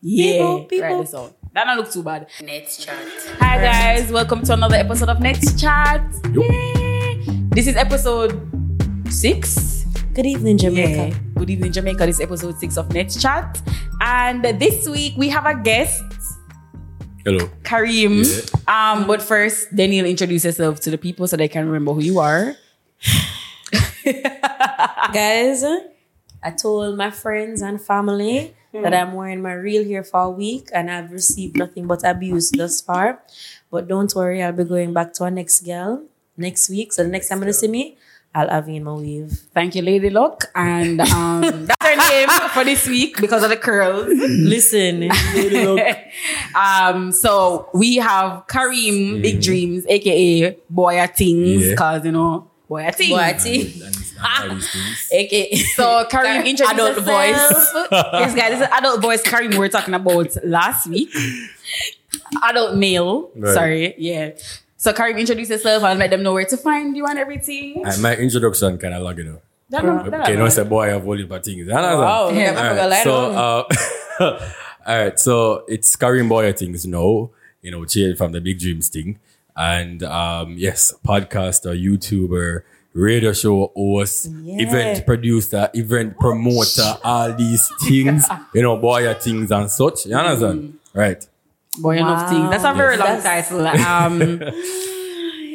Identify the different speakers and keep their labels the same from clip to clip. Speaker 1: Yeah,
Speaker 2: Beep, boop, beep,
Speaker 1: write
Speaker 2: boop.
Speaker 1: this out. That don't look too bad.
Speaker 3: Next chart.
Speaker 1: Hi guys, welcome to another episode of Next Chat. Yay! This is episode six.
Speaker 2: Good evening, Jamaica.
Speaker 1: Yeah. Good evening, Jamaica. This is episode six of Next Chat, and this week we have a guest,
Speaker 4: Hello.
Speaker 1: Karim. Um, but first, Daniel, introduce yourself to the people so they can remember who you are.
Speaker 2: Guys, I told my friends and family
Speaker 1: Hmm.
Speaker 2: that I'm wearing my real hair for a week and I've received nothing but abuse thus far. But don't worry, I'll be going back to our next girl next week. So the next time you see me, I'll have you in my weave.
Speaker 1: Thank you, Lady Luck, and um, that's her name for this week because of the curls.
Speaker 2: Listen,
Speaker 1: um, so we have Karim Big Dreams, aka Boya Things,
Speaker 4: Mm-hmm. Yeah.
Speaker 1: cause you know Boya Things.
Speaker 2: Boyati.
Speaker 4: And- and all these things.
Speaker 2: AKA.
Speaker 1: So Karim introduced
Speaker 2: Adult
Speaker 1: herself. yes, guys, this is adult voice Karim we were talking about last week. Adult male.
Speaker 4: Right.
Speaker 1: Sorry, yeah. So Karim introduced herself and let them know where to find you and everything.
Speaker 4: And Uh, my introduction kind of like you know.
Speaker 1: That don't- that
Speaker 4: Okay,
Speaker 1: don't-
Speaker 4: no, it's a boy of all your things.
Speaker 2: Wow,
Speaker 1: Yeah.
Speaker 2: never forgot like
Speaker 4: so,
Speaker 2: that.
Speaker 4: uh, all right, so it's Karim Boyer things now, you know, cheered from the Big Dreams thing. And um, yes, podcaster, YouTuber, radio show host,
Speaker 2: Yeah.
Speaker 4: event producer, event promoter, all these things, you know, Boyer things and such. You understand?
Speaker 2: Mm-hmm.
Speaker 4: Right.
Speaker 1: Boy enough
Speaker 2: Wow.
Speaker 1: things. That's a very long
Speaker 2: Yes.
Speaker 1: title.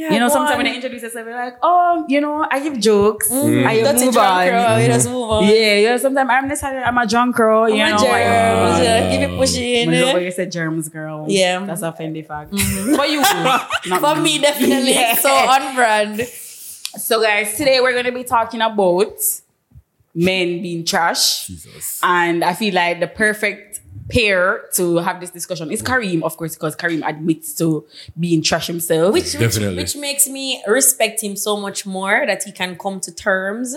Speaker 1: Um, you know, sometimes when they introduce yourself, they're like, oh, you know, I give jokes.
Speaker 4: Mm.
Speaker 1: I
Speaker 2: Dirty
Speaker 1: move
Speaker 2: drunk
Speaker 1: on.
Speaker 2: girl, you just move on.
Speaker 1: Yeah, yeah. Sometimes I'm this. I'm a drunk girl. You
Speaker 2: Yeah,
Speaker 1: know.
Speaker 2: germs,
Speaker 1: I-
Speaker 2: yeah, keep it pushing.
Speaker 1: Remember
Speaker 2: eh?
Speaker 1: when you said germs, girl.
Speaker 2: Yeah. Mm-hmm.
Speaker 1: that's a offending fact. For you, not
Speaker 2: For me, definitely.
Speaker 1: Yeah.
Speaker 2: So on brand.
Speaker 1: So, guys, today we're gonna be talking about men being trash,
Speaker 4: Jesus.
Speaker 1: and I feel like the perfect pair to have this discussion is Kareem, of course, because Kareem admits to being trash himself.
Speaker 2: Which, which,
Speaker 4: Definitely.
Speaker 2: which makes me respect him so much more that he can come to terms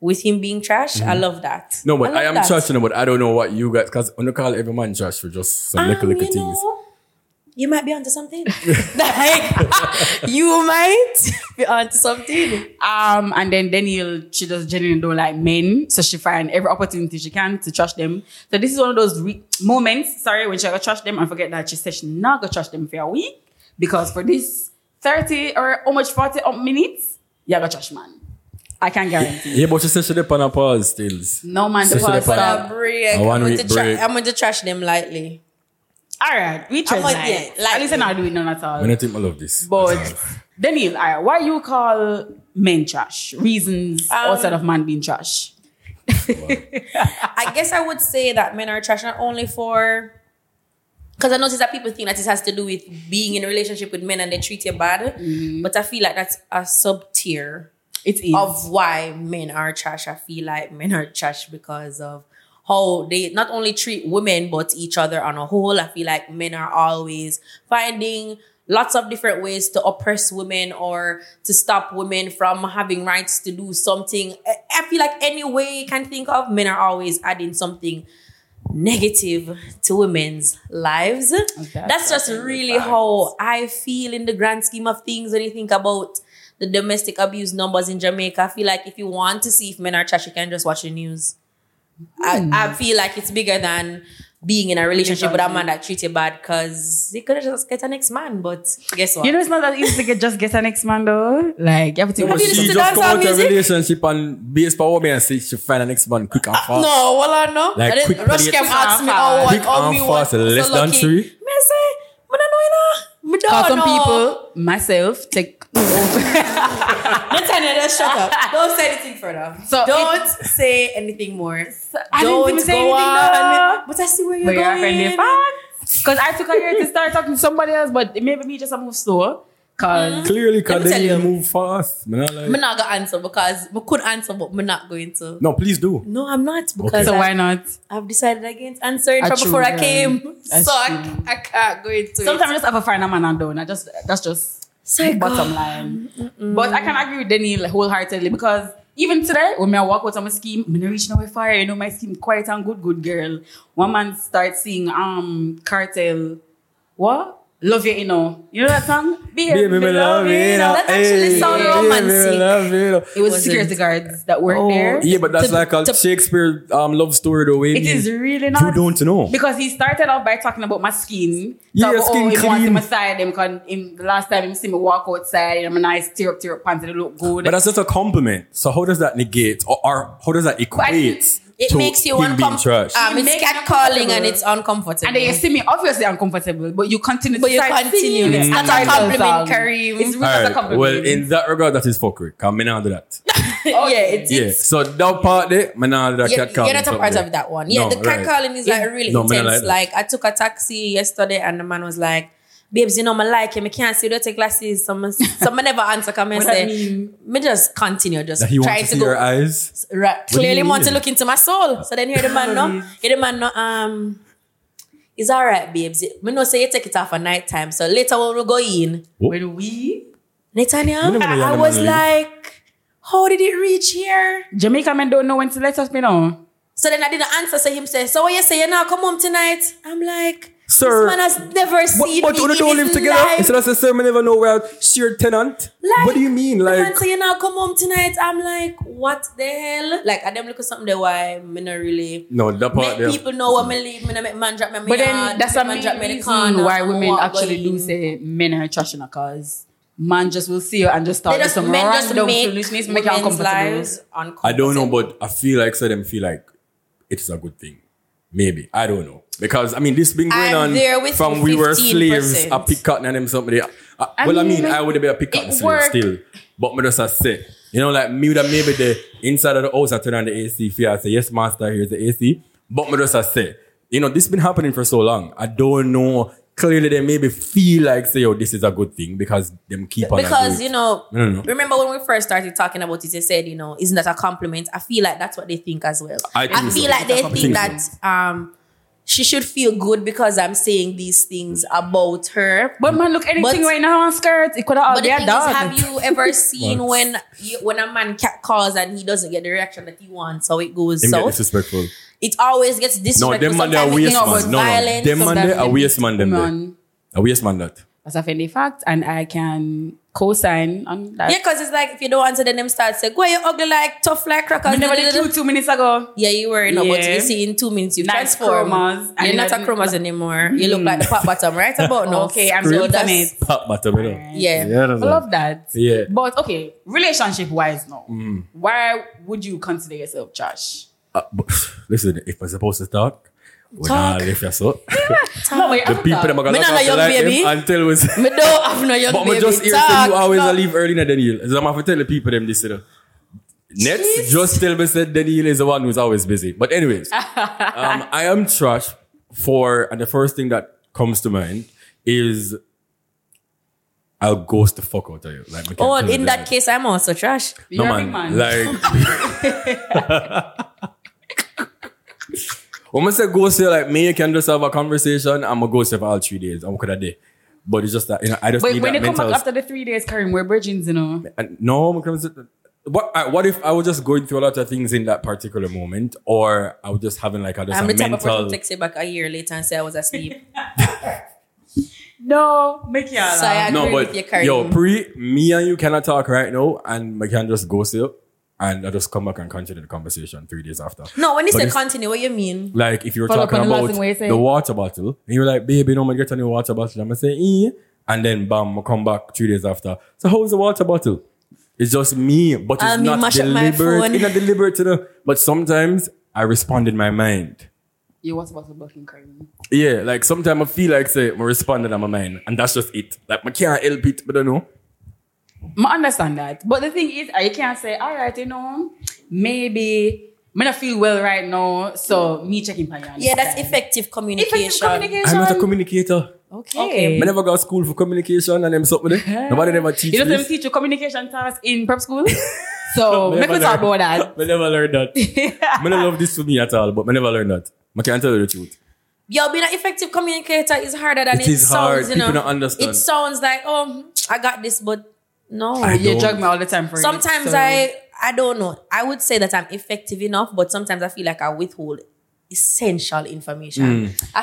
Speaker 2: with him being trash. I love that.
Speaker 4: Mm-hmm. No, but
Speaker 2: love
Speaker 4: I, am
Speaker 2: that.
Speaker 4: trashing, but I don't know what you guys, because on the call, every man trash for just some
Speaker 2: Um,
Speaker 4: little, little
Speaker 2: you
Speaker 4: things.
Speaker 2: know, you might be onto something. like, you might be onto something.
Speaker 1: Um, and then Daniel, she just genuinely don't like men, so she find every opportunity she can to trash them. So this is one of those re- moments, sorry, when she go trash them and forget that she said she not go trash them for a week because for this thirty or how much forty up minutes, you go trash man. I can guarantee.
Speaker 4: Yeah, but she said she did on a pause still.
Speaker 1: No man the
Speaker 4: So she
Speaker 1: pass
Speaker 4: depend-
Speaker 1: up.
Speaker 2: break.
Speaker 4: A one
Speaker 2: I'm going
Speaker 4: week
Speaker 2: to tra-
Speaker 4: break.
Speaker 2: I'm going to trash them lightly.
Speaker 1: All right, we trash
Speaker 2: I'm not-
Speaker 1: like,
Speaker 2: yeah, like-
Speaker 1: At least I'm not doing none at all.
Speaker 4: I don't think I love this.
Speaker 1: But Daniel, all right, why you call men trash? Reasons
Speaker 2: Um,
Speaker 1: outside of man being trash.
Speaker 2: I guess I would say that men are trash not only for because I notice that people think that it has to do with being in a relationship with men and they treat you bad. But I feel like that's a sub tier
Speaker 1: It is.
Speaker 2: of why men are trash. I feel like men are trash because of how they not only treat women but each other on a whole. I feel like men are always finding lots of different ways to oppress women or to stop women from having rights to do something. I- I feel like any way you can think of, men are always adding something negative to women's lives. That's just really how I feel in the grand scheme of things when you think about the domestic abuse numbers in Jamaica. I feel like if you want to see if men are trash, you can just watch the news.
Speaker 1: Hmm.
Speaker 2: I, I feel like it's bigger than being in a relationship with a man that treats you bad because they could just get an ex man. But guess what?
Speaker 1: You know, it's not that easy to get just get an ex man though. Like everything
Speaker 2: Have
Speaker 1: was
Speaker 2: you
Speaker 4: she
Speaker 2: listened to
Speaker 4: just
Speaker 2: dancehall
Speaker 4: come out of a
Speaker 2: music?
Speaker 4: relationship and based on woman and say she find an next man quick and fast.
Speaker 2: Ah, no, well, I know.
Speaker 4: Like,
Speaker 2: and
Speaker 4: quick
Speaker 2: then Rush
Speaker 4: period.
Speaker 2: came ask me, oh,
Speaker 4: Quick
Speaker 2: what, oh,
Speaker 4: and
Speaker 2: me what,
Speaker 4: fast, less
Speaker 2: so
Speaker 4: than
Speaker 2: lucky.
Speaker 4: three.
Speaker 2: Me say, me don't know, you know. Me
Speaker 1: For
Speaker 2: don't
Speaker 1: some
Speaker 2: know.
Speaker 1: people, myself, take
Speaker 2: I'm telling you, just shut up. Don't say anything further.
Speaker 1: So
Speaker 2: don't say anything more.
Speaker 1: I didn't
Speaker 2: don't
Speaker 1: even say
Speaker 2: go
Speaker 1: anything,
Speaker 2: on.
Speaker 1: though.
Speaker 2: But I see where you're
Speaker 1: But you're
Speaker 2: going.
Speaker 1: offended. Because I took a year to start talking to somebody else, but maybe me just a move slow. Because
Speaker 4: Clearly,
Speaker 2: Let
Speaker 4: because
Speaker 2: me
Speaker 4: they
Speaker 2: tell
Speaker 4: didn't
Speaker 2: you.
Speaker 4: move fast. Me not like-
Speaker 2: I'm not gonna answer because I could answer, but I'm not going to.
Speaker 4: no, please do.
Speaker 2: No, I'm not because
Speaker 1: so
Speaker 2: I,
Speaker 1: why not?
Speaker 2: have decided against answering
Speaker 1: I
Speaker 2: from before I
Speaker 1: choose,
Speaker 2: came.
Speaker 1: um, I
Speaker 2: so I,
Speaker 1: choose.
Speaker 2: I can't go into
Speaker 1: Sometimes I
Speaker 2: it.
Speaker 1: just have a final man and done. I just that's just
Speaker 2: Psycho.
Speaker 1: bottom line. But I can agree with Daniel wholeheartedly because even today, when me I walk out of my scheme, me no reach nowhere far. You know, my scheme quiet and good, good girl. One man start seeing um cartel, what Love you, you know. You know that song? Baby,
Speaker 4: Baby, me love you. know.
Speaker 2: That actually
Speaker 4: Hey,
Speaker 2: sound
Speaker 4: baby, me
Speaker 2: romantic.
Speaker 4: love you, know.
Speaker 1: It was,
Speaker 2: Was
Speaker 1: security
Speaker 2: it?
Speaker 1: guards that worked
Speaker 2: Oh.
Speaker 1: there.
Speaker 4: Yeah, but that's
Speaker 2: To-
Speaker 4: like a
Speaker 2: to-
Speaker 4: Shakespeare um, love story, though.
Speaker 1: It is really not.
Speaker 4: You don't know.
Speaker 1: Because he started off by talking about my skin.
Speaker 4: Yeah,
Speaker 1: Talk
Speaker 4: your
Speaker 1: about,
Speaker 4: skin
Speaker 1: oh, He wants
Speaker 4: clean.
Speaker 1: him aside him because him, the last time he see me walk outside, I'm a nice tear up, tear up pants, and it look good.
Speaker 4: But that's just a compliment. So how does that negate or, or how does that equate?
Speaker 2: It
Speaker 4: to
Speaker 2: makes you
Speaker 4: him being
Speaker 2: uncomfortable.
Speaker 4: trash.
Speaker 2: Um,
Speaker 1: It
Speaker 2: it's
Speaker 1: makes you
Speaker 2: catcalling and
Speaker 1: uncomfortable.
Speaker 2: it's uncomfortable.
Speaker 1: and then you see me obviously uncomfortable, but you continue
Speaker 2: But
Speaker 1: to
Speaker 2: you
Speaker 1: start
Speaker 2: continue.
Speaker 1: singing
Speaker 2: It's
Speaker 1: it.
Speaker 2: not a
Speaker 1: Title
Speaker 2: compliment,
Speaker 1: song.
Speaker 2: Kareem.
Speaker 1: It's really not a
Speaker 4: Alright,
Speaker 1: compliment.
Speaker 4: well, in that regard, that is fucking. Cause me not do that.
Speaker 1: Oh,
Speaker 2: yeah, it's,
Speaker 4: yeah. So that part there, me not do that.
Speaker 2: you're,
Speaker 4: cat calling
Speaker 2: you're not a part
Speaker 4: something.
Speaker 2: of that one. Yeah,
Speaker 4: No,
Speaker 2: the cat
Speaker 4: right.
Speaker 2: calling is like
Speaker 1: It-
Speaker 2: really
Speaker 4: No, me not
Speaker 2: intense.
Speaker 4: like
Speaker 2: Like, I took a taxi yesterday and the man was like, Babes, you know, I like him. I can't see you don't take glasses. Some, some never answer. Come and
Speaker 1: What that
Speaker 2: say,
Speaker 1: mean?
Speaker 2: me just continue, just
Speaker 4: That he
Speaker 2: try
Speaker 4: wants to
Speaker 2: to
Speaker 4: see
Speaker 2: go.
Speaker 4: your eyes.
Speaker 2: Right.
Speaker 4: do you
Speaker 2: Clearly want to
Speaker 4: mean?
Speaker 2: look into my soul. So then here the man no, here the man no, um, it's all right, babes. Me no say you take it off at night time. So later when we go in,
Speaker 1: when we
Speaker 4: Me
Speaker 2: Netanya,
Speaker 4: no really
Speaker 2: I, I
Speaker 4: understand
Speaker 2: was
Speaker 4: you.
Speaker 2: like, how did it reach here?
Speaker 1: Jamaica men don't know when to let us me know.
Speaker 2: So then I didn't answer. So him say, so what you say? You now come home tonight? I'm like, this
Speaker 4: Sir,
Speaker 2: man has never
Speaker 4: But,
Speaker 2: seen
Speaker 4: but
Speaker 2: me
Speaker 4: you
Speaker 2: in
Speaker 4: don't
Speaker 2: his
Speaker 4: live together.
Speaker 2: life.
Speaker 4: Instead of saying, sir, me never know where I'd share tenant.
Speaker 2: Like,
Speaker 4: what do you mean?
Speaker 2: the
Speaker 4: Like,
Speaker 2: man say you now come home tonight. I'm like, what the hell? Like I them look at something there why me not really.
Speaker 4: no, that part
Speaker 2: Make
Speaker 4: there.
Speaker 2: people know what me leave, me not make man drop me. in my
Speaker 1: But
Speaker 2: yard,
Speaker 1: then that's a
Speaker 2: man
Speaker 1: main
Speaker 2: drop me in the
Speaker 1: reason
Speaker 2: corner,
Speaker 1: why women
Speaker 2: walk
Speaker 1: actually do
Speaker 2: going.
Speaker 1: say men are trash in a cause. Man just will see you and just
Speaker 2: They
Speaker 1: start with
Speaker 2: just
Speaker 1: some
Speaker 2: men just
Speaker 1: random
Speaker 2: make
Speaker 1: foolishness, make you
Speaker 2: women's
Speaker 1: uncomfortable.
Speaker 2: lives uncomfortable.
Speaker 4: I don't know, but I feel like so them feel like it is a good thing. Maybe. I don't know. Because I mean this been going
Speaker 2: I'm
Speaker 4: on
Speaker 2: there with
Speaker 4: from
Speaker 2: you,
Speaker 4: we were
Speaker 2: 15%.
Speaker 4: slaves, I pick cotton and them somebody. I, I, well, I
Speaker 1: mean,
Speaker 4: mean,
Speaker 1: like,
Speaker 4: I would have been a pick
Speaker 1: it
Speaker 4: cotton slave
Speaker 1: worked.
Speaker 4: still. But me just a say, you know, like me would have maybe the inside of the house I turn on the AC for you. I say, yes, master, here's the AC. But me just a say, you know, this been happening for so long. I don't know. Clearly they maybe feel like say, oh, this is a good thing because them keep on.
Speaker 2: because you know,
Speaker 4: I don't know.
Speaker 2: remember when we first started talking about it, they said, you know, isn't that a compliment? I feel like that's what they think as well.
Speaker 4: I think so.
Speaker 2: feel like they
Speaker 4: I
Speaker 2: think
Speaker 4: think
Speaker 2: that um she should feel good because I'm saying these things about her.
Speaker 1: But man, look anything
Speaker 2: But-
Speaker 1: right now on skirts, it could have all
Speaker 2: But the
Speaker 1: their
Speaker 2: thing
Speaker 1: dog.
Speaker 2: is, have you ever seen
Speaker 4: Well,
Speaker 2: when you, when a man cat calls and he doesn't get the reaction that he wants, so it goes
Speaker 4: them get
Speaker 2: south?
Speaker 4: disrespectful.
Speaker 2: It always gets
Speaker 4: No,
Speaker 2: disrespectful.
Speaker 4: them man they
Speaker 2: Sometimes
Speaker 4: are
Speaker 2: it
Speaker 4: waste
Speaker 2: gets
Speaker 4: man. No, no.
Speaker 2: violent.
Speaker 4: Them man
Speaker 1: sometimes
Speaker 4: they are
Speaker 1: they
Speaker 4: waste man them there.
Speaker 1: Man,
Speaker 4: A waste man that.
Speaker 1: That's a fairly fact, and I can co-sign on that.
Speaker 2: Yeah, because it's like if you don't answer, then them start say, "Go, you ugly like tough like crackers."
Speaker 1: I never did two two minutes ago.
Speaker 2: Yeah, you were no, but
Speaker 1: Yeah.
Speaker 2: you see, in two minutes you
Speaker 1: Nice
Speaker 2: transform.
Speaker 1: chromas.
Speaker 2: You're
Speaker 1: And
Speaker 2: not a
Speaker 1: then-
Speaker 2: chromas anymore. You look like the pot bottom, right? About now.
Speaker 1: Mm. Okay, I'm
Speaker 2: So
Speaker 1: good on
Speaker 2: that's-
Speaker 1: it.
Speaker 4: Pop bottom, you know.
Speaker 2: Yeah.
Speaker 1: I love that.
Speaker 4: Yeah. Mm.
Speaker 1: But okay, relationship wise now, why would you consider yourself trash?
Speaker 4: Uh, but, listen, if we're supposed to talk, we're
Speaker 2: Talk.
Speaker 4: not left us up.
Speaker 1: No, wait,
Speaker 4: The
Speaker 1: I'm
Speaker 4: people
Speaker 1: sorry.
Speaker 4: them are
Speaker 2: Me
Speaker 4: gonna
Speaker 2: not
Speaker 4: talk
Speaker 2: a young
Speaker 4: like
Speaker 2: baby.
Speaker 4: them until we
Speaker 2: Me don't have no young
Speaker 4: But
Speaker 2: baby.
Speaker 4: we just hear say
Speaker 2: Talk,
Speaker 4: you always
Speaker 2: talk.
Speaker 4: leave early than Daniel. So I'm gonna tell the people them this. You know. Next, just tell me that Daniel is the one who's always busy. But anyways, um, I am trash for and the first thing that comes to mind is I'll ghost the fuck out of you. Like, me can't
Speaker 2: Oh,
Speaker 4: tell you
Speaker 2: in that
Speaker 4: like-
Speaker 2: case, I'm also trash.
Speaker 1: You're
Speaker 4: no,
Speaker 1: a
Speaker 4: man.
Speaker 1: big man.
Speaker 4: Like, when I say ghost, you like me, you can just have a conversation. I'm a ghost here for all three days. I'm good at day. But it's just that, you know, I just
Speaker 1: But
Speaker 4: need
Speaker 1: when they
Speaker 4: that
Speaker 1: come
Speaker 4: mental.
Speaker 1: back after the three days, Karim, we're virgins, you know.
Speaker 4: and no, when it comes to- what, I- uh, what if I was just going through a lot of things in that particular moment, or I was just having like a, just
Speaker 2: I'm
Speaker 4: a
Speaker 2: the type of person
Speaker 4: mental.
Speaker 2: who takes it back a year later and say I was asleep.
Speaker 1: No, make you
Speaker 2: So I-
Speaker 4: no,
Speaker 2: agree
Speaker 4: but
Speaker 2: with you, Karim.
Speaker 4: yo, pre, me and you cannot talk right now, and we can just ghost you, and I just come back and continue the conversation three days after.
Speaker 2: No, when you
Speaker 4: But
Speaker 2: say
Speaker 4: it's-
Speaker 2: continue, what you mean?
Speaker 4: Like if you were
Speaker 1: Follow up
Speaker 4: talking
Speaker 1: on the last
Speaker 4: about
Speaker 1: thing we were saying.
Speaker 4: the water bottle, and you were like, baby, no man get a new water bottle. I'm gonna say, eh. And then bam, I come back three days after. So how's the water bottle? It's just me, but it's
Speaker 2: Um, you
Speaker 4: not
Speaker 2: mash up my
Speaker 4: deliberate.
Speaker 2: phone.
Speaker 4: It's not deliberate, you know. But sometimes I respond in my mind.
Speaker 1: You what about the bucking Karim?
Speaker 4: Yeah, like sometimes I feel like say I responded in my mind, and that's just it. Like I can't help it, but I know.
Speaker 1: I understand that. But the thing is, I can't say, all right, you know, maybe I'm not feel well right now, so me checking for you.
Speaker 2: Yeah, that's
Speaker 1: effective
Speaker 2: effective communication.
Speaker 1: communication.
Speaker 4: I'm not a communicator.
Speaker 1: Okay.
Speaker 4: I never got school for communication and them something. Nobody never teach
Speaker 1: You know, them
Speaker 4: this.
Speaker 1: teach you communication tasks in prep school. So make
Speaker 4: Never
Speaker 1: me talk about
Speaker 4: learn-
Speaker 1: that.
Speaker 4: I never learned that. I don't love this for me at all, but I never learned that. I can't tell you the truth.
Speaker 2: Yo, being an effective communicator is harder than
Speaker 4: It
Speaker 2: it,
Speaker 4: is hard.
Speaker 2: sounds. You know,
Speaker 4: People don't understand.
Speaker 2: It sounds like oh, I got this, but no.
Speaker 4: I
Speaker 1: you
Speaker 4: don't-
Speaker 1: jug me all the time for it,
Speaker 2: sometimes
Speaker 1: so-
Speaker 2: I I don't know. I would say that I'm effective enough, but sometimes I feel like I withhold essential
Speaker 4: Hmm.
Speaker 2: information.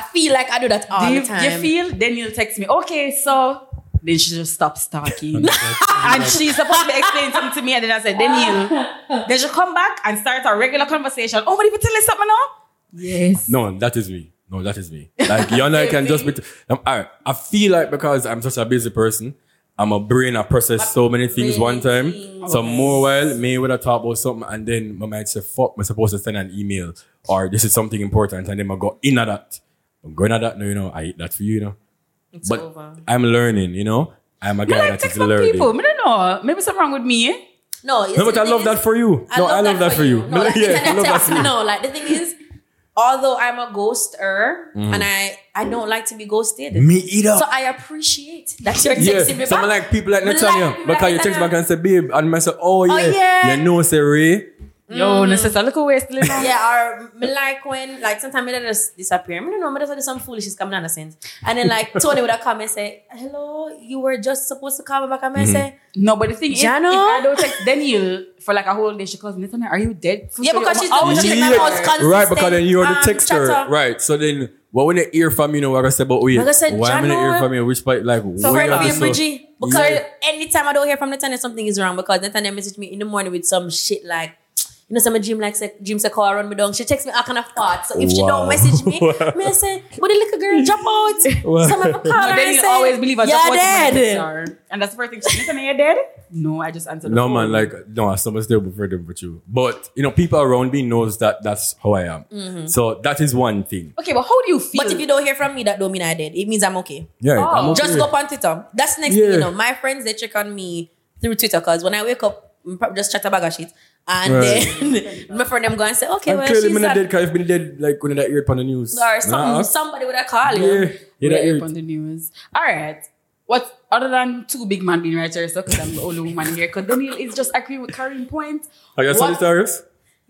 Speaker 2: I feel like I do that all
Speaker 1: do you,
Speaker 2: the
Speaker 1: you
Speaker 2: time.
Speaker 1: feel? Then you'll text me, okay, so. Then she just stops talking. and she's supposed to explain something to me. And then I said, Daniel, then she come back and start a regular conversation. Oh, but if you tell us something now? Yes.
Speaker 4: No, that is me. No, that is me. Like you and I can just be. T- um, I, I feel like because I'm such a busy person, I'm a brain. I process so many things one time.
Speaker 2: things.
Speaker 4: So more well, may would have talk about something, and then my mind say, "Fuck, I'm supposed to send an email, or this is something important," and then I go in at that. I'm going at that. No, you know, I eat that for you, you know.
Speaker 2: It's
Speaker 4: but
Speaker 2: over.
Speaker 4: I'm learning, you know. I'm a
Speaker 1: I
Speaker 4: guy
Speaker 1: like
Speaker 4: that is
Speaker 1: text some
Speaker 4: learning.
Speaker 1: people. I don't know. Maybe something wrong with me. eh?
Speaker 2: No, it's,
Speaker 4: No, but
Speaker 2: the
Speaker 4: I
Speaker 2: thing
Speaker 4: love
Speaker 2: is-
Speaker 4: that for you. no, I love that for you.
Speaker 2: No, like,
Speaker 4: yeah, I love that
Speaker 2: that's-
Speaker 4: for you.
Speaker 2: no, like the thing is, although I'm a ghoster and I I don't like to be ghosted,
Speaker 4: Mm-hmm. Me either.
Speaker 2: so I appreciate that you're
Speaker 4: Yeah,
Speaker 2: texting me
Speaker 4: someone
Speaker 2: back.
Speaker 4: like people like
Speaker 2: Me like
Speaker 4: Natanya.
Speaker 2: people
Speaker 4: because
Speaker 2: like
Speaker 4: you text
Speaker 2: Natanya.
Speaker 4: back and say, babe, and I say, oh yeah,
Speaker 2: yeah.
Speaker 4: you know, say Ray.
Speaker 1: Yo, no sister, look away still. Yeah.
Speaker 2: Mm-hmm. yeah, or me like when like sometimes it just disappear. I don't know, me just do some foolishness coming on a sense. And then like Tony would have come and say, "Hello, you were just supposed to call me back." And I say,
Speaker 4: Mm-hmm.
Speaker 1: No, but the thing is,
Speaker 2: Jano?
Speaker 1: if I don't text Daniel for like a whole day, she calls me, Nathan, are you dead?
Speaker 2: Yeah, because she's
Speaker 1: always
Speaker 2: Oh, the- she's
Speaker 1: checking my
Speaker 2: my
Speaker 1: phone.
Speaker 2: most con- consistent,
Speaker 4: right? Because then you're the
Speaker 2: um,
Speaker 4: texter,
Speaker 2: chatter.
Speaker 4: right? So then, what when they hear from you, know, what I say, but wait,
Speaker 2: Like I said,
Speaker 4: why am I not
Speaker 2: Jano-
Speaker 4: hear from you? Which part, like,
Speaker 2: "So
Speaker 4: where
Speaker 2: friend
Speaker 4: are
Speaker 2: me
Speaker 4: the-
Speaker 2: and Bridgie." Because
Speaker 4: Yeah.
Speaker 2: anytime I don't hear from Natanya, something is wrong. Because Natanya messaged me in the morning with some shit like. You know, some dream like say, dream say call run me down. She texts me all kind of thoughts. So if she
Speaker 4: Wow.
Speaker 2: don't message me, me I say, but the little girl drop out.
Speaker 4: Wow.
Speaker 2: Some of a call
Speaker 1: No,
Speaker 2: her and
Speaker 1: Daniel
Speaker 2: say,
Speaker 1: always believe I
Speaker 2: "You're
Speaker 1: just want
Speaker 2: dead."
Speaker 1: to And that's the first thing she Nathan, are you dead? No, I just answered the
Speaker 4: No
Speaker 1: phone.
Speaker 4: man, like no, I someone still prefer them with you. But you know, people around me knows that that's how I am.
Speaker 2: Mm-hmm.
Speaker 4: So that is one thing.
Speaker 1: Okay, but how do you feel?
Speaker 2: But if you don't hear from me, that don't mean I did. It means I'm okay.
Speaker 4: Yeah,
Speaker 1: Oh.
Speaker 4: I'm okay.
Speaker 2: Just go up on Twitter. That's the next thing you
Speaker 4: Yeah.
Speaker 2: know. My friends they check on me through Twitter because when I wake up, I'm prob- just chat a bag of shit. And
Speaker 4: Right.
Speaker 2: then my friend them go and say, okay,
Speaker 4: And
Speaker 2: well,
Speaker 4: clearly,
Speaker 2: she's
Speaker 4: I'm not dead
Speaker 2: sad.
Speaker 4: because I've been dead like when I hear it on the news
Speaker 2: Or something,
Speaker 4: Nah.
Speaker 2: somebody would have called
Speaker 4: Yeah,
Speaker 2: you.
Speaker 4: you
Speaker 1: We're
Speaker 4: not hear
Speaker 1: up
Speaker 4: it.
Speaker 1: on the news. All right. What other than two big man being right here, so because I'm the only woman here, because Daniel is just agreeing with Karim point.
Speaker 4: Are you
Speaker 1: What-
Speaker 4: Sagittarius?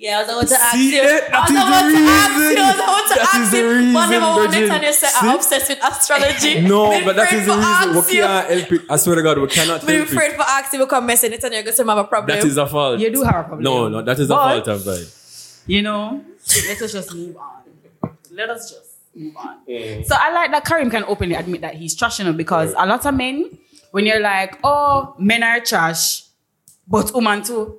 Speaker 2: Yeah, I was about to ask
Speaker 4: See
Speaker 2: you.
Speaker 4: it?
Speaker 2: I was
Speaker 4: That is
Speaker 2: about
Speaker 4: the
Speaker 2: to ask you. I was
Speaker 4: reason.
Speaker 2: about to
Speaker 4: That
Speaker 2: ask
Speaker 4: is the
Speaker 2: you.
Speaker 4: reason,
Speaker 2: One of my
Speaker 4: Virgin.
Speaker 2: women tell you say
Speaker 4: See?
Speaker 2: I'm obsessed with astrology.
Speaker 4: No,
Speaker 2: Me
Speaker 4: but that
Speaker 2: friend
Speaker 4: is the
Speaker 2: for
Speaker 4: reason.
Speaker 2: ask
Speaker 4: We
Speaker 2: you.
Speaker 4: can't help it. I swear to God, we cannot
Speaker 2: Me
Speaker 4: help it.
Speaker 2: afraid for asking you come message and you're going to have a problem.
Speaker 4: That is a fault.
Speaker 1: You do have a problem.
Speaker 4: No, no, that is a
Speaker 1: But-
Speaker 4: fault of mine.
Speaker 1: You know, let us just move on. Let us just move on.
Speaker 4: Mm.
Speaker 1: So I like that Karim can openly admit that he's trash, you know, because a lot of men, when you're like, oh, men are trash, but woman too.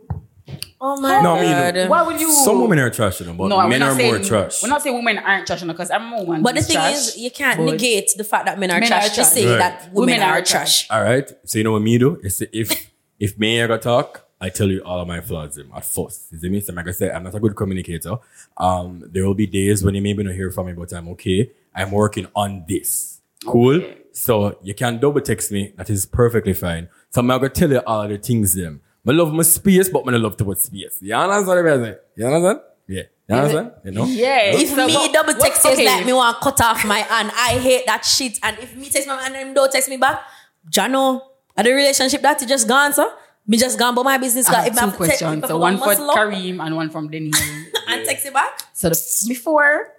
Speaker 2: oh my
Speaker 4: No, me
Speaker 2: god.
Speaker 4: neither.
Speaker 1: Why would you?
Speaker 4: Some women are trash, you know, but
Speaker 1: we're
Speaker 4: men
Speaker 1: not
Speaker 4: are
Speaker 1: saying,
Speaker 4: more trash.
Speaker 1: We're not saying women aren't trash, you know, because I'm a woman.
Speaker 2: But the
Speaker 1: who's
Speaker 2: thing
Speaker 1: trash.
Speaker 2: is, you can't
Speaker 1: but-
Speaker 2: negate the fact that men are
Speaker 1: Men
Speaker 2: trash.
Speaker 1: are
Speaker 2: to
Speaker 1: trash.
Speaker 2: say
Speaker 4: Right.
Speaker 2: that women,
Speaker 1: Women
Speaker 2: are,
Speaker 1: are
Speaker 2: trash.
Speaker 4: All right. So you know what me do? It's if if me and you talk, I tell you all of my flaws um, at first. You see me? So like I said, I'm not a good communicator. Um, there will be days when you maybe not hear from me, but I'm okay. I'm working on this. Cool.
Speaker 1: Okay.
Speaker 4: So you can double text me. That is perfectly fine. So I'm gonna tell you all of the things them. I love my space, but I don't love to put space. You understand what I'm saying? You understand? Yeah. You understand? You know?
Speaker 1: Yeah.
Speaker 2: If
Speaker 1: So
Speaker 2: me
Speaker 1: what-
Speaker 2: double
Speaker 1: what-
Speaker 2: text says
Speaker 1: okay.
Speaker 2: like me want to cut off my hand, I hate that shit. And if me text my man and him don't text me back, Jano, are the relationship that you just gone, sir? Me just gone, but my business.
Speaker 1: I
Speaker 2: got-
Speaker 1: have
Speaker 2: if me
Speaker 1: two
Speaker 2: have to text-
Speaker 1: questions.
Speaker 2: if I
Speaker 1: So one
Speaker 2: want
Speaker 1: for
Speaker 2: muscle up
Speaker 1: Kareem and one from Daniel.
Speaker 2: and text it back.
Speaker 1: so the, before,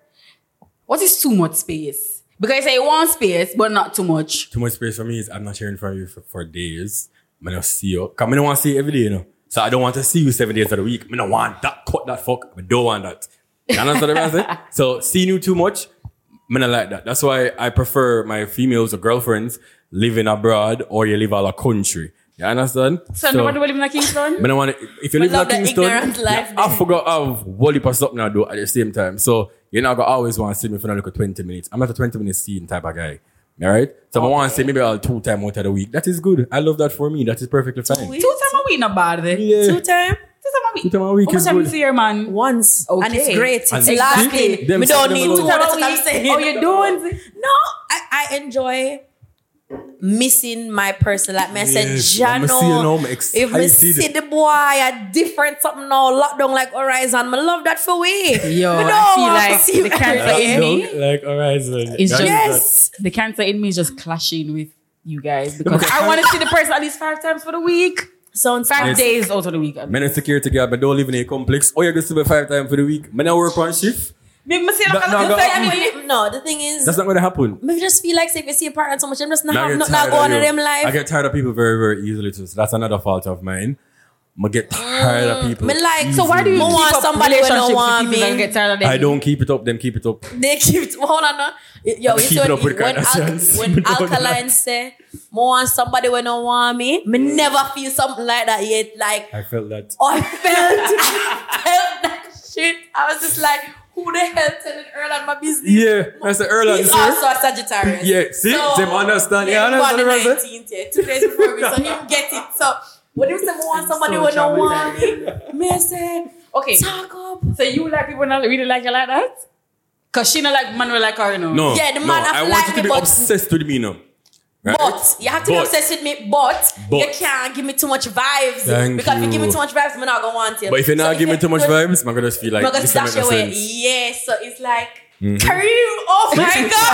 Speaker 1: what is too much space? Because I want space, but not too much.
Speaker 4: too much space for me is I'm not hearing from you for, for days. I'm gonna see you. Come, I don't want to see you every day, you know. So I don't want to see you seven days of the week. I don't want that. Cut that fuck. I don't want that. You understand what I'm saying? So seeing you too much, I'm not like that. That's why I prefer my females or girlfriends living abroad or you live out of country. You understand?
Speaker 1: So, nobody will live in a Kingston?
Speaker 4: But I want to, if you
Speaker 2: We
Speaker 4: live in
Speaker 2: love
Speaker 4: a
Speaker 2: that
Speaker 4: Kingston,
Speaker 2: ignorant life
Speaker 4: yeah, I
Speaker 2: then.
Speaker 4: forgot I have wally or something I do at the same time. So you're not gonna always want to see me for another 20 minutes. I'm not a 20 minute scene type of guy. All right. So I want to see maybe I'll two time out of the week. That is good. I love that for me. That is perfectly fine.
Speaker 2: weeks?
Speaker 1: Two time a week, not bad. Two
Speaker 4: Yeah.
Speaker 2: Two time,
Speaker 1: time a week.
Speaker 4: Two time a week
Speaker 1: How much
Speaker 4: is
Speaker 1: time
Speaker 4: good.
Speaker 1: you see your man?
Speaker 2: once, and
Speaker 1: Okay.
Speaker 2: it's great.
Speaker 4: And
Speaker 2: It's
Speaker 4: see,
Speaker 2: lasting.
Speaker 4: them
Speaker 2: We don't
Speaker 4: send them
Speaker 2: need
Speaker 4: alone.
Speaker 2: two. That's what I'm saying.
Speaker 1: Oh, you doing?
Speaker 2: No, I, I enjoy missing my person. Like me I said,
Speaker 4: Yes, when me
Speaker 2: Jano,
Speaker 4: see you now, I'm
Speaker 2: if me see
Speaker 4: excited.
Speaker 2: the boy, a different something now, lockdown like horizon. I love that for we.
Speaker 1: Yo,
Speaker 2: Me
Speaker 1: I
Speaker 2: don't
Speaker 1: feel
Speaker 2: want to
Speaker 1: like
Speaker 2: see
Speaker 1: the
Speaker 2: you every
Speaker 1: cancer
Speaker 2: day.
Speaker 1: in me
Speaker 4: like, all right. So
Speaker 1: is just
Speaker 2: Yes.
Speaker 1: the cancer in me is just clashing with you guys because
Speaker 4: Because-
Speaker 1: I want to see the person at least five times for the week,
Speaker 2: So
Speaker 1: five
Speaker 4: Yes.
Speaker 1: days out of the week.
Speaker 4: Men are security guard, but don't live in a complex. Oh, you're going to sleep five times for the week. Men I work on shift.
Speaker 1: Me- me see
Speaker 4: That-
Speaker 1: like a
Speaker 4: no,
Speaker 1: little
Speaker 4: that-
Speaker 1: thing,
Speaker 2: But
Speaker 1: me-
Speaker 2: you- no, the thing is,
Speaker 4: That's not going to happen.
Speaker 2: maybe just feel like say, if you see a partner so much, I'm just not,
Speaker 4: I
Speaker 2: have-
Speaker 4: get
Speaker 2: not,
Speaker 4: tired
Speaker 2: not going to
Speaker 4: you.
Speaker 2: them
Speaker 4: I
Speaker 2: life.
Speaker 4: get tired of people very, very easily too. So that's another fault of mine. I get tired of people.
Speaker 2: Oh. Me like, so why do you
Speaker 4: easily.
Speaker 2: Me want
Speaker 1: Keep up
Speaker 2: somebody when I
Speaker 1: relationships with
Speaker 2: want
Speaker 1: people
Speaker 2: me.
Speaker 1: and get tired of them.
Speaker 4: I don't keep it up, them keep it up.
Speaker 2: They keep hold on. no. Yo,
Speaker 4: Keep
Speaker 2: it's when,
Speaker 4: it up with
Speaker 2: when,
Speaker 4: Kardashians.
Speaker 2: al- when
Speaker 4: No, no.
Speaker 2: alkaline say, more want somebody when don't want me. Me never feel something like that yet. Like
Speaker 4: I felt that.
Speaker 2: oh, I felt, I felt that shit. I was just like, who the hell telling Earl and my business?
Speaker 4: Yeah, that's the early
Speaker 2: He's also a Sagittarius.
Speaker 4: Yeah, see? Them understand. Yeah,
Speaker 2: he
Speaker 4: understand
Speaker 2: born
Speaker 4: what
Speaker 2: the
Speaker 4: I'm
Speaker 2: 19th, yeah, two days before me, so him get it. So when him say "Me want somebody
Speaker 1: so
Speaker 2: who don't
Speaker 1: troubled.
Speaker 2: want me, me say
Speaker 1: Okay.
Speaker 2: talk up.
Speaker 1: So you like people not really like you like that? Cause she not like Manuel like her, you know.
Speaker 4: No,
Speaker 2: Yeah, the
Speaker 4: no,
Speaker 2: man have
Speaker 4: I
Speaker 2: to like
Speaker 4: want you to
Speaker 2: me,
Speaker 4: be
Speaker 2: but-
Speaker 4: obsessed with me now. Right?
Speaker 2: But you have to be
Speaker 4: But-
Speaker 2: obsessed with me. But, you
Speaker 4: But.
Speaker 2: can't give me too much vibes
Speaker 4: Thank
Speaker 2: because if you give me
Speaker 4: you.
Speaker 2: too much vibes, I'm not gonna want it.
Speaker 4: But if you're not giving too much vibes, I'm gonna just feel like
Speaker 2: I'm gonna
Speaker 4: this don't make
Speaker 2: dash
Speaker 4: no
Speaker 2: away.
Speaker 4: sense. Mm-hmm.
Speaker 2: Yeah, so it's like. Kareem, oh my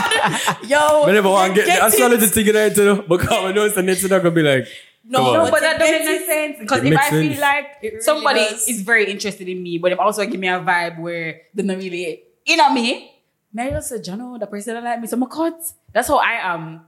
Speaker 2: god, yo!
Speaker 4: Whenever I
Speaker 2: you
Speaker 4: get, the
Speaker 2: it.
Speaker 4: astrology ticket I tell you, because I know it's the next thing I'm gonna be like, come
Speaker 2: No,
Speaker 4: on.
Speaker 1: No, but that doesn't
Speaker 2: It
Speaker 1: make no sense. Because
Speaker 4: It
Speaker 1: if
Speaker 4: makes
Speaker 1: I feel
Speaker 4: sense.
Speaker 1: like
Speaker 2: It really
Speaker 1: somebody
Speaker 2: does.
Speaker 1: is very interested in me, but they also give me a vibe where they're not really in on me, may I just say, Jano, the person that like me, so I'm a cut. That's how I am.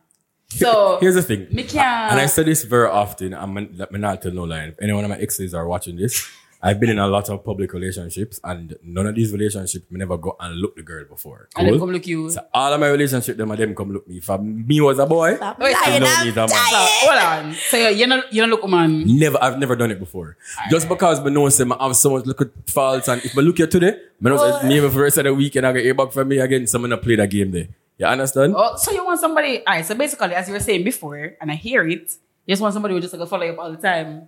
Speaker 1: So
Speaker 4: here's the thing.
Speaker 1: me
Speaker 2: uh,
Speaker 1: can't-
Speaker 4: and I say this very often. I'm I'm not tell no lie. If any one of my exes are watching this, I've been in a lot of public relationships, and none of these relationships me never go and look the girl before.
Speaker 1: and them
Speaker 4: Cool?
Speaker 1: come look you.
Speaker 4: So all of my relationships, them and them come look me. If I- me was a boy,
Speaker 2: I'm
Speaker 1: Wait,
Speaker 2: lying,
Speaker 4: no
Speaker 2: I'm
Speaker 4: need a man.
Speaker 1: So,
Speaker 2: dying.
Speaker 1: hold on. So you're, you're not you don't look woman.
Speaker 4: Never, I've never done it before. Just because I know say, I have so much look at faults, and if I look here today, I know
Speaker 2: Oh.
Speaker 4: say, maybe for the rest of the week, and I get ear back from me again, someone to play that game there. You understand?
Speaker 1: Oh, so you want somebody alright, so basically as you were saying before, and I hear it, you just want somebody who just like follow you up all the time.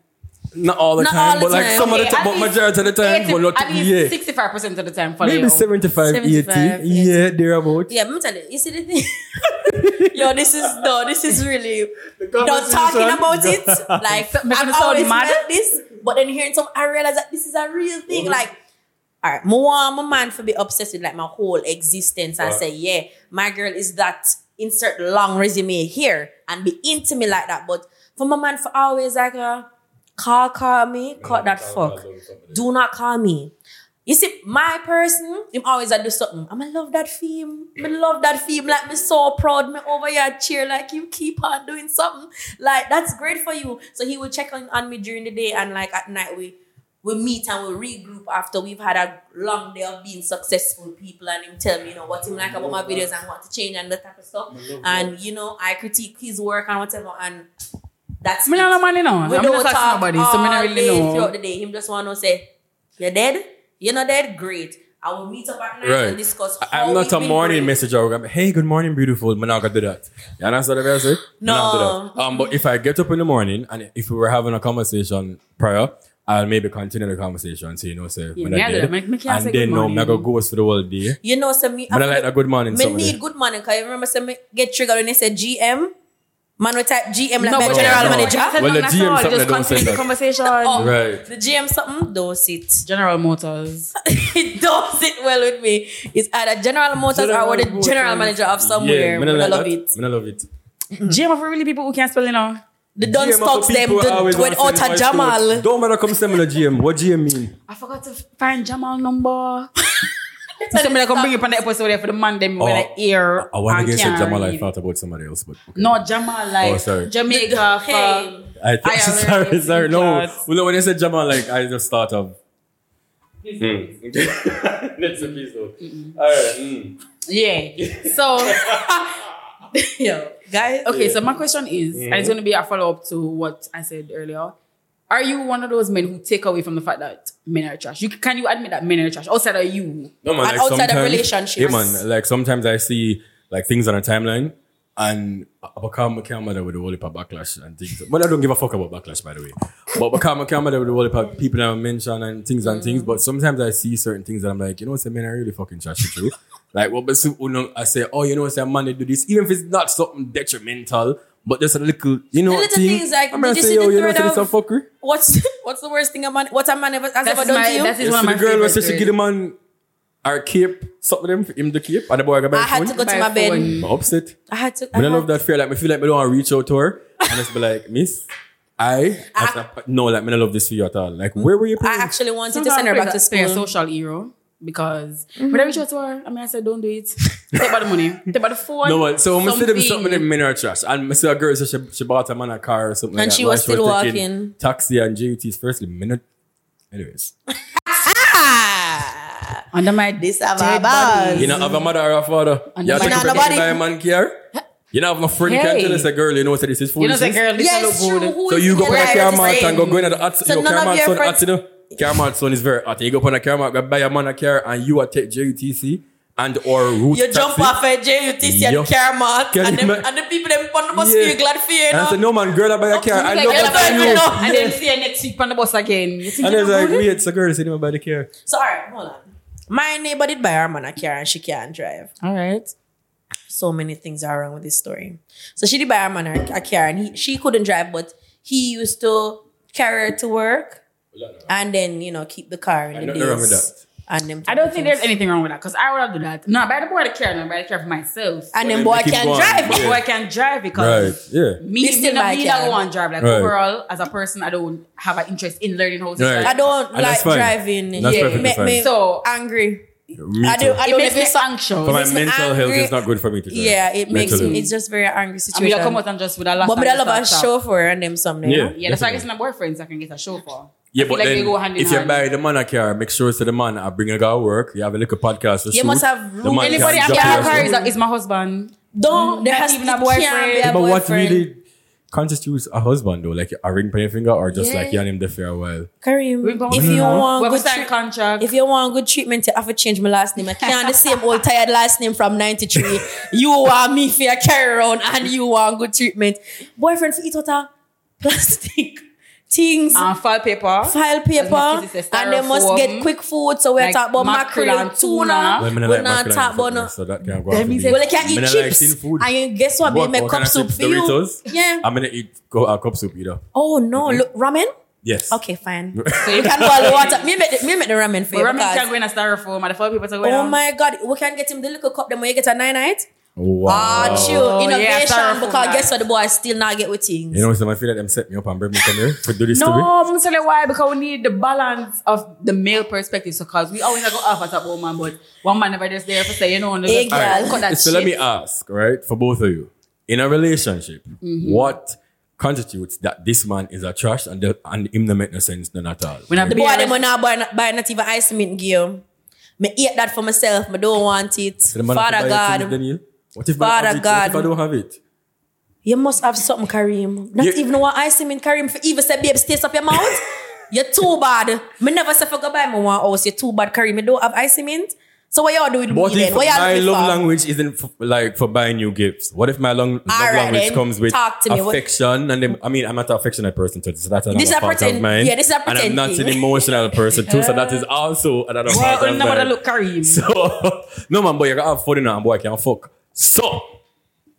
Speaker 4: Not all the
Speaker 2: Not
Speaker 4: time,
Speaker 2: all
Speaker 4: but
Speaker 2: the
Speaker 4: like
Speaker 2: time.
Speaker 4: some of the
Speaker 1: Okay,
Speaker 4: time,
Speaker 1: at
Speaker 4: but
Speaker 1: least
Speaker 4: majority of the time,
Speaker 1: 80
Speaker 4: but not,
Speaker 1: at
Speaker 4: yeah.
Speaker 1: least 65% of the time follow you
Speaker 4: Maybe
Speaker 1: up.
Speaker 4: 75,
Speaker 2: 75,
Speaker 4: 80. Yeah, thereabouts.
Speaker 2: Yeah, let me tell you. You see the thing? Yo, this is no, this is really not talking
Speaker 4: conversation.
Speaker 2: about it. Like
Speaker 1: So- make
Speaker 2: I've
Speaker 1: me sound
Speaker 2: always
Speaker 1: mad.
Speaker 2: felt this, but then hearing some, I realize that this is a real thing. Like, all right, more I'm a man for be obsessed with like my whole existence and
Speaker 4: Right.
Speaker 2: say, yeah, my girl is that insert long resume here and be intimate like that. But for my man for always like uh, call call me, cut that fuck. Do not call me. You see, my person, him always I do something. I'm love that theme. I love that theme. Like me so proud. Me over here cheer like you keep on doing something. Like that's great for you. So he will check on, on me during the day and like at night we we meet and we regroup after we've had a long day of being successful people and him tell me, you know, what him like about my videos and what to change and that type of stuff. And you know, I critique his work and whatever and that's
Speaker 1: Me
Speaker 2: it.
Speaker 1: not a man, you know.
Speaker 2: We
Speaker 1: I'm
Speaker 2: don't
Speaker 1: not
Speaker 2: talk uh,
Speaker 1: somebody, so me not
Speaker 2: all
Speaker 1: really
Speaker 2: day
Speaker 1: know.
Speaker 2: Throughout the day, him just want to say, "You're dead. You're not dead. Great. I will meet up at night
Speaker 4: Right.
Speaker 2: and discuss."
Speaker 4: I-
Speaker 2: how
Speaker 4: I'm not
Speaker 2: we've
Speaker 4: a
Speaker 2: been
Speaker 4: morning
Speaker 2: great."
Speaker 4: messenger. I'm like, hey, good morning, beautiful. I'm not gonna do that. You understand what I'm saying? Me not
Speaker 2: No.
Speaker 4: do that. Um, but if I get up in the morning and if we were having a conversation prior, I'll maybe continue the conversation. So you know, say,
Speaker 1: Yeah,
Speaker 4: when
Speaker 1: me
Speaker 4: I
Speaker 1: I do
Speaker 4: did,
Speaker 1: that. Me- me can't say
Speaker 4: and then
Speaker 1: good
Speaker 4: no, I'm not
Speaker 1: morning.
Speaker 4: gonna ghost for the whole day.
Speaker 2: You know, so me.
Speaker 4: But I like a good morning.
Speaker 2: Me
Speaker 4: somebody.
Speaker 2: need good morning. Cause you remember, say me get triggered when they said GM. Man, we type GM like
Speaker 1: No,
Speaker 2: my
Speaker 1: but
Speaker 4: No,
Speaker 2: general
Speaker 4: no.
Speaker 2: manager.
Speaker 1: I said
Speaker 4: Well, the
Speaker 1: nothing at
Speaker 4: GM
Speaker 1: all.
Speaker 4: something
Speaker 1: Just
Speaker 4: that don't say
Speaker 1: continue the
Speaker 4: that.
Speaker 1: conversation.
Speaker 2: Oh,
Speaker 4: Right.
Speaker 2: The GM something does it.
Speaker 1: General Motors.
Speaker 2: it does it well with me. It's either General Motors
Speaker 4: General
Speaker 2: or we're the
Speaker 4: Motors.
Speaker 2: general manager of somewhere.
Speaker 4: me
Speaker 2: but
Speaker 4: not
Speaker 2: I
Speaker 4: like
Speaker 2: love
Speaker 4: that.
Speaker 2: it.
Speaker 4: Me not love it.
Speaker 1: GM are for really people who can't spell, you know.
Speaker 2: The don't
Speaker 4: GM
Speaker 2: stocks
Speaker 4: of
Speaker 2: them
Speaker 4: people
Speaker 2: the,
Speaker 4: always
Speaker 2: with
Speaker 4: want to say
Speaker 2: Otta
Speaker 4: the voice
Speaker 2: Jamal.
Speaker 4: note. Don't matter come send me the GM. What GM mean?
Speaker 1: I forgot to find Jamal number. Something like I'm bring you up on the episode there for the man them with an ear.
Speaker 4: Oh, I want
Speaker 1: and
Speaker 4: to get
Speaker 1: can't
Speaker 4: Jamal. I
Speaker 1: read.
Speaker 4: thought about somebody else, but okay.
Speaker 1: No, Jamal like
Speaker 4: Oh, sorry.
Speaker 1: Jamaica.
Speaker 2: Hey.
Speaker 1: for-
Speaker 4: I th-
Speaker 1: I already
Speaker 4: sorry, sorry. No,
Speaker 1: thought.
Speaker 4: well, no, when I said Jamal, like I just thought of. That's a piece though. All right. Mm.
Speaker 1: Yeah. So
Speaker 2: Yo, guys.
Speaker 1: okay, so my question is, and
Speaker 4: Mm-hmm.
Speaker 1: it's gonna be a follow up to what I said earlier. Are you one of those men who take away from the fact that men are trash? You can you admit that men are trash outside of you?
Speaker 4: No man,
Speaker 2: And
Speaker 4: like
Speaker 2: outside of
Speaker 4: sometimes-
Speaker 2: relationships.
Speaker 4: Yeah, man. Like sometimes I see like things on a timeline. And I become a camera with a whole heap of backlash and things. But I don't give a fuck about backlash, by the way. But become a camera with a whole heap of people that I mention and things and
Speaker 2: Mm.
Speaker 4: things. But sometimes I see certain things that I'm like, you know what, say, man, I really fucking trash it through. like, what, but so, you know, I say, oh, you know what, say, man, they do this. Even if it's not something detrimental, but just a little, you know,
Speaker 2: The little
Speaker 4: thing.
Speaker 2: things, like,
Speaker 4: I'm gonna
Speaker 2: did you
Speaker 4: say,
Speaker 2: see the
Speaker 4: yo, you know,
Speaker 2: thread
Speaker 4: say, this a
Speaker 2: of-
Speaker 4: fuckery.
Speaker 2: What's what's the worst thing a man what a man ever has
Speaker 1: That's
Speaker 2: ever done
Speaker 1: my-
Speaker 2: to you?
Speaker 1: that's it. It's
Speaker 4: Yes,
Speaker 1: one
Speaker 4: so
Speaker 1: of
Speaker 4: the
Speaker 1: my
Speaker 4: girl was
Speaker 1: favorite
Speaker 4: she give the man her cape, something them for him the cape, and the boy got
Speaker 2: I
Speaker 4: back
Speaker 2: had to go to
Speaker 1: By
Speaker 2: my bed.
Speaker 1: phone.
Speaker 4: I'm upset.
Speaker 2: I had to. I
Speaker 4: I
Speaker 2: had,
Speaker 4: love that fear. Like, I feel like I don't want to reach out to her and just be like, Miss, I, as a- no, like, I don't love this for you at all. Like, where were you
Speaker 2: I
Speaker 4: playing?
Speaker 2: actually wanted to send her back to
Speaker 1: Sometimes Mm-hmm.
Speaker 2: school.
Speaker 1: they're social hero. because when I reach out to her, I mean, I said, don't do it. Take about the money. Take about the phone.
Speaker 4: No, but so I'm gonna see them
Speaker 2: Something.
Speaker 4: something in minor trash. And I see a girl so she, she bought a man a car or something
Speaker 2: And
Speaker 4: like
Speaker 2: she
Speaker 4: that. while
Speaker 2: was still
Speaker 4: taking
Speaker 2: walking.
Speaker 4: Taxi and JUT's firstly minute. Anyways.
Speaker 2: Ah!
Speaker 1: Under my
Speaker 2: This have
Speaker 1: dead
Speaker 2: a buzz.
Speaker 4: You know, have a mother or a father.
Speaker 1: And
Speaker 4: you have
Speaker 1: nobody-
Speaker 4: to
Speaker 2: Nah,
Speaker 4: protect
Speaker 2: nobody-
Speaker 4: by a man care. You know, have no friend can
Speaker 1: Hey.
Speaker 4: tell us a girl, you know, say this is
Speaker 1: You
Speaker 4: foolishness.
Speaker 1: know, the girl, this
Speaker 2: Yes,
Speaker 1: look
Speaker 2: true.
Speaker 1: good.
Speaker 2: Who
Speaker 4: So
Speaker 2: is
Speaker 4: you go
Speaker 2: the
Speaker 4: on a
Speaker 2: guy
Speaker 4: Carmartt and go
Speaker 2: representing?
Speaker 4: go in at the hot.
Speaker 2: So
Speaker 4: your
Speaker 2: none of
Speaker 4: Carmartt
Speaker 2: your
Speaker 4: son
Speaker 2: friends-
Speaker 4: hot, you know. Carmartt son is very hot. You go up on a Carmartt, go buy a man a car and you will take JUTC and or root
Speaker 2: You jump
Speaker 4: taxi.
Speaker 2: off a JUTC
Speaker 4: Yo.
Speaker 2: and Carmartt
Speaker 4: Can
Speaker 2: and,
Speaker 4: you
Speaker 2: them,
Speaker 4: ma-
Speaker 2: and the people them on the bus
Speaker 4: Yeah.
Speaker 2: feel glad for you, you
Speaker 4: And I said,
Speaker 2: know?
Speaker 4: no man, girl, I buy a car. I
Speaker 1: Like,
Speaker 4: love
Speaker 2: I
Speaker 1: I
Speaker 2: love
Speaker 4: that
Speaker 2: you.
Speaker 4: you.
Speaker 2: know.
Speaker 1: And then see you next week on the bus again. You think
Speaker 4: And I
Speaker 1: you
Speaker 4: was
Speaker 1: know
Speaker 4: like,
Speaker 1: good?
Speaker 4: wait, it's a girl, say nobody buy the car.
Speaker 2: So, all right, hold on. My neighbor did buy her man a car and she can't drive.
Speaker 1: All right.
Speaker 2: so many things are wrong with this story. So she did buy a man a, a car and he, she couldn't drive, but he used to carry her to work and then, you know, keep the car in the
Speaker 4: Nothing wrong with
Speaker 2: days.
Speaker 4: that.
Speaker 2: And them
Speaker 1: I don't think
Speaker 2: things.
Speaker 1: there's anything wrong with that because I would have done that. No, but I don't want to care. No, but I care for myself.
Speaker 2: And
Speaker 4: Well,
Speaker 2: then
Speaker 4: then
Speaker 2: boy
Speaker 4: they keep
Speaker 2: can
Speaker 4: going.
Speaker 2: drive.
Speaker 1: But
Speaker 4: Yeah.
Speaker 1: I can drive
Speaker 4: Right,
Speaker 1: because
Speaker 4: yeah.
Speaker 1: me,
Speaker 2: They
Speaker 1: still
Speaker 2: still
Speaker 1: me,
Speaker 2: like
Speaker 1: me not
Speaker 2: it.
Speaker 1: go and drive. Like
Speaker 4: Right.
Speaker 1: overall, as a person, I don't have an interest in learning how to
Speaker 4: Right.
Speaker 2: I
Speaker 1: drive.
Speaker 2: don't
Speaker 4: And
Speaker 2: like
Speaker 4: that's fine.
Speaker 2: driving.
Speaker 4: That's
Speaker 2: yeah.
Speaker 4: perfectly
Speaker 2: Make
Speaker 4: fine.
Speaker 2: me
Speaker 1: So-
Speaker 2: angry.
Speaker 4: Me
Speaker 2: I do.
Speaker 4: too.
Speaker 2: I
Speaker 1: It
Speaker 2: don't
Speaker 1: makes me
Speaker 2: make me
Speaker 4: For my
Speaker 1: anxious.
Speaker 2: me
Speaker 4: mental health,
Speaker 2: angry.
Speaker 4: it's not good for me to drive.
Speaker 2: Yeah, it makes
Speaker 4: Mentally.
Speaker 2: me. It's just very angry
Speaker 1: I mean, you
Speaker 2: situation.
Speaker 1: come out and just with a laugh.
Speaker 2: but me,
Speaker 1: and
Speaker 2: I love a
Speaker 1: just stop.
Speaker 2: chauffeur and them something.
Speaker 4: Yeah.
Speaker 2: Yeah.
Speaker 1: Yeah, that's why I
Speaker 4: Definitely.
Speaker 1: guess my boyfriends I can get a show for.
Speaker 4: Yeah,
Speaker 1: I feel
Speaker 4: but
Speaker 1: like
Speaker 4: then
Speaker 1: they go hand in
Speaker 4: if you
Speaker 1: hand.
Speaker 4: buy the man a car, make sure it's the man. I bring a guy to work. You have a little podcast. To
Speaker 2: You
Speaker 4: shoot.
Speaker 2: must have
Speaker 4: The
Speaker 2: room.
Speaker 4: man
Speaker 1: Anybody I
Speaker 4: can
Speaker 1: can
Speaker 4: drop you
Speaker 1: have
Speaker 4: off.
Speaker 1: her is, is my husband.
Speaker 2: Don't. There
Speaker 1: Mm, Not
Speaker 2: has to
Speaker 1: even
Speaker 2: be
Speaker 1: a
Speaker 2: a
Speaker 1: boyfriend.
Speaker 2: boyfriend.
Speaker 4: But what really constitutes a husband though? Like a ring on your finger, or just like you and him there for a while.
Speaker 1: Ring
Speaker 2: Kareem,
Speaker 1: pong
Speaker 2: if
Speaker 1: with
Speaker 2: you
Speaker 1: her.
Speaker 2: want
Speaker 1: We have
Speaker 2: good
Speaker 1: to sign
Speaker 2: treat-
Speaker 1: contract.
Speaker 2: If you want good treatment, you have to change my last name. I can't the same old tired last name from 93. You want me for a carry around and you want good treatment. Boyfriend for eat out a plastic things,
Speaker 1: and file paper.
Speaker 2: file
Speaker 1: much
Speaker 2: paper,
Speaker 1: as it's a
Speaker 2: and they must
Speaker 1: styrofoam,
Speaker 2: get quick food. So we're
Speaker 1: like
Speaker 2: talking about
Speaker 1: mackerel
Speaker 2: mackerel,
Speaker 1: and tuna.
Speaker 2: tuna.
Speaker 4: Well,
Speaker 2: We're
Speaker 4: me not like
Speaker 2: not talking
Speaker 4: masculine
Speaker 2: about
Speaker 4: footness,
Speaker 2: no.
Speaker 4: so that can go
Speaker 1: Them
Speaker 4: off
Speaker 1: is
Speaker 4: to
Speaker 1: it.
Speaker 2: Well,
Speaker 4: me.
Speaker 2: I can
Speaker 4: Me
Speaker 2: eat
Speaker 4: not like
Speaker 2: chips.
Speaker 4: thin food.
Speaker 2: And guess what?
Speaker 4: What,
Speaker 2: They make
Speaker 4: what kind
Speaker 2: cup
Speaker 4: of
Speaker 2: soup
Speaker 4: chips?
Speaker 2: for you.
Speaker 4: Doritos? Uh,
Speaker 2: Yeah.
Speaker 4: I'm gonna eat go a cup soup either.
Speaker 2: Oh no! Look, ramen.
Speaker 4: Yes.
Speaker 2: Okay, fine. you
Speaker 1: So you
Speaker 2: can
Speaker 1: can
Speaker 2: go all the water. Me make the, me make the ramen for you.
Speaker 1: Ramen
Speaker 2: because-
Speaker 1: can go in a styrofoam and the file paper to go
Speaker 2: Oh
Speaker 1: down.
Speaker 2: my god, we can get him the little cup then when you get a nine night.
Speaker 4: Wow.
Speaker 2: Ah, chill.
Speaker 1: Oh, yeah,
Speaker 2: Innovation
Speaker 1: styrofoam
Speaker 2: because
Speaker 1: night.
Speaker 2: guess what the boy still not get with things.
Speaker 4: You know, so I feel like them set me up and bring me come here to do this to me.
Speaker 1: No, I'm telling you why because we need the balance of the male perspective. So, cause we always go off at a woman, but one man never just there for say, you know,
Speaker 2: Hey,
Speaker 1: just-
Speaker 2: girl.
Speaker 1: cut that
Speaker 4: so let me
Speaker 1: shit.
Speaker 4: ask, right, for both of you, in a relationship,
Speaker 2: Mm-hmm.
Speaker 4: what constitutes that this man is a trash and the, and him not make no sense none at all?
Speaker 1: When I be
Speaker 2: Boy,
Speaker 1: honest-
Speaker 2: them will not buy, buy not even ice mint gear. Me eat that for myself. Me don't want it.
Speaker 4: So the man have to
Speaker 2: Father
Speaker 4: buy it to
Speaker 2: God,
Speaker 4: Daniel? What if, man have
Speaker 2: Father
Speaker 4: it? What if
Speaker 2: God.
Speaker 4: I don't have it?
Speaker 2: you must have something, Kareem. Not
Speaker 4: You-
Speaker 2: even one ice mint, Kareem. For even say, babe, taste up your mouth. You're too bad. Me never say for go buy me one house. You're too bad, Kareem. You don't have ice mint. So what y'all do with
Speaker 4: What
Speaker 2: me
Speaker 4: if
Speaker 2: then? What y'all
Speaker 4: my
Speaker 2: do with
Speaker 4: love
Speaker 2: me for?
Speaker 4: language isn't f- like for buying new gifts? What if my long, love
Speaker 2: All right
Speaker 4: language
Speaker 2: then,
Speaker 4: comes with
Speaker 2: talk to me. What-
Speaker 4: affection? And then, I mean, I'm not an affectionate person too, so that's another
Speaker 2: This a
Speaker 4: part
Speaker 2: pretend-
Speaker 4: of mine.
Speaker 2: yeah, this a
Speaker 4: and I'm
Speaker 2: pretend
Speaker 4: not an
Speaker 2: thing.
Speaker 4: emotional person too, so that is also another part
Speaker 1: Well,
Speaker 4: of
Speaker 1: nobody
Speaker 4: mine.
Speaker 1: look Kareem.
Speaker 4: So, no man, boy, you gotta have fun now, and boy, I can fuck. So,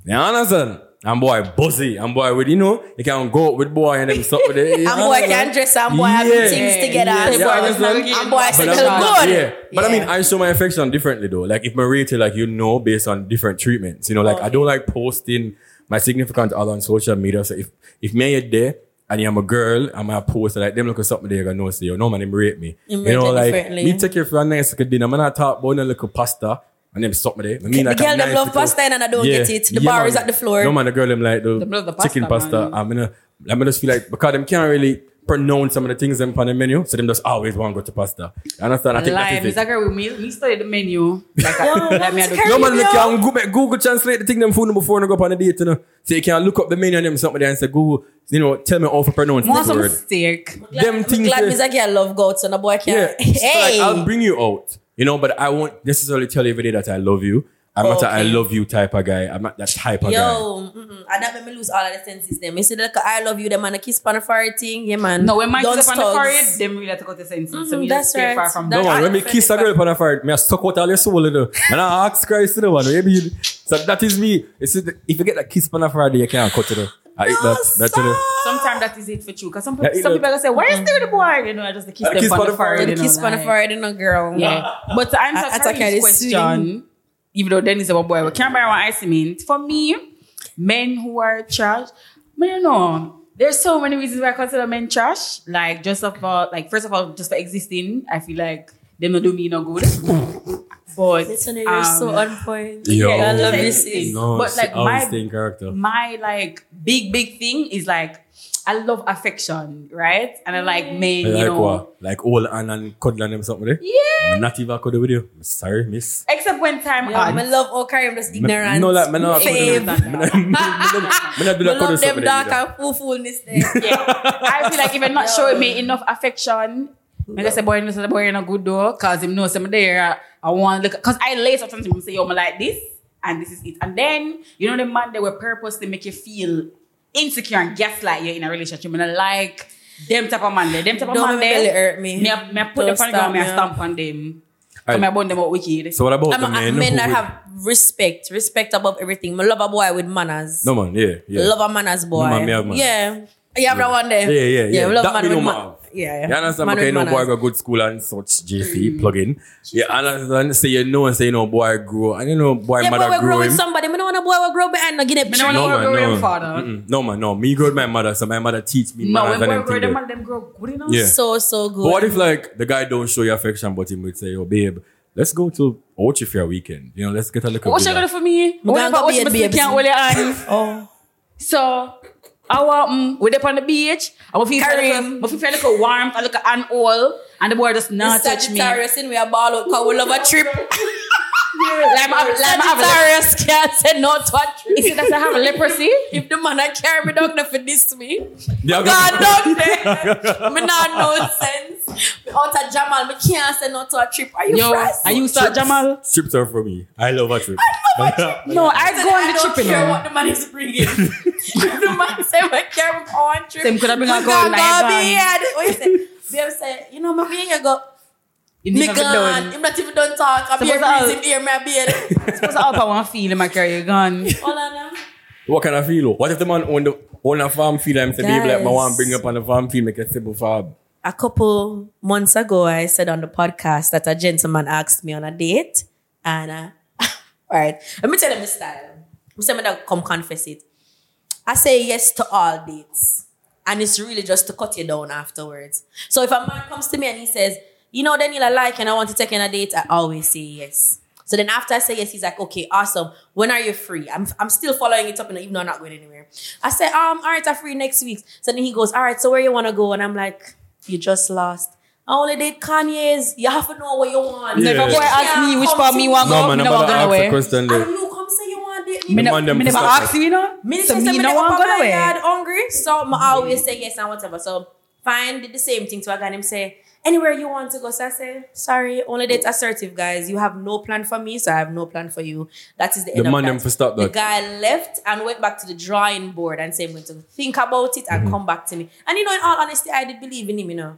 Speaker 4: you understand? And boy, buzzy. And boy, with you know, you can go out with boy and them stuff with it. you
Speaker 2: And boy
Speaker 4: understand?
Speaker 2: can dress and boy have
Speaker 4: Yeah.
Speaker 2: things together.
Speaker 4: Yeah,
Speaker 2: and
Speaker 4: yeah,
Speaker 2: boy,
Speaker 4: that's not-
Speaker 2: and boy said,
Speaker 4: But,
Speaker 1: It's
Speaker 2: "Well,
Speaker 4: I'm-
Speaker 2: good.
Speaker 4: yeah. but I
Speaker 2: Yeah.
Speaker 4: mean, I show my affection differently though. Like if my rate, like you know, based on different treatments, you know, like I don't like posting my significant other on social media. So if if me and you there and I'm a girl, I'm a poster like them look at something they gonna know say, yo, no man, him rate me.
Speaker 2: Him
Speaker 4: You
Speaker 2: rate
Speaker 4: know,
Speaker 2: you
Speaker 4: like
Speaker 2: differently.
Speaker 4: me take you for a nice little dinner. I'm not talk about no little pasta and them something there. I mean,
Speaker 2: The
Speaker 4: like a
Speaker 2: girl them
Speaker 4: nice
Speaker 2: love
Speaker 4: little-
Speaker 2: pasta and I don't get it. The bar
Speaker 4: man.
Speaker 2: is at the floor.
Speaker 4: No man, the girl them like the,
Speaker 1: Them love the
Speaker 4: chicken
Speaker 1: pasta,
Speaker 4: pasta.
Speaker 1: man.
Speaker 4: I'm gonna I'm gonna just feel like because them can't really pronounce some of the things them on the menu, so them just always want to go to pasta. You understand? I think
Speaker 1: Lime.
Speaker 4: that
Speaker 1: Is
Speaker 4: is
Speaker 1: that
Speaker 4: it.
Speaker 1: girl with me? Me study the menu. Like,
Speaker 2: Yo,
Speaker 1: I, like me, I
Speaker 2: that's
Speaker 1: do.
Speaker 2: crazy.
Speaker 4: No man, they
Speaker 2: Yo.
Speaker 4: can Google, Google translate the thing them food before they go up on a date, you know. So you can look up the menu and them something there and say, Google, you know, tell me how to pronounce
Speaker 1: Want
Speaker 4: this
Speaker 1: some
Speaker 4: word.
Speaker 1: steak?
Speaker 4: Them
Speaker 2: I'm
Speaker 4: things.
Speaker 2: glad
Speaker 4: there.
Speaker 2: Miss Akia love goats and a boy
Speaker 4: Yeah.
Speaker 2: can.
Speaker 4: It's
Speaker 2: Hey,
Speaker 4: Like, I'll bring you out, you know, but I won't necessarily tell you every day that I love you. I'm not a I
Speaker 2: Okay.
Speaker 4: love you type of guy. I'm not that type of guy.
Speaker 2: yo, mm-mm. and that make me lose all of the senses. Them, you see, like I love you. Them and a kiss pan a fire thing. Yeah, man.
Speaker 1: No, when my
Speaker 2: Don't
Speaker 1: kids up on the
Speaker 2: thugs.
Speaker 1: forehead, them really have to cut the sense. So
Speaker 2: Mhm,
Speaker 1: we
Speaker 2: that's
Speaker 1: just stay
Speaker 2: right.
Speaker 1: far from
Speaker 2: That-
Speaker 1: that.
Speaker 4: No man, when me
Speaker 2: I-
Speaker 4: kiss a girl upon a fire, me I suck out all your soul, you know. And I ask Christ, you know, man. Maybe you, so that is me. You see, if you get that kiss upon a fire, you can't cut it. You know. I eat
Speaker 2: No,
Speaker 4: that. That you know.
Speaker 2: stop.
Speaker 1: Sometimes that is it for you. Because some,
Speaker 4: Yeah, you
Speaker 1: some
Speaker 4: know-
Speaker 1: people are say, why you still the boy? You know, I just kiss
Speaker 4: I kiss
Speaker 1: them on
Speaker 4: by
Speaker 1: the
Speaker 4: the
Speaker 1: forehead.
Speaker 4: forehead.
Speaker 1: you know,
Speaker 2: kiss pan mm-hmm. a
Speaker 1: like-
Speaker 2: fire, you know, girl.
Speaker 1: Yeah. But to answer
Speaker 2: I- I take
Speaker 1: Karim's
Speaker 2: it as
Speaker 1: question, even though Dennis is a boy, we can't buy one ice mint. For me, men who are trash, I don't know. There's so many reasons why I consider men trash. Like just of all, like first of all, just for existing, I feel like Them not do me no good. but
Speaker 2: Listener,
Speaker 1: um,
Speaker 2: you're so on point.
Speaker 4: Yo.
Speaker 2: I love
Speaker 1: Same
Speaker 2: this.
Speaker 1: thing.
Speaker 4: No,
Speaker 1: But,
Speaker 4: she
Speaker 1: like,
Speaker 4: always
Speaker 1: my-
Speaker 4: stay in character.
Speaker 1: my like big big thing is like I love affection, right? And I like men, you
Speaker 4: like
Speaker 1: know.
Speaker 4: what? Like all Anne and cuddling them something there?
Speaker 1: Yeah.
Speaker 4: I'm not even cuddle with you. I'm sorry, miss.
Speaker 1: Except when time
Speaker 2: Yeah, I
Speaker 1: yeah,
Speaker 2: love all kind of just
Speaker 4: Me-
Speaker 2: ignorance.
Speaker 4: No, like, me not cuddle
Speaker 2: Fame.
Speaker 4: them. Me not- me not- me not do
Speaker 2: Me
Speaker 4: that cuddle
Speaker 2: love
Speaker 4: stuff
Speaker 2: them
Speaker 4: with
Speaker 2: dark
Speaker 4: them.
Speaker 2: and full fullness there.
Speaker 1: yeah. I feel like if you're not showing me enough affection, I just say boy, no, say the boy, you're not good though, cause him knows I'm there. I- I want to look, cause I lay sometimes and say, yo, I'm like this, and this is it. And then you know the man they were purposely make you feel insecure and gaslight you in a relationship. And I like them type of man there, them type of
Speaker 2: Don't
Speaker 1: man
Speaker 2: make me belly
Speaker 1: there.
Speaker 2: hurt me.
Speaker 1: Me, I- me I put them
Speaker 2: Don't
Speaker 1: on the ground, me I
Speaker 2: stop
Speaker 1: stamp on them.
Speaker 4: All
Speaker 1: So
Speaker 4: right.
Speaker 1: me I burn them out wicked.
Speaker 4: So what about
Speaker 2: I'm
Speaker 4: the
Speaker 2: a,
Speaker 4: men?
Speaker 2: men
Speaker 4: who
Speaker 2: that
Speaker 4: would-
Speaker 2: have respect, respect above everything. Me love a boy with manners.
Speaker 4: No man, yeah, yeah.
Speaker 2: Love a manners boy.
Speaker 4: man, me have manners.
Speaker 2: Yeah. You have that one there.
Speaker 4: Yeah, yeah, yeah.
Speaker 2: we love
Speaker 4: That
Speaker 2: man
Speaker 4: we
Speaker 2: with
Speaker 4: don't
Speaker 2: man-
Speaker 4: have.
Speaker 2: Yeah, yeah.
Speaker 4: You understand?
Speaker 2: Man
Speaker 4: Because you
Speaker 2: with
Speaker 4: know boy
Speaker 2: manners.
Speaker 4: go good school and such JC plug in. You understand? Say you know and say you know boy grow and you know boy
Speaker 2: Yeah, boy,
Speaker 4: mother
Speaker 2: we grow
Speaker 4: grow
Speaker 2: with
Speaker 4: him.
Speaker 2: somebody. Me don't want a boy we grow behind. No, give them
Speaker 1: Me don't
Speaker 2: tree.
Speaker 1: wanna- Grow
Speaker 4: No man,
Speaker 1: with
Speaker 4: no.
Speaker 1: your father.
Speaker 4: Mm-mm. No man, no. Me grow with my mother, so my mother teach me
Speaker 1: No,
Speaker 4: manners
Speaker 1: when
Speaker 4: and
Speaker 1: we're
Speaker 4: everything.
Speaker 1: grown, them
Speaker 4: there.
Speaker 1: and them grow good enough.
Speaker 4: Yeah.
Speaker 2: So so good.
Speaker 4: But what if like the guy don't show you affection, but him would say, "Oh babe, let's go to Ochi for a weekend. You know, let's get a little."
Speaker 1: What you gonna
Speaker 4: villa."
Speaker 1: do for me?
Speaker 2: We
Speaker 1: What if
Speaker 2: can't
Speaker 1: I
Speaker 2: go
Speaker 1: watch
Speaker 2: beat
Speaker 1: my
Speaker 2: babes.
Speaker 1: can't hold your hand?
Speaker 2: oh,
Speaker 1: So, I want, mm, we're up on the beach. I'm gonna feel
Speaker 2: Karim.
Speaker 1: like a, feel like a warmth. I look at an oil, and the boy just not touch me. Like,
Speaker 2: Sagittarius in we are ball out 'cause we love a trip.
Speaker 1: I'm, like, I'm having,
Speaker 2: Sagittarius can't say no to a trip.
Speaker 1: is it that I have a leprosy?
Speaker 2: If the man I carry me down there for this me,
Speaker 4: They are
Speaker 2: God
Speaker 4: gonna-
Speaker 2: down there, me not no sense. Me out of Jamal, me can't say no to a trip. Are you
Speaker 1: Yo,
Speaker 2: fast?
Speaker 1: are you start Jamal?
Speaker 4: Trips are for me. I love a trip.
Speaker 1: No, I go on the
Speaker 2: I don't
Speaker 1: trip, you
Speaker 2: care
Speaker 1: know.
Speaker 2: what the man is bringing. if the man say me carry me on trip,
Speaker 1: Same, could I bring a
Speaker 2: me
Speaker 1: gun,
Speaker 2: not
Speaker 1: like
Speaker 2: gonna
Speaker 1: gun?
Speaker 2: be here. What you say? Babe say, you know, me being here go.
Speaker 1: You
Speaker 2: Me
Speaker 1: need to be
Speaker 2: gone.
Speaker 1: done.
Speaker 2: I'm not even done talk. I'm here
Speaker 1: Suppose I'll-
Speaker 2: breathing here, my beard.
Speaker 1: Supposed to help I want to feel in my career gone.
Speaker 2: Hold on now.
Speaker 4: What kind of feel? oh? What if the man own the own a farm field and say, "Babe, like my
Speaker 2: Guys.
Speaker 4: one bring up on the farm field, make a simple farm."
Speaker 2: a couple months ago, I said on the podcast that a gentleman asked me on a date, and uh, all right, let me tell him the style. I'm saying that come confess it. I say yes to all dates, and it's really just to cut you down afterwards. So if a man comes to me and he says, "You know, Daniela, like, and I want to take you on a date," I always say yes. So then after I say yes, he's like, "Okay, awesome. When are you free?" I'm I'm still following it up, and even though I'm not going anywhere, I say, "Um, all right, I'm free next week." So then he goes, "All right, so where you want to go?" And I'm like. You just lost. I only did Kanye's. You have to know what you want.
Speaker 4: Yeah.
Speaker 1: If a boy ask me which
Speaker 2: come
Speaker 1: part
Speaker 2: to
Speaker 1: me want
Speaker 4: No
Speaker 1: go,
Speaker 4: man,
Speaker 1: me
Speaker 4: I'm
Speaker 1: no want go
Speaker 4: gonna ask a
Speaker 1: nowhere.
Speaker 4: question
Speaker 2: And
Speaker 4: there.
Speaker 2: you come say you want it.
Speaker 1: Me
Speaker 4: The
Speaker 1: no-
Speaker 4: man
Speaker 1: me
Speaker 4: them
Speaker 1: never
Speaker 4: to stop
Speaker 1: ask you, you know.
Speaker 2: Minister
Speaker 1: So
Speaker 2: said
Speaker 1: me
Speaker 2: me
Speaker 1: no
Speaker 2: never
Speaker 1: want
Speaker 2: put
Speaker 1: go
Speaker 2: my yard
Speaker 1: nowhere.
Speaker 2: hungry. So I always say yes and whatever. So fine, did the same thing to a guy and him say, anywhere you want to go. So I say, sorry, only date assertive, guys. You have no plan for me, so I have no plan for you. That is the
Speaker 4: The
Speaker 2: end of
Speaker 4: man them
Speaker 2: that.
Speaker 4: for stop
Speaker 2: The
Speaker 4: that.
Speaker 2: guy left and went back to the drawing board and said, I'm going to think about it and
Speaker 4: Mm-hmm.
Speaker 2: come back to me. And you know, in all honesty, I did believe in him, you know.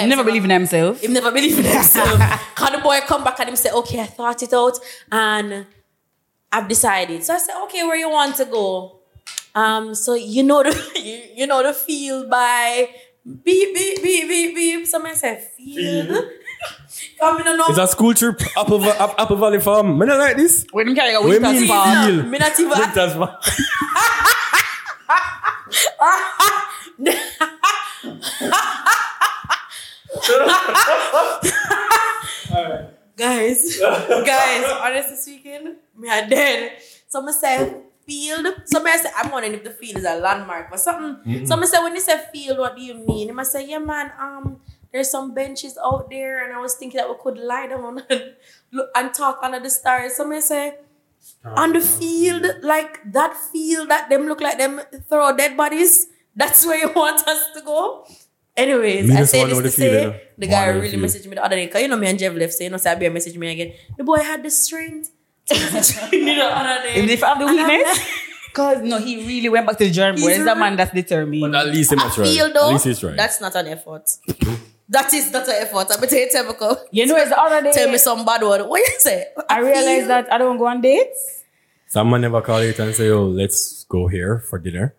Speaker 1: You never believe in himself.
Speaker 2: Him never believe in himself. Can the boy come back and him say, okay, I thought it out and I've decided. So I said, okay, where you want to go? Um, so you know the you, you know the feel by beep beep beep beep beep. Somebody said feel. Coming on
Speaker 4: It's a school trip up of up, up a valley farm. Man, I like this.
Speaker 1: When him carry a
Speaker 4: When
Speaker 1: winter's
Speaker 4: me
Speaker 1: fall.
Speaker 4: feel.
Speaker 2: Me not even
Speaker 4: Winter's farm.
Speaker 2: guys, guys, honestly speaking, me are dead. Some say field. Some say I'm wondering if the field is a landmark or something. Some say when you say field, what do you mean? And I say, yeah, man. Um, there's some benches out there, and I was thinking that we could lie down and look and talk under the stars. Some say on the field, like that field that them look like them throw dead bodies. That's where you want us to go. Anyways,
Speaker 4: Me
Speaker 2: I
Speaker 4: just
Speaker 2: say
Speaker 4: wanna
Speaker 2: this
Speaker 4: know
Speaker 2: to
Speaker 4: the field,
Speaker 2: say
Speaker 4: you know.
Speaker 2: the guy
Speaker 4: Wanna know the
Speaker 2: really
Speaker 4: field.
Speaker 2: messaged me the other day. Cause you know me and Jeff left, so you know Sabia messaged me again. The boy had the strength. to message me the other day.
Speaker 1: Even if I have the
Speaker 2: And I'm
Speaker 1: weakness.
Speaker 2: like,
Speaker 1: Cause no, he really went back to the drawing board.
Speaker 2: He's
Speaker 1: It's that
Speaker 2: re-
Speaker 1: man that's determined.
Speaker 4: But uh, at least him
Speaker 2: I
Speaker 4: a try.
Speaker 2: feel
Speaker 4: At
Speaker 2: though
Speaker 4: least he's trying.
Speaker 2: that's not an effort. that is not an effort. I'm tell you, tell me, come.
Speaker 1: You know, it's the other day.
Speaker 2: tell me some bad word. What you say?
Speaker 1: I realized
Speaker 2: feel-
Speaker 1: that I don't go on dates.
Speaker 4: Someone never call it and say, "Oh, let's go here for dinner."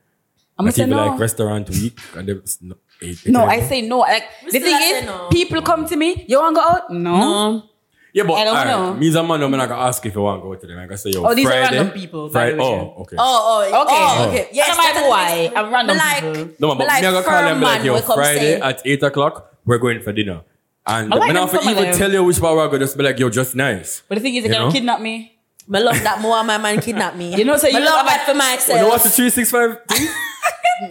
Speaker 1: I'm gonna
Speaker 4: I
Speaker 1: say
Speaker 4: think
Speaker 1: no.
Speaker 4: like restaurant week and they, s- no, it- it-
Speaker 1: no, I say no. Like
Speaker 2: We
Speaker 1: the
Speaker 2: still
Speaker 1: thing
Speaker 2: have
Speaker 1: is,
Speaker 2: to know.
Speaker 1: people come to me. You want to go out? No.
Speaker 2: Um,
Speaker 4: yeah, but
Speaker 1: I don't
Speaker 4: alright,
Speaker 1: know.
Speaker 4: Me as a man, I'm not gonna ask if you want to go to them. I gonna say, "Yo,
Speaker 1: Oh, these are
Speaker 4: Friday,
Speaker 1: random people, by
Speaker 4: Friday.
Speaker 1: the way.
Speaker 4: Oh, okay.
Speaker 2: Oh, oh,
Speaker 1: Okay.
Speaker 2: oh, okay.
Speaker 4: Oh.
Speaker 2: Yes,
Speaker 1: I don't
Speaker 2: that's
Speaker 1: know
Speaker 2: the
Speaker 1: why.
Speaker 2: next-
Speaker 1: I'm random
Speaker 2: But like,
Speaker 1: people.
Speaker 4: No, man, but
Speaker 2: like
Speaker 4: me I gonna
Speaker 2: firm
Speaker 4: call them like,
Speaker 2: man
Speaker 4: yo,
Speaker 2: will come
Speaker 4: Friday
Speaker 2: say-
Speaker 4: at 8 o'clock, we're going for dinner. And
Speaker 1: I like
Speaker 4: when I
Speaker 1: them
Speaker 4: for
Speaker 1: some of
Speaker 4: even
Speaker 1: them.
Speaker 4: tell you which power I go, just be like, yo, just nice.
Speaker 1: But the thing is, they
Speaker 4: You
Speaker 1: can
Speaker 4: know?
Speaker 1: kidnap me.
Speaker 2: I love that more my man kidnap me.
Speaker 1: You know, so
Speaker 2: I
Speaker 1: you love
Speaker 2: love that
Speaker 1: it.
Speaker 2: for
Speaker 4: You know
Speaker 2: myself.
Speaker 4: what's the 365 thing?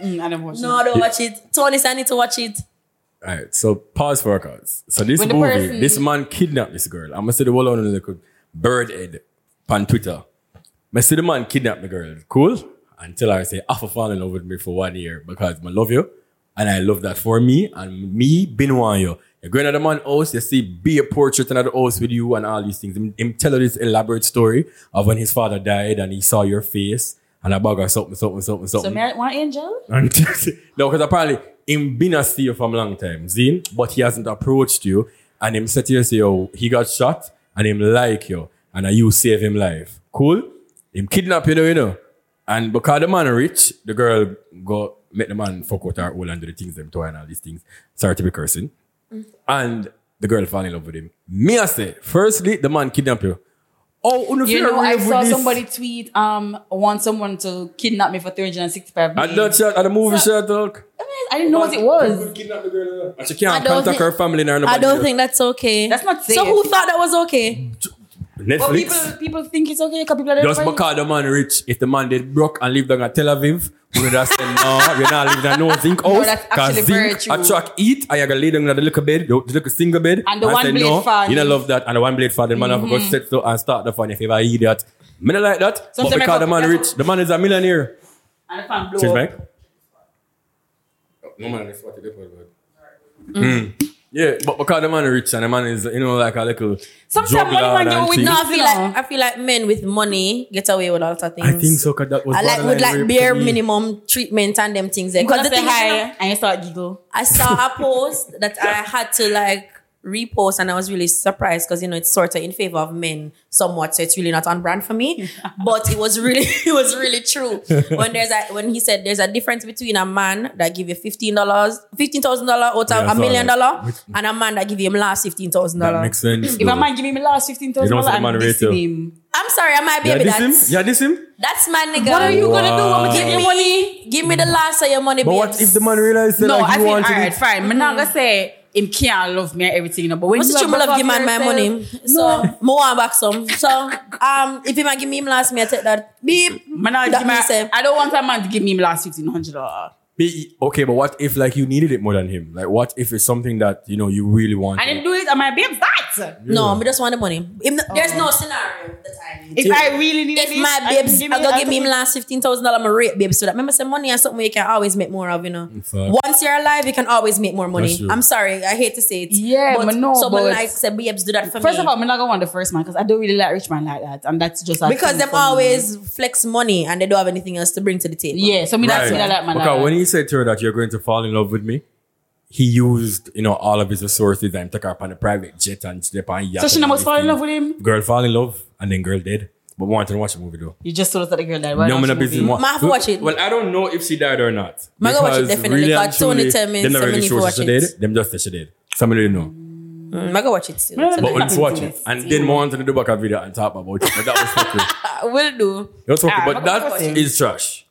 Speaker 1: Mm, I never watched
Speaker 2: No, don't watch it. Tony, I need to watch it.
Speaker 4: All right, so pause for a cause. So this
Speaker 1: When the
Speaker 4: movie,
Speaker 1: person-
Speaker 4: this man kidnapped this girl. I'm gonna say the whole on the bird head on Twitter. I see the man kidnapped the girl. Cool. Until I say, I've fallen in love with me for one year because I love you. And I love that for me. And me been one you. You're going to the man house, you see be a portrait another house with you and all these things. Him, him tell her this elaborate story of when his father died and he saw your face and a bag or something, something, something,
Speaker 1: So,
Speaker 4: something.
Speaker 1: may I want angel?
Speaker 4: And no, because apparently him been a see you from a long time, Zin, but he hasn't approached you. And him said to you, say, yo, he got shot and him like you. And uh, you save him life. Cool? Him kidnap you though, you know. And because the man rich, the girl go make the man fuck out her all and do the things them to her and all these things. Sorry to be cursing. And the girl fall in love with him. Me, I say, firstly, the man kidnap you. Oh, you,
Speaker 1: You know,
Speaker 4: rave
Speaker 1: I
Speaker 4: with
Speaker 1: saw
Speaker 4: this.
Speaker 1: somebody tweet, um, want someone to kidnap me for 365
Speaker 4: At
Speaker 1: days.
Speaker 4: that shot, at the movie shot, dog.
Speaker 1: I didn't know what it was.
Speaker 4: And she can't
Speaker 2: don't
Speaker 4: contact
Speaker 2: thi-
Speaker 4: her family nor nobody.
Speaker 2: I don't think that's okay.
Speaker 1: That's not
Speaker 2: So
Speaker 1: safe.
Speaker 2: who thought that was okay?
Speaker 1: But
Speaker 4: Netflix.
Speaker 1: people, people think it's okay because people are
Speaker 4: just because the man rich, if the man did broke and lived down at Tel Aviv, we would have said, no, you're not living in no zinc house.
Speaker 1: that's
Speaker 4: 'cause
Speaker 1: actually very
Speaker 4: zinc
Speaker 1: true.
Speaker 4: attract heat, and you're going to lay down in the little bed, the the little single bed.
Speaker 1: And the one
Speaker 4: say,
Speaker 1: blade
Speaker 4: no,
Speaker 1: fan.
Speaker 4: You don't love that. And the one blade fan, the man have to go set to and start the fan if you ever hear that. Me not like
Speaker 1: Sometimes
Speaker 4: that. but
Speaker 1: I
Speaker 4: because the
Speaker 1: go-
Speaker 4: man rich, the man is a millionaire.
Speaker 1: And the fan
Speaker 4: Change
Speaker 1: blow
Speaker 4: mic.
Speaker 1: up.
Speaker 4: No man,
Speaker 1: Mm.
Speaker 4: Hmm. Yeah, but because the man rich and the man is, you know, like a little.
Speaker 1: Sometimes money man
Speaker 4: juggler
Speaker 1: get
Speaker 4: and
Speaker 1: with
Speaker 4: thing.
Speaker 2: No, I feel
Speaker 1: No.
Speaker 2: like I feel like men with money get away with a lot of things.
Speaker 4: I think so. Cause that was
Speaker 2: I like would
Speaker 4: borderline
Speaker 2: like
Speaker 4: rape
Speaker 2: bare
Speaker 4: to me.
Speaker 2: minimum treatment and them things there.
Speaker 1: Because
Speaker 2: Because
Speaker 1: they
Speaker 2: the thing
Speaker 1: say
Speaker 2: is, you
Speaker 1: hi
Speaker 2: know,
Speaker 1: and you start giggle.
Speaker 2: I saw a post that I had to like repost and I was really surprised because you know it's sort of in favor of men somewhat so it's really not on brand for me but it was really it was really true when there's a when he said there's a difference between a man that give you $15 $15,000 out
Speaker 4: Yeah, I
Speaker 2: of a
Speaker 4: saw
Speaker 2: million
Speaker 4: that.
Speaker 2: dollar
Speaker 4: Which-
Speaker 2: and a man that give him last $15,000
Speaker 4: That makes sense.
Speaker 1: If a man give me my last fifteen thousand
Speaker 4: You don't
Speaker 1: dollars,
Speaker 4: say the
Speaker 1: I'm
Speaker 4: man rate,
Speaker 1: dissing
Speaker 4: yeah.
Speaker 1: him.
Speaker 2: I'm sorry I might be
Speaker 4: yeah,
Speaker 2: able
Speaker 4: this him?
Speaker 2: that's,
Speaker 4: Yeah, this him?
Speaker 2: that's my nigga
Speaker 1: What are you gonna do
Speaker 4: Wow.
Speaker 1: when we give
Speaker 4: Give me-
Speaker 1: you money?
Speaker 2: give me the last of your money
Speaker 4: But what
Speaker 2: babes.
Speaker 4: if the man realized that
Speaker 1: No,
Speaker 4: like,
Speaker 1: I
Speaker 4: he
Speaker 1: feel
Speaker 4: wanted
Speaker 1: alright,
Speaker 4: it?
Speaker 1: fine. I'm not gonna say him can't love me and everything, you know, but when
Speaker 2: Mm-hmm. What's the
Speaker 1: you
Speaker 2: true
Speaker 1: love
Speaker 2: love give
Speaker 1: yourself-
Speaker 2: man my money? So, me want back some. So, um, if he might give me him last, me I take that. Beep.
Speaker 1: Man, I'll
Speaker 2: That
Speaker 1: give my-
Speaker 2: me say-
Speaker 1: I don't want a man to give me my last fifteen hundred dollars.
Speaker 4: Be- Okay, but what if like you needed it more than him? Like what if it's something that you know you really want?
Speaker 1: I didn't do it, and my babes that.
Speaker 2: No, me just want the money. If no, There's no scenario that I need.
Speaker 1: If I really need
Speaker 2: If my babes, I go give me him last fifteen thousand dollar. My rate, babes. So that remember, say money and something you can always make more of. You know,
Speaker 4: fact.
Speaker 2: once you're alive, you can always make more money.
Speaker 4: That's true.
Speaker 2: I'm sorry, I hate to say it.
Speaker 1: Yeah,
Speaker 2: but
Speaker 1: but no,
Speaker 2: someone
Speaker 1: but-
Speaker 2: like said, babes, do that for
Speaker 1: First
Speaker 2: me.
Speaker 1: of all, I'm not gonna want the first man because I don't really like rich man like that, and that's just a
Speaker 2: because
Speaker 1: thing
Speaker 2: them
Speaker 1: for me.
Speaker 2: always flex money and they don't have anything else to bring to the table.
Speaker 1: yeah. So me that's me
Speaker 4: Right.
Speaker 1: that like man.
Speaker 4: because
Speaker 1: like
Speaker 4: when
Speaker 1: that.
Speaker 4: he said to her that you're going to fall in love with me, he used you know all of his resources and took her up on a private jet and step on yacht.
Speaker 1: so she
Speaker 4: and all
Speaker 1: must
Speaker 4: these
Speaker 1: fall in
Speaker 4: things.
Speaker 1: love with him.
Speaker 4: Girl fall in love and then girl dead. But we wanted to watch the movie though.
Speaker 1: You just told us that the girl died. Why
Speaker 4: no,
Speaker 1: don't
Speaker 4: man,
Speaker 1: you
Speaker 4: a business.
Speaker 1: movie?
Speaker 4: wa-
Speaker 2: Ma, I have to watch it.
Speaker 4: Well, I don't know if she died or not.
Speaker 2: Ma, go watch it
Speaker 4: Because
Speaker 2: definitely,
Speaker 4: really and
Speaker 2: because Tony
Speaker 4: truly,
Speaker 2: tell me
Speaker 4: them not
Speaker 2: so
Speaker 4: really
Speaker 2: many
Speaker 4: sure
Speaker 2: to
Speaker 4: she
Speaker 2: watch it.
Speaker 4: did. Them just say she did. Somebody didn't know.
Speaker 2: Mm, I go watch it too.
Speaker 1: Well,
Speaker 4: But we'll
Speaker 1: Nothing
Speaker 4: watch
Speaker 1: to
Speaker 4: it.
Speaker 1: this.
Speaker 4: And then we wanted to do back a video and talk about it. But that was fuckery.
Speaker 2: I will do.
Speaker 4: That was fuckery.
Speaker 1: Ah,
Speaker 4: But
Speaker 1: but
Speaker 4: that
Speaker 1: what's it?
Speaker 4: is trash.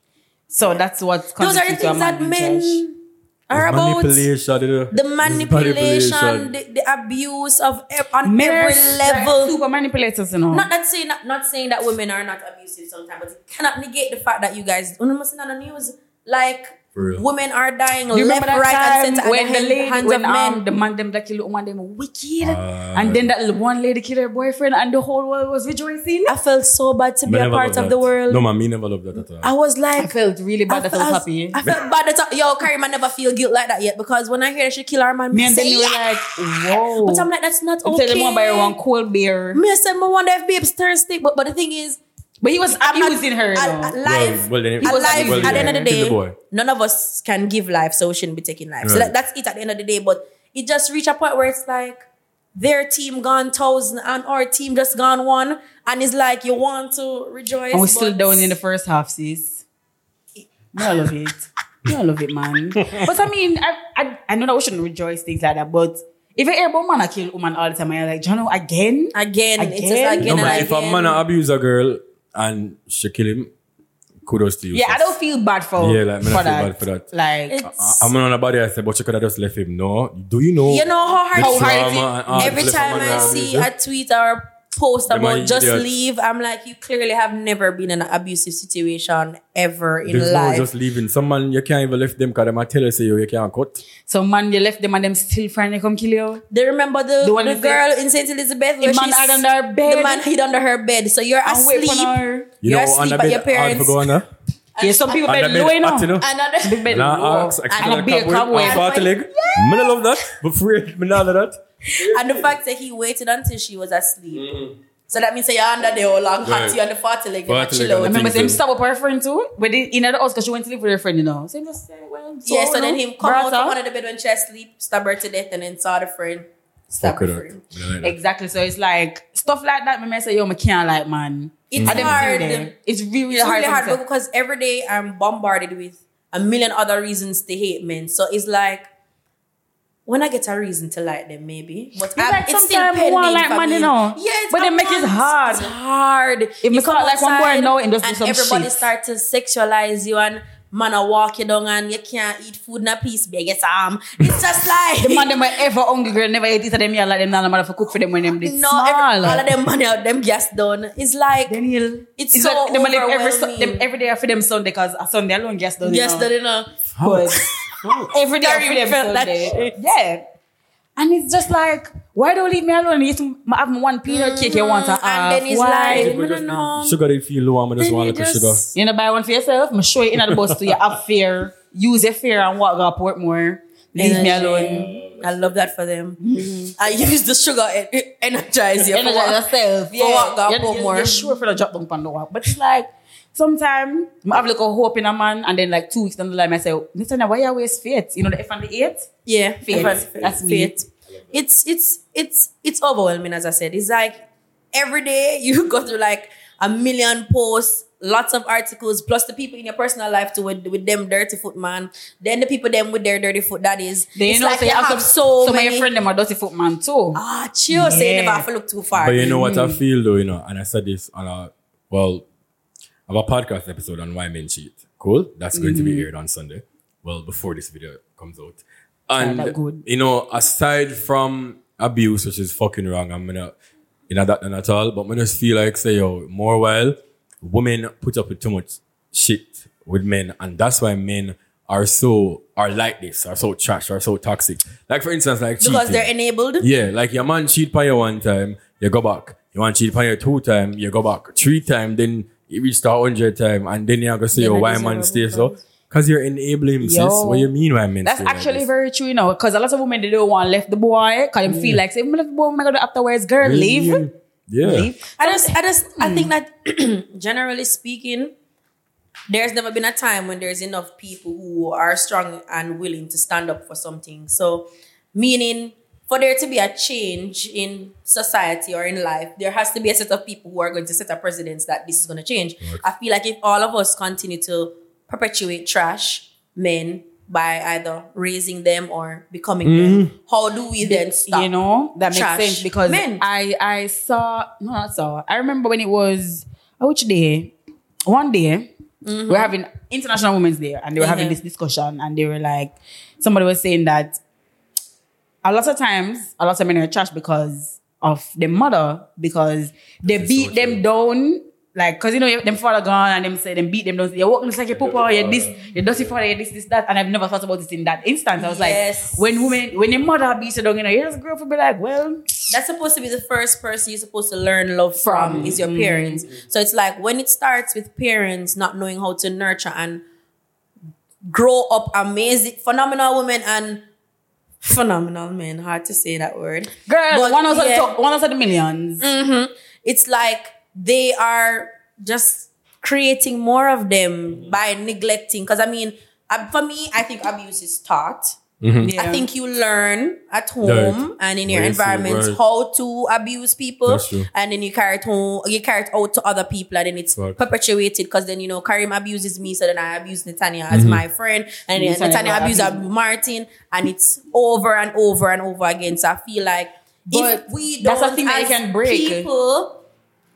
Speaker 1: So that's what
Speaker 2: Those are the
Speaker 1: constitutes a man
Speaker 2: things that
Speaker 1: being
Speaker 2: men
Speaker 1: trash.
Speaker 2: are about.
Speaker 4: Manipulation. you know.
Speaker 2: The
Speaker 4: It's
Speaker 2: manipulation, the, the abuse of ev- on
Speaker 1: Men are
Speaker 2: every level.
Speaker 1: super manipulators, you know.
Speaker 2: Not that saying not, not saying that women are not abusive sometimes, but it cannot negate the fact that you guys you know, must see on the news like
Speaker 4: For real.
Speaker 2: women are dying
Speaker 1: You remember
Speaker 2: left,
Speaker 1: that
Speaker 2: right,
Speaker 1: time
Speaker 2: and center
Speaker 1: when
Speaker 2: and
Speaker 1: the lady,
Speaker 2: hands
Speaker 1: when
Speaker 2: of men.
Speaker 1: um, the man them that killed one them wicked, and then that l- one lady killed her boyfriend, and the whole world was rejoicing.
Speaker 2: I felt so bad to
Speaker 4: Me
Speaker 2: be a
Speaker 4: never
Speaker 2: part
Speaker 4: loved
Speaker 2: of
Speaker 4: that.
Speaker 2: the world.
Speaker 4: No, man, me never loved that at all.
Speaker 2: I was like,
Speaker 1: I felt really bad that I was
Speaker 2: felt-
Speaker 1: happy.
Speaker 2: I felt bad that I- yo, Karim, I never feel guilt like that yet because when I hear that she kill her man,
Speaker 1: Me and
Speaker 2: say,
Speaker 1: then we were
Speaker 2: "Yeah."
Speaker 1: like, whoa.
Speaker 2: But I'm like, that's not okay.
Speaker 1: Tell them one by one cold beer.
Speaker 2: Me I said, I wonder if babes thirsty. But, but the thing is,
Speaker 1: But he was
Speaker 2: I'm not-
Speaker 1: abusing her. you
Speaker 2: I-
Speaker 1: know.
Speaker 2: I- life,
Speaker 4: well, then it-
Speaker 2: I
Speaker 1: was
Speaker 2: life,
Speaker 1: abusing
Speaker 2: at the end
Speaker 1: her.
Speaker 2: of the
Speaker 4: He's
Speaker 2: day,
Speaker 4: a boy.
Speaker 2: none of us can give life, so we shouldn't be taking life. So
Speaker 4: Right.
Speaker 2: that, that's it at the end of the day. But it just reached a point where it's like, their team gone thousand and our team just gone one. And it's like, you want to rejoice.
Speaker 1: And we're still
Speaker 2: but-
Speaker 1: down in the first half, sis. No, I love it. No, I love it, man. But I mean, I, I, I know that we shouldn't rejoice things like that, but if you hear about man, I kill woman all the time, and you're like, Jono, again?
Speaker 2: Again, it's just
Speaker 1: Again?
Speaker 2: again and
Speaker 4: No, man,
Speaker 2: again.
Speaker 4: if a man abuse a girl and she kill him, kudos to you.
Speaker 1: Yeah, I
Speaker 4: sis.
Speaker 1: don't feel bad for
Speaker 4: Yeah, like, me
Speaker 1: for,
Speaker 4: not feel
Speaker 1: that.
Speaker 4: bad for that.
Speaker 1: Like
Speaker 2: It's,
Speaker 4: I, am not on about it. I said, but you could have just left him. No, do you know?
Speaker 2: you know how hard,
Speaker 4: the
Speaker 2: how hard
Speaker 4: drama
Speaker 2: it is?
Speaker 4: and all
Speaker 2: Every
Speaker 4: the
Speaker 2: time I
Speaker 4: phenomenon
Speaker 2: see
Speaker 4: is-
Speaker 2: a tweet or a post
Speaker 4: The man
Speaker 2: about just
Speaker 4: idiot.
Speaker 2: leave, I'm like, you clearly have never been in an abusive situation ever in
Speaker 4: There's
Speaker 2: life.
Speaker 4: no just leaving. Some man, you can't even left them because they might tell you, say, yo, you can't cut.
Speaker 1: so man, you left them and them still finally come kill you.
Speaker 2: They remember the,
Speaker 1: The
Speaker 2: the,
Speaker 1: one you
Speaker 2: girl in St. Elizabeth where
Speaker 1: The man
Speaker 2: she's-
Speaker 1: hid under her bed.
Speaker 2: The man hid under her bed. So you're
Speaker 1: And wait
Speaker 2: asleep.
Speaker 1: for her.
Speaker 4: You
Speaker 2: You're
Speaker 4: know,
Speaker 2: asleep
Speaker 4: under
Speaker 2: at
Speaker 4: bed,
Speaker 2: your
Speaker 4: hard for
Speaker 2: parents.
Speaker 4: going, huh?
Speaker 1: Yeah, some people
Speaker 4: Under
Speaker 1: bed
Speaker 4: bed,
Speaker 1: low, you
Speaker 4: hot, you know?
Speaker 1: know.
Speaker 2: Another,
Speaker 1: Big bed
Speaker 4: Nah,
Speaker 1: low.
Speaker 4: axe,
Speaker 1: And a
Speaker 4: accidental
Speaker 1: big
Speaker 4: cobweb, and
Speaker 1: cobweb.
Speaker 4: fat leg. Me no love that. But free, me not love that.
Speaker 2: and the fact that he waited until she was asleep. So that means that you're under there all long, hot,
Speaker 4: Mm-hmm. Right.
Speaker 2: you're on the farty leg, you're not
Speaker 4: Farty leg
Speaker 2: chill
Speaker 4: on
Speaker 1: I
Speaker 2: out.
Speaker 1: remember him
Speaker 4: Things do.
Speaker 1: stab up her friend too, but in in another house because she went to live with her friend, you know. So him just say, well, so
Speaker 2: yeah, so then
Speaker 1: no,
Speaker 2: him come out
Speaker 1: brother.
Speaker 2: from under the bed when she asleep, stab her to death, and then saw the friend, stab her
Speaker 4: Fuck it up.
Speaker 2: friend.
Speaker 4: Me not like that.
Speaker 1: Exactly. So it's like stuff like that. Me I say, yo, me can't like man.
Speaker 4: Mm.
Speaker 2: It's
Speaker 1: I didn't
Speaker 2: hard.
Speaker 1: feel there. It's really, really
Speaker 2: It's
Speaker 1: hard.
Speaker 2: really
Speaker 1: for me
Speaker 2: hard
Speaker 1: to-
Speaker 2: because every day I'm bombarded with a million other reasons to hate men. So it's like when I get a reason to like them, maybe, but I'm,
Speaker 1: like
Speaker 2: it's still
Speaker 1: sometime we
Speaker 2: pending
Speaker 1: want like
Speaker 2: for
Speaker 1: man,
Speaker 2: me.
Speaker 1: you know.
Speaker 2: Yeah, it's
Speaker 1: But they
Speaker 2: I
Speaker 1: make it
Speaker 2: want-
Speaker 1: hard.
Speaker 2: It's hard.
Speaker 1: If
Speaker 2: You
Speaker 1: me
Speaker 2: come
Speaker 1: can't like one boy
Speaker 2: outside
Speaker 1: now and just do some
Speaker 2: everybody
Speaker 1: shit.
Speaker 2: start to sexualize you and. Man, I walk you down and you can't eat food in a piece, biggest arm. It's just like
Speaker 1: The man them were ever hungry girl never ate it of them yeah like them not matter for cook for them when them did
Speaker 2: no,
Speaker 1: small.
Speaker 2: every, all of them money out, them gas done. It's like
Speaker 1: Daniel,
Speaker 2: It's so
Speaker 1: like them a live every su-
Speaker 2: overwhelming.
Speaker 1: them every day for them Sunday because a Sunday alone just done.
Speaker 2: yes,
Speaker 1: you
Speaker 2: done
Speaker 1: know.
Speaker 2: you know.
Speaker 1: But every day
Speaker 2: Terry
Speaker 1: for them
Speaker 2: felt that
Speaker 1: Sunday.
Speaker 2: shit.
Speaker 1: yeah. And it's just like, why don't leave me alone? You to have me one peanut cake you want to
Speaker 2: Mhm, and
Speaker 1: have.
Speaker 2: then it's
Speaker 1: why?
Speaker 2: like-
Speaker 4: People
Speaker 2: Me no
Speaker 4: just need
Speaker 2: know.
Speaker 4: Sugar, they feel low. I just
Speaker 2: Then
Speaker 4: want a
Speaker 2: you
Speaker 4: little
Speaker 2: just-
Speaker 4: sugar.
Speaker 1: You know, buy one for yourself. I'm sure you're not the boss to you. Have fear. Use your fear and walk up Portmore. Leave me alone. Mm-hmm.
Speaker 2: I love that for them. I use the sugar en- energize you. for
Speaker 1: Energize
Speaker 2: what-
Speaker 1: yourself.
Speaker 2: for what God
Speaker 1: you're,
Speaker 2: put
Speaker 1: you're-
Speaker 2: more.
Speaker 1: you're sure for the drop down pan the walk. But it's like sometimes I have like a hope in a man, and then like two weeks down the line, I say, Nathan, why you always faith? You know the F and the eight?
Speaker 2: Yeah,
Speaker 1: Faith. That's me.
Speaker 2: faith. It's it's it's it's overwhelming. As I said, it's like every day you go through like a million posts, lots of articles, plus the people in your personal life too with, with them dirty foot man. Then the people them with their dirty foot. That is,
Speaker 1: They
Speaker 2: it's
Speaker 1: know
Speaker 2: like
Speaker 1: so
Speaker 2: you have, so
Speaker 1: some of
Speaker 2: many.
Speaker 1: your friend them are dirty footman too.
Speaker 2: ah, chill. So you
Speaker 1: Yeah.
Speaker 2: never have to look too far.
Speaker 4: But you know what I feel though, you know, and I said this on a well, I have a podcast episode on why men cheat. Cool, that's going to be
Speaker 2: Mm-hmm.
Speaker 4: aired on Sunday. Well, before this video comes out, and
Speaker 1: that good.
Speaker 4: you know, aside from abuse, which is fucking wrong, I'm gonna, you know, that done at all. But I just feel like say yo, more while women put up with too much shit with men, and that's why men. Are so are like this, are so trash, are so toxic. Like for instance, like
Speaker 2: because
Speaker 4: cheating.
Speaker 2: they're enabled.
Speaker 4: Yeah, like your man cheat by you one time, you go back. Your man cheat by you two time, you go back. Three time, then you reach the hundred time, and then you're gonna say,
Speaker 2: Then
Speaker 4: oh,
Speaker 2: I
Speaker 4: why
Speaker 2: deserve
Speaker 4: man
Speaker 2: a
Speaker 4: stay so?
Speaker 2: revenge.
Speaker 4: Because you're enabling him, sis.
Speaker 1: Yo.
Speaker 4: What you mean why men
Speaker 1: That's
Speaker 4: stay
Speaker 1: actually
Speaker 4: like this?
Speaker 1: very true, you know, because a lot of women they don't want left the boy because they feel like say, if I left the boy, I'm gonna do afterwards, girl, leave.
Speaker 4: Yeah.
Speaker 1: Leave.
Speaker 2: I just, I just, I think that generally speaking, there's never been a time when there's enough people who are strong and willing to stand up for something. So, meaning for there to be a change in society or in life, there has to be a set of people who are going to set a precedence that this is going to change. I feel like if all of us continue to perpetuate trash men by either raising them or becoming them, how do we then stop?
Speaker 1: You know, that makes
Speaker 2: Trash.
Speaker 1: sense because
Speaker 2: Men.
Speaker 1: I I saw no not saw. I remember when it was oh, which day? One day
Speaker 2: Mm-hmm.
Speaker 1: we we're having International Women's Day and they were having
Speaker 2: Mhm.
Speaker 1: this discussion and they were like somebody was saying that a lot of times a lot of men are trash because of their mother because they beat
Speaker 4: so
Speaker 1: them
Speaker 4: true.
Speaker 1: down like cause you know them father gone and them say them beat them down say, your work looks like your papa your this your dirty father your this this that and I've never thought about this in that instance I was
Speaker 2: Yes.
Speaker 1: like when women when your mother beats you down you know you just grow up and be like well
Speaker 2: that's supposed to be the first person you're supposed to learn love from is your parents. So it's like when it starts with parents not knowing how to nurture and grow up amazing, phenomenal women and phenomenal men. Hard to say that word.
Speaker 1: girl
Speaker 2: But
Speaker 1: one outside
Speaker 2: yeah. Mm.
Speaker 1: the top, one outside the 1000000s
Speaker 2: It's like they are just creating more of them by neglecting. Because I mean, uh, for me, I think abuse is taught.
Speaker 4: Mm.
Speaker 2: I think you learn at home
Speaker 4: Right.
Speaker 2: and in your
Speaker 4: Yes,
Speaker 2: environment
Speaker 4: right.
Speaker 2: how to abuse people,
Speaker 4: That's true.
Speaker 2: and then you carry it home, you carry it out to other people, and then it's
Speaker 4: Right.
Speaker 2: perpetuated because then you know Karim abuses me, so then I abuse Netanya
Speaker 4: Mm-hmm.
Speaker 2: as my friend, and then
Speaker 1: Netanya
Speaker 2: Netanya
Speaker 1: will
Speaker 2: abuses
Speaker 1: abuse
Speaker 2: Martin, and it's over and over and over again. So I feel like
Speaker 1: But
Speaker 2: if we don't,
Speaker 1: that's a thing that you
Speaker 2: as
Speaker 1: can break.
Speaker 2: People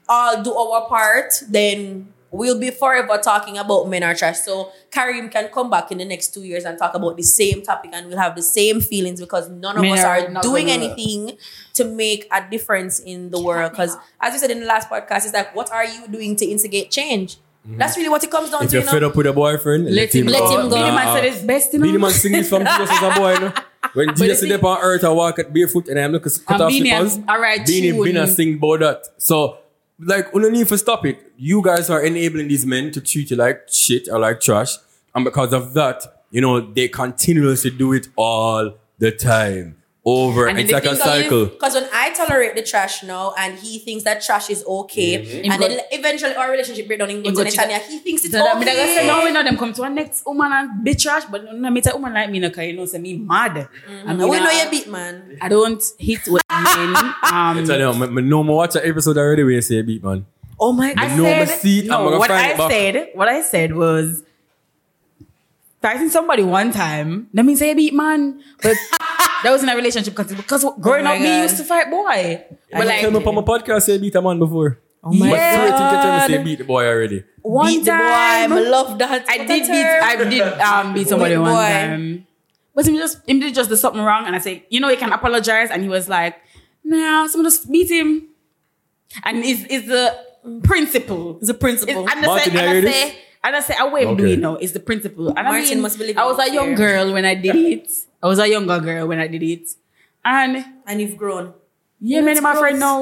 Speaker 2: all do our uh, part, then we'll be forever talking about men are trash. So Karim can come back in the next two years and talk about the same topic, and we'll have the same feelings because none of
Speaker 1: Men
Speaker 2: us
Speaker 1: are
Speaker 2: are,
Speaker 1: not
Speaker 2: doing
Speaker 1: gonna-
Speaker 2: anything to make a difference in the world. Because as you said in the last podcast, it's like, what are you doing to instigate change?
Speaker 1: Mm-hmm.
Speaker 2: That's really what it comes down
Speaker 4: If
Speaker 2: to.
Speaker 4: you're
Speaker 2: You
Speaker 4: fed
Speaker 2: know?
Speaker 4: up with a boyfriend, let,
Speaker 1: Let him
Speaker 2: Let
Speaker 1: go.
Speaker 2: him go.
Speaker 1: Be the man
Speaker 4: Nah.
Speaker 1: said it's best, you
Speaker 4: Be the
Speaker 1: know.
Speaker 4: man singing from Jesus as a boy, no? When Jesus
Speaker 1: the
Speaker 4: is there on earth, I walk at barefoot and I'm looking cut
Speaker 1: And
Speaker 4: off
Speaker 1: Beanie
Speaker 4: slippers.
Speaker 1: has- alright,
Speaker 4: Beanie
Speaker 1: tune.
Speaker 4: been a sing about that. So, like, we don't need to stop it. You guys are enabling these men to treat you like shit or like trash. And because of that, you know, they continuously do it all the time. Over.
Speaker 1: And
Speaker 4: it's
Speaker 1: the
Speaker 4: like
Speaker 1: thing
Speaker 4: a
Speaker 1: is-
Speaker 4: cycle.
Speaker 2: Because when I tolerate the trash now, and he thinks that trash is okay, and
Speaker 1: Him
Speaker 2: then eventually our relationship break down in
Speaker 1: Him go to-
Speaker 2: Netanya, he thinks it's
Speaker 1: So that me that I say no,
Speaker 2: okay.
Speaker 1: we know them come to our next woman and bitch trash, but no, no, me tell woman like me, no, cause you know, say me mad. I mean,
Speaker 2: Mm. We know
Speaker 1: I-
Speaker 2: you beat man.
Speaker 1: I don't hit with men. Um,
Speaker 4: Tell you, me- me know me watch an episode already where you say beat, man.
Speaker 2: Oh my
Speaker 1: I
Speaker 4: know my
Speaker 1: said,
Speaker 4: seat, I'm gonna
Speaker 1: what
Speaker 4: find
Speaker 1: I
Speaker 4: it back.
Speaker 1: said, what I said was, fighting somebody one time, that means I beat man, but that was in a relationship because, because growing
Speaker 2: my
Speaker 1: up, me
Speaker 2: God.
Speaker 1: used to fight boy, but
Speaker 4: Oh But
Speaker 1: like
Speaker 4: tell me on my podcast say beat a man before. Oh
Speaker 1: my
Speaker 4: but so you think you tell me
Speaker 1: God.
Speaker 4: say beat the boy already.
Speaker 1: one
Speaker 2: beat
Speaker 1: time,
Speaker 2: the boy. I love that.
Speaker 1: I
Speaker 2: What a
Speaker 1: did beat,
Speaker 2: term.
Speaker 1: I did um beat somebody
Speaker 2: Beat
Speaker 1: one
Speaker 2: boy.
Speaker 1: time, but him just him did just do something wrong, and I said, you know, you can apologize, and he was like, no, someone just beat him, and is is the principle
Speaker 2: It's a principle.
Speaker 1: It's- And I say,
Speaker 4: Martin, you
Speaker 1: and
Speaker 4: hear
Speaker 1: I
Speaker 4: this?
Speaker 1: say, and I say, I wait,
Speaker 4: Okay.
Speaker 1: do you know? It's the principle. And I
Speaker 2: Martin
Speaker 1: mean,
Speaker 2: must believe
Speaker 1: I was
Speaker 2: in
Speaker 1: a young
Speaker 2: fear.
Speaker 1: girl when I did it. I was a younger girl when I did it. And
Speaker 2: and you've grown.
Speaker 1: yeah, many of my
Speaker 2: gross.
Speaker 1: friends know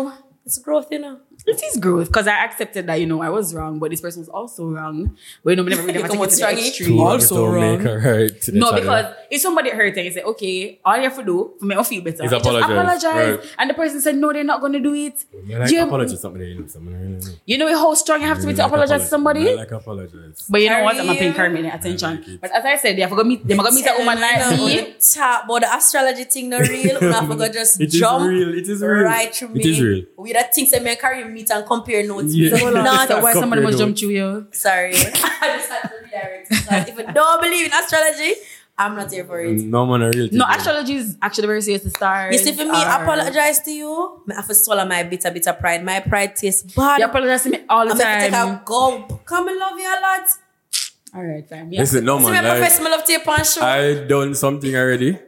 Speaker 2: It's growth, you know.
Speaker 1: it is growth because I accepted that you know I was wrong, but this person was also wrong. But you know, we never really
Speaker 2: You
Speaker 1: ever
Speaker 2: come
Speaker 1: take it to
Speaker 2: out
Speaker 1: the
Speaker 2: strong, eh?
Speaker 1: extreme.
Speaker 2: Also
Speaker 4: Don't
Speaker 2: wrong.
Speaker 4: make her hurt to the
Speaker 1: No,
Speaker 4: channel.
Speaker 1: because if somebody hurt and you say, okay, all you have to do for me to feel better
Speaker 4: Is
Speaker 1: just
Speaker 4: apologize,
Speaker 1: apologize.
Speaker 4: right.
Speaker 1: And the person said, no, they're not going to do it.
Speaker 4: Yeah, like
Speaker 1: Yeah.
Speaker 4: apologize something that you know, something really know.
Speaker 1: You know how strong you have to be to apologize to somebody?
Speaker 4: like apologize.
Speaker 1: But you know what? I'm not
Speaker 2: Are you-
Speaker 1: paying Carmen any attention.
Speaker 4: Like
Speaker 1: But as I said, they're going to meet a woman like
Speaker 2: Tell
Speaker 1: me.
Speaker 2: them, you know, Tap, but the astrology thing not real. Una forgot just
Speaker 4: It is
Speaker 2: jump
Speaker 4: real, it is real.
Speaker 2: right through me.
Speaker 4: It is real.
Speaker 2: We that things that me and Carrie meet and compare notes.
Speaker 4: Yeah.
Speaker 2: It's not
Speaker 1: So
Speaker 2: a
Speaker 1: why
Speaker 4: Compare
Speaker 1: somebody must
Speaker 4: notes.
Speaker 1: jump through you?
Speaker 2: Sorry, I just had to redirect. because If you don't believe in astrology, I'm not here for it.
Speaker 4: No man, a real.
Speaker 1: No,
Speaker 4: thing.
Speaker 1: astrology is actually very serious to start. Uh,
Speaker 2: You see, for me, apologize to you. I have to swallow my bitter, bitter pride. My pride tastes bad.
Speaker 1: You apologize to me all the
Speaker 2: I'm gonna take
Speaker 1: time.
Speaker 2: a gulp. Come and love you a lot.
Speaker 1: All right, fam. Yeah.
Speaker 4: Listen, no
Speaker 2: See my
Speaker 4: man. Like,
Speaker 2: professional love tape and show.
Speaker 4: Oh I done something already,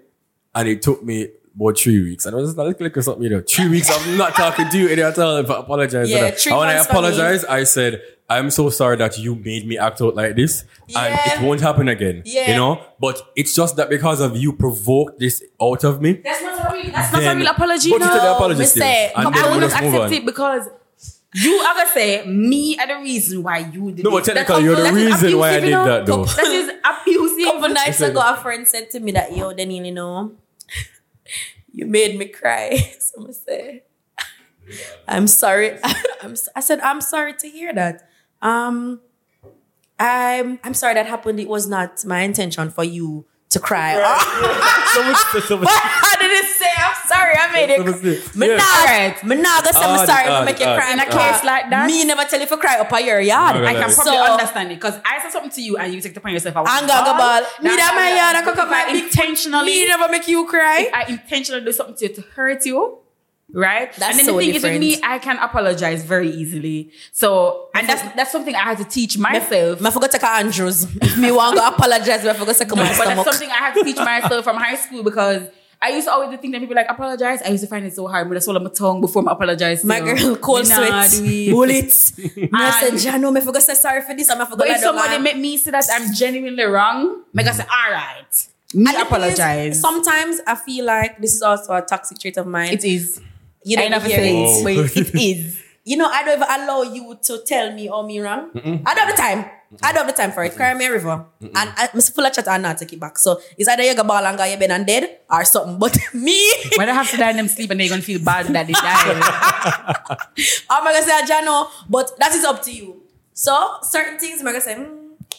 Speaker 4: and it took me about three weeks. And I was just like, click or something, you know. Three weeks, I'm not talking to you any at all. If I apologize,
Speaker 2: Yeah,
Speaker 4: and I-
Speaker 2: three
Speaker 4: and when I
Speaker 2: months for me.
Speaker 4: apologize, I said, I'm so sorry that you made me act out like this,
Speaker 2: Yeah.
Speaker 4: and it won't happen again.
Speaker 2: Yeah.
Speaker 4: You know, but it's just that because of you provoked this out of me.
Speaker 2: That's not real.
Speaker 1: That's not a
Speaker 4: then-
Speaker 1: real apology.
Speaker 4: But
Speaker 1: no.
Speaker 4: you said the apology
Speaker 2: me
Speaker 4: still,
Speaker 2: say,
Speaker 4: and
Speaker 1: No,
Speaker 4: then
Speaker 1: I will
Speaker 4: we
Speaker 1: not
Speaker 4: just move
Speaker 1: accept
Speaker 4: on.
Speaker 1: it because you are gonna say me are the reason why you did
Speaker 4: No, but
Speaker 1: it. That's
Speaker 4: technically, you're the
Speaker 1: that is
Speaker 4: reason why I
Speaker 1: abusive,
Speaker 4: did
Speaker 1: you know?
Speaker 4: that, though.
Speaker 1: That is abusive.
Speaker 2: couple nights
Speaker 4: Listen.
Speaker 2: ago, a friend said to me that, yo, Daniel, you know, you made me cry. So I said, I'm sorry. I'm, s- I said, I'm sorry to hear that. Um, I'm, I'm sorry that happened. It was not my intention for you to cry.
Speaker 4: So much- so much-
Speaker 2: I didn't say, I'm sorry, I made it.
Speaker 4: so much-
Speaker 2: Me
Speaker 4: yeah.
Speaker 2: nah,
Speaker 1: Alright.
Speaker 2: me nah gonna say I'm
Speaker 4: Odd,
Speaker 2: sorry, I'm
Speaker 4: odd,
Speaker 2: make you
Speaker 4: odd,
Speaker 2: cry.
Speaker 4: In a
Speaker 1: case like that.
Speaker 2: Me never tell you for cry up a your yard.
Speaker 4: No,
Speaker 1: I can
Speaker 4: Right.
Speaker 1: probably
Speaker 2: So-
Speaker 1: understand it because I said something to you and you take it upon yourself. I was
Speaker 2: Anger, go ball. Me that my yard, I cock up my big-
Speaker 1: intentionally.
Speaker 2: Me never make you cry.
Speaker 1: I intentionally do something to you to hurt you, right?
Speaker 2: That's
Speaker 1: and then
Speaker 2: so
Speaker 1: the thing
Speaker 2: different.
Speaker 1: is with me, I can apologize very easily. So, and that's that's something I had to teach myself.
Speaker 2: I forgot to call Andrews. If me want to apologize, I forgot to come my
Speaker 1: but that's
Speaker 2: stomach.
Speaker 1: something I had to teach myself from high school because I used to always think that people like apologize. I used to find it so hard. But I swallow my tongue before I apologize.
Speaker 2: My
Speaker 1: so,
Speaker 2: girl, cold
Speaker 1: nah,
Speaker 2: sweat,
Speaker 1: do it.
Speaker 2: bullets. Me I said,
Speaker 1: And-
Speaker 2: Jano, I forgot to say sorry for this. and I forgot
Speaker 1: But if
Speaker 2: that don't
Speaker 1: somebody
Speaker 2: want-
Speaker 1: make me see that I'm genuinely wrong, make I say, all right, me
Speaker 2: And the thing is,
Speaker 1: apologize.
Speaker 2: Sometimes I feel like this is also a toxic trait of mine.
Speaker 1: it is.
Speaker 2: you
Speaker 1: I
Speaker 2: don't
Speaker 1: never
Speaker 2: hear
Speaker 1: say
Speaker 2: it.
Speaker 1: it,
Speaker 4: Whoa.
Speaker 1: but it is.
Speaker 2: You know, I don't even allow you to tell me or me wrong. I don't have the time. I don't have the time for it. Cry me a river. And I, I'm full of chat and not take it back. So it's either you go ball and go your bed and dead or something. But me,
Speaker 1: When I have to die in them sleep and they're going to feel bad that they died.
Speaker 2: I'm not gonna say Jano, but that is up to you. So certain things I'm gonna say, "Hmm,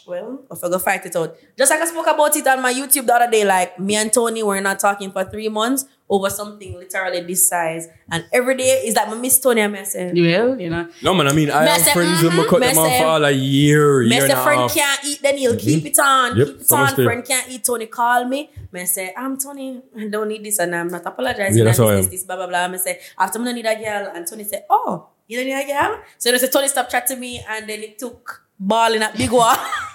Speaker 2: well, if I go fight it out. Just like I spoke about it on my YouTube the other day, like me and Tony were not talking for three months over something literally this size. And every day is like I miss Tony and I say,
Speaker 1: well, you know.
Speaker 4: No man, I mean I
Speaker 2: Me
Speaker 4: have
Speaker 2: say,
Speaker 4: friends who
Speaker 2: mhm,
Speaker 4: me cut
Speaker 2: me
Speaker 4: them off
Speaker 2: say-
Speaker 4: for all a year, year and a
Speaker 2: Mr. Friend
Speaker 4: half. Mm-hmm.
Speaker 2: can't eat, then he'll keep it on.
Speaker 4: Yep,
Speaker 2: keep it
Speaker 4: someone
Speaker 2: on.
Speaker 4: still-
Speaker 2: Friend can't eat. Tony call me. Me say, I'm Tony. I don't need this, and I'm not apologizing.
Speaker 4: Yeah,
Speaker 2: and
Speaker 4: that's how I
Speaker 2: this,
Speaker 4: am.
Speaker 2: this, this, blah blah blah. Me say, after me don't need a girl, and Tony say, Oh, you don't need a girl. So they say, Tony, stop chatting me, and then it took balling at Big Wall.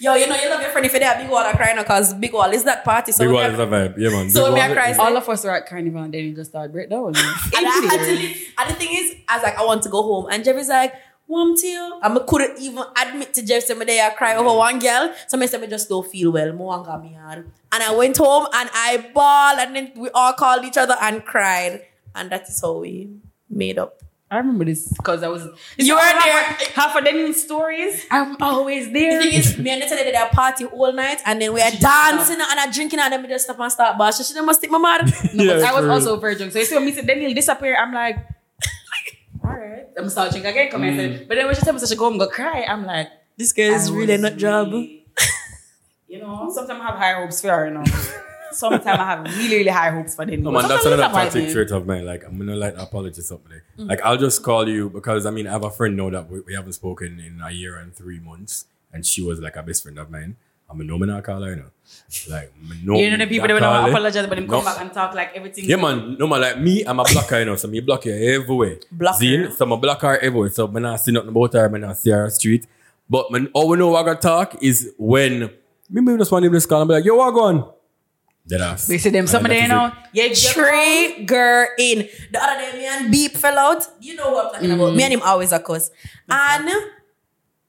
Speaker 2: Yo, you know, you love your friend if you're there at Big Wall and crying because Big Wall is that party. So
Speaker 4: Big
Speaker 2: we
Speaker 4: Wall
Speaker 2: are-
Speaker 4: is a vibe. Yeah, man.
Speaker 2: So
Speaker 4: Big
Speaker 2: me
Speaker 4: Wall-
Speaker 2: a Christ.
Speaker 1: All of us were at Carnival and then you just started breakdown.
Speaker 2: and, I had to
Speaker 1: Actually,
Speaker 2: leave. and the thing is, I was like, I want to go home. And Jeffrey's like, warm to you. And I couldn't even admit to Jeff some day I cry over one girl. So I said, I just don't feel well. More one got me hard. And I went home and I bawled. And then we all called each other and cried. And that is how we made up.
Speaker 1: I remember this because I was.
Speaker 2: You were
Speaker 1: half
Speaker 2: there.
Speaker 1: A, half of them stories. I'm always
Speaker 2: The
Speaker 1: there.
Speaker 2: thing is, me and Natalie did a party all night and then we are dancing and I drinking and then we just stop and start bash. She didn't must take my mother.
Speaker 1: No, but
Speaker 4: Yeah,
Speaker 1: I was
Speaker 4: for real.
Speaker 1: also very drunk. So you see when me say Daniel disappear, I'm like, all right, I'm start drinking again. Come here.
Speaker 4: Mm.
Speaker 1: But then when she tell me so she go home go cry, I'm like,
Speaker 2: This girl
Speaker 1: I was really- You know, sometimes I have high hopes for her. You know, sometimes I have really really high hopes for Daniel.
Speaker 4: No, man, that's
Speaker 1: Sometimes
Speaker 4: another
Speaker 1: it's about
Speaker 4: toxic
Speaker 1: me.
Speaker 4: trait of mine. Like, I'm gonna like apologize something.
Speaker 1: Mm.
Speaker 4: Like, I'll just call you because I mean, I have a friend now that we, we haven't spoken in a year and three months, and she was like a best friend of mine. I'm a nominal caller, you know. Like, me know
Speaker 1: You know the
Speaker 4: me
Speaker 1: people
Speaker 4: that
Speaker 1: that don't
Speaker 4: call it.
Speaker 1: apologize, but them come
Speaker 4: No.
Speaker 1: back and talk like everything.
Speaker 4: Yeah, man. No, man. Like me, I'm a blocker, you know. So me block her everywhere.
Speaker 2: Blocker.
Speaker 4: Zine, so I'm a blocker everywhere. So when I see nothing about her, when I see her on the street. But man, all we know I gotta talk is when me maybe just want to just call and be like, "Yo, what going?" Dead ass.
Speaker 1: We see them.
Speaker 4: And
Speaker 1: Some of
Speaker 4: that
Speaker 1: them, you
Speaker 4: is
Speaker 1: know,
Speaker 4: it.
Speaker 1: yeah,
Speaker 2: Trigger in. The other day, me and Beep fell out. You know what I'm talking about. Me and him always a cuss. And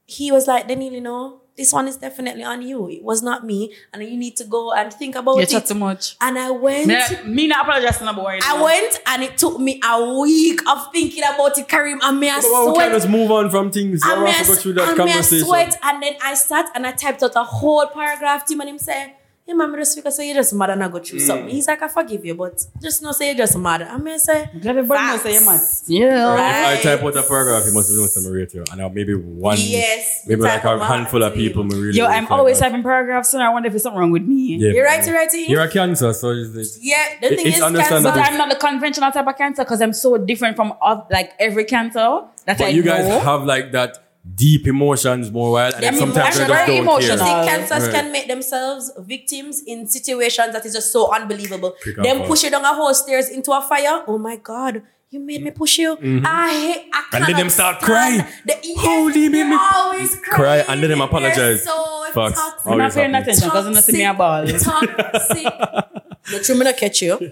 Speaker 2: he was like, Daniel, you know, this one is definitely on you. It was not me. And you need to go and think about
Speaker 1: You
Speaker 2: it.
Speaker 1: chat too much.
Speaker 2: and I went.
Speaker 1: Me, me not apologize to nobody.
Speaker 2: I went and it took me a week of thinking about it, Karim. And me, I
Speaker 4: But why we
Speaker 2: sweat
Speaker 4: can't just move on from things.
Speaker 2: I
Speaker 4: Why we
Speaker 2: mean,
Speaker 4: have to go through
Speaker 2: I
Speaker 4: that
Speaker 2: mean, I
Speaker 4: conversation.
Speaker 2: sweat, and then I sat and I typed out a whole paragraph to him, and him say, "Hey, man, me just because say you just mad and I go
Speaker 4: Mm.
Speaker 2: through something." He's like, "I forgive you, but just no say you just mad." I mean, I say,
Speaker 1: Glad everybody knows that you're mad. Yeah.
Speaker 4: Or
Speaker 2: Right.
Speaker 4: If I type out a paragraph, you must have known some radio. And now maybe one,
Speaker 2: Yes,
Speaker 4: maybe like
Speaker 2: type
Speaker 4: a
Speaker 2: out
Speaker 4: handful of
Speaker 2: to you.
Speaker 4: people. may Really
Speaker 1: Yo,
Speaker 4: really
Speaker 1: I'm
Speaker 4: care
Speaker 1: always
Speaker 4: about.
Speaker 1: typing paragraphs, and I wonder if there's something wrong with me.
Speaker 4: Yeah,
Speaker 2: "You're
Speaker 4: but
Speaker 2: right, you're right."
Speaker 4: You're a cancer, so it's, it's,
Speaker 2: Yeah, the
Speaker 4: It-
Speaker 2: thing
Speaker 4: it's
Speaker 2: is,
Speaker 4: understandable.
Speaker 1: But
Speaker 2: cancer-
Speaker 1: I'm not the conventional type of cancer because I'm so different from oth- like every cancer that I
Speaker 4: but you guys
Speaker 1: know.
Speaker 4: have like that deep emotions more while, and
Speaker 2: Them
Speaker 4: sometimes I
Speaker 2: emotions
Speaker 4: just
Speaker 1: are
Speaker 4: don't
Speaker 1: emotional.
Speaker 4: care.
Speaker 2: See, cancers
Speaker 4: Right.
Speaker 2: can make themselves victims in situations that is just so unbelievable.
Speaker 4: Pick up
Speaker 2: Them
Speaker 4: on.
Speaker 2: push you down a whole stairs into a fire. Oh my God. You made me push you. I hate. I
Speaker 4: Mm-hmm. And let
Speaker 2: cannot
Speaker 4: them start
Speaker 2: stand
Speaker 4: crying.
Speaker 2: The, E yes,
Speaker 4: Holy
Speaker 2: they
Speaker 4: made me
Speaker 2: always
Speaker 4: cry
Speaker 2: cry.
Speaker 4: and let them apologize.
Speaker 2: They're so
Speaker 4: Facts.
Speaker 2: toxic.
Speaker 1: I'm
Speaker 4: Always
Speaker 1: not paying
Speaker 4: happens.
Speaker 1: attention because I'm not seeing me a ball.
Speaker 2: Toxic. No true, me not catch you.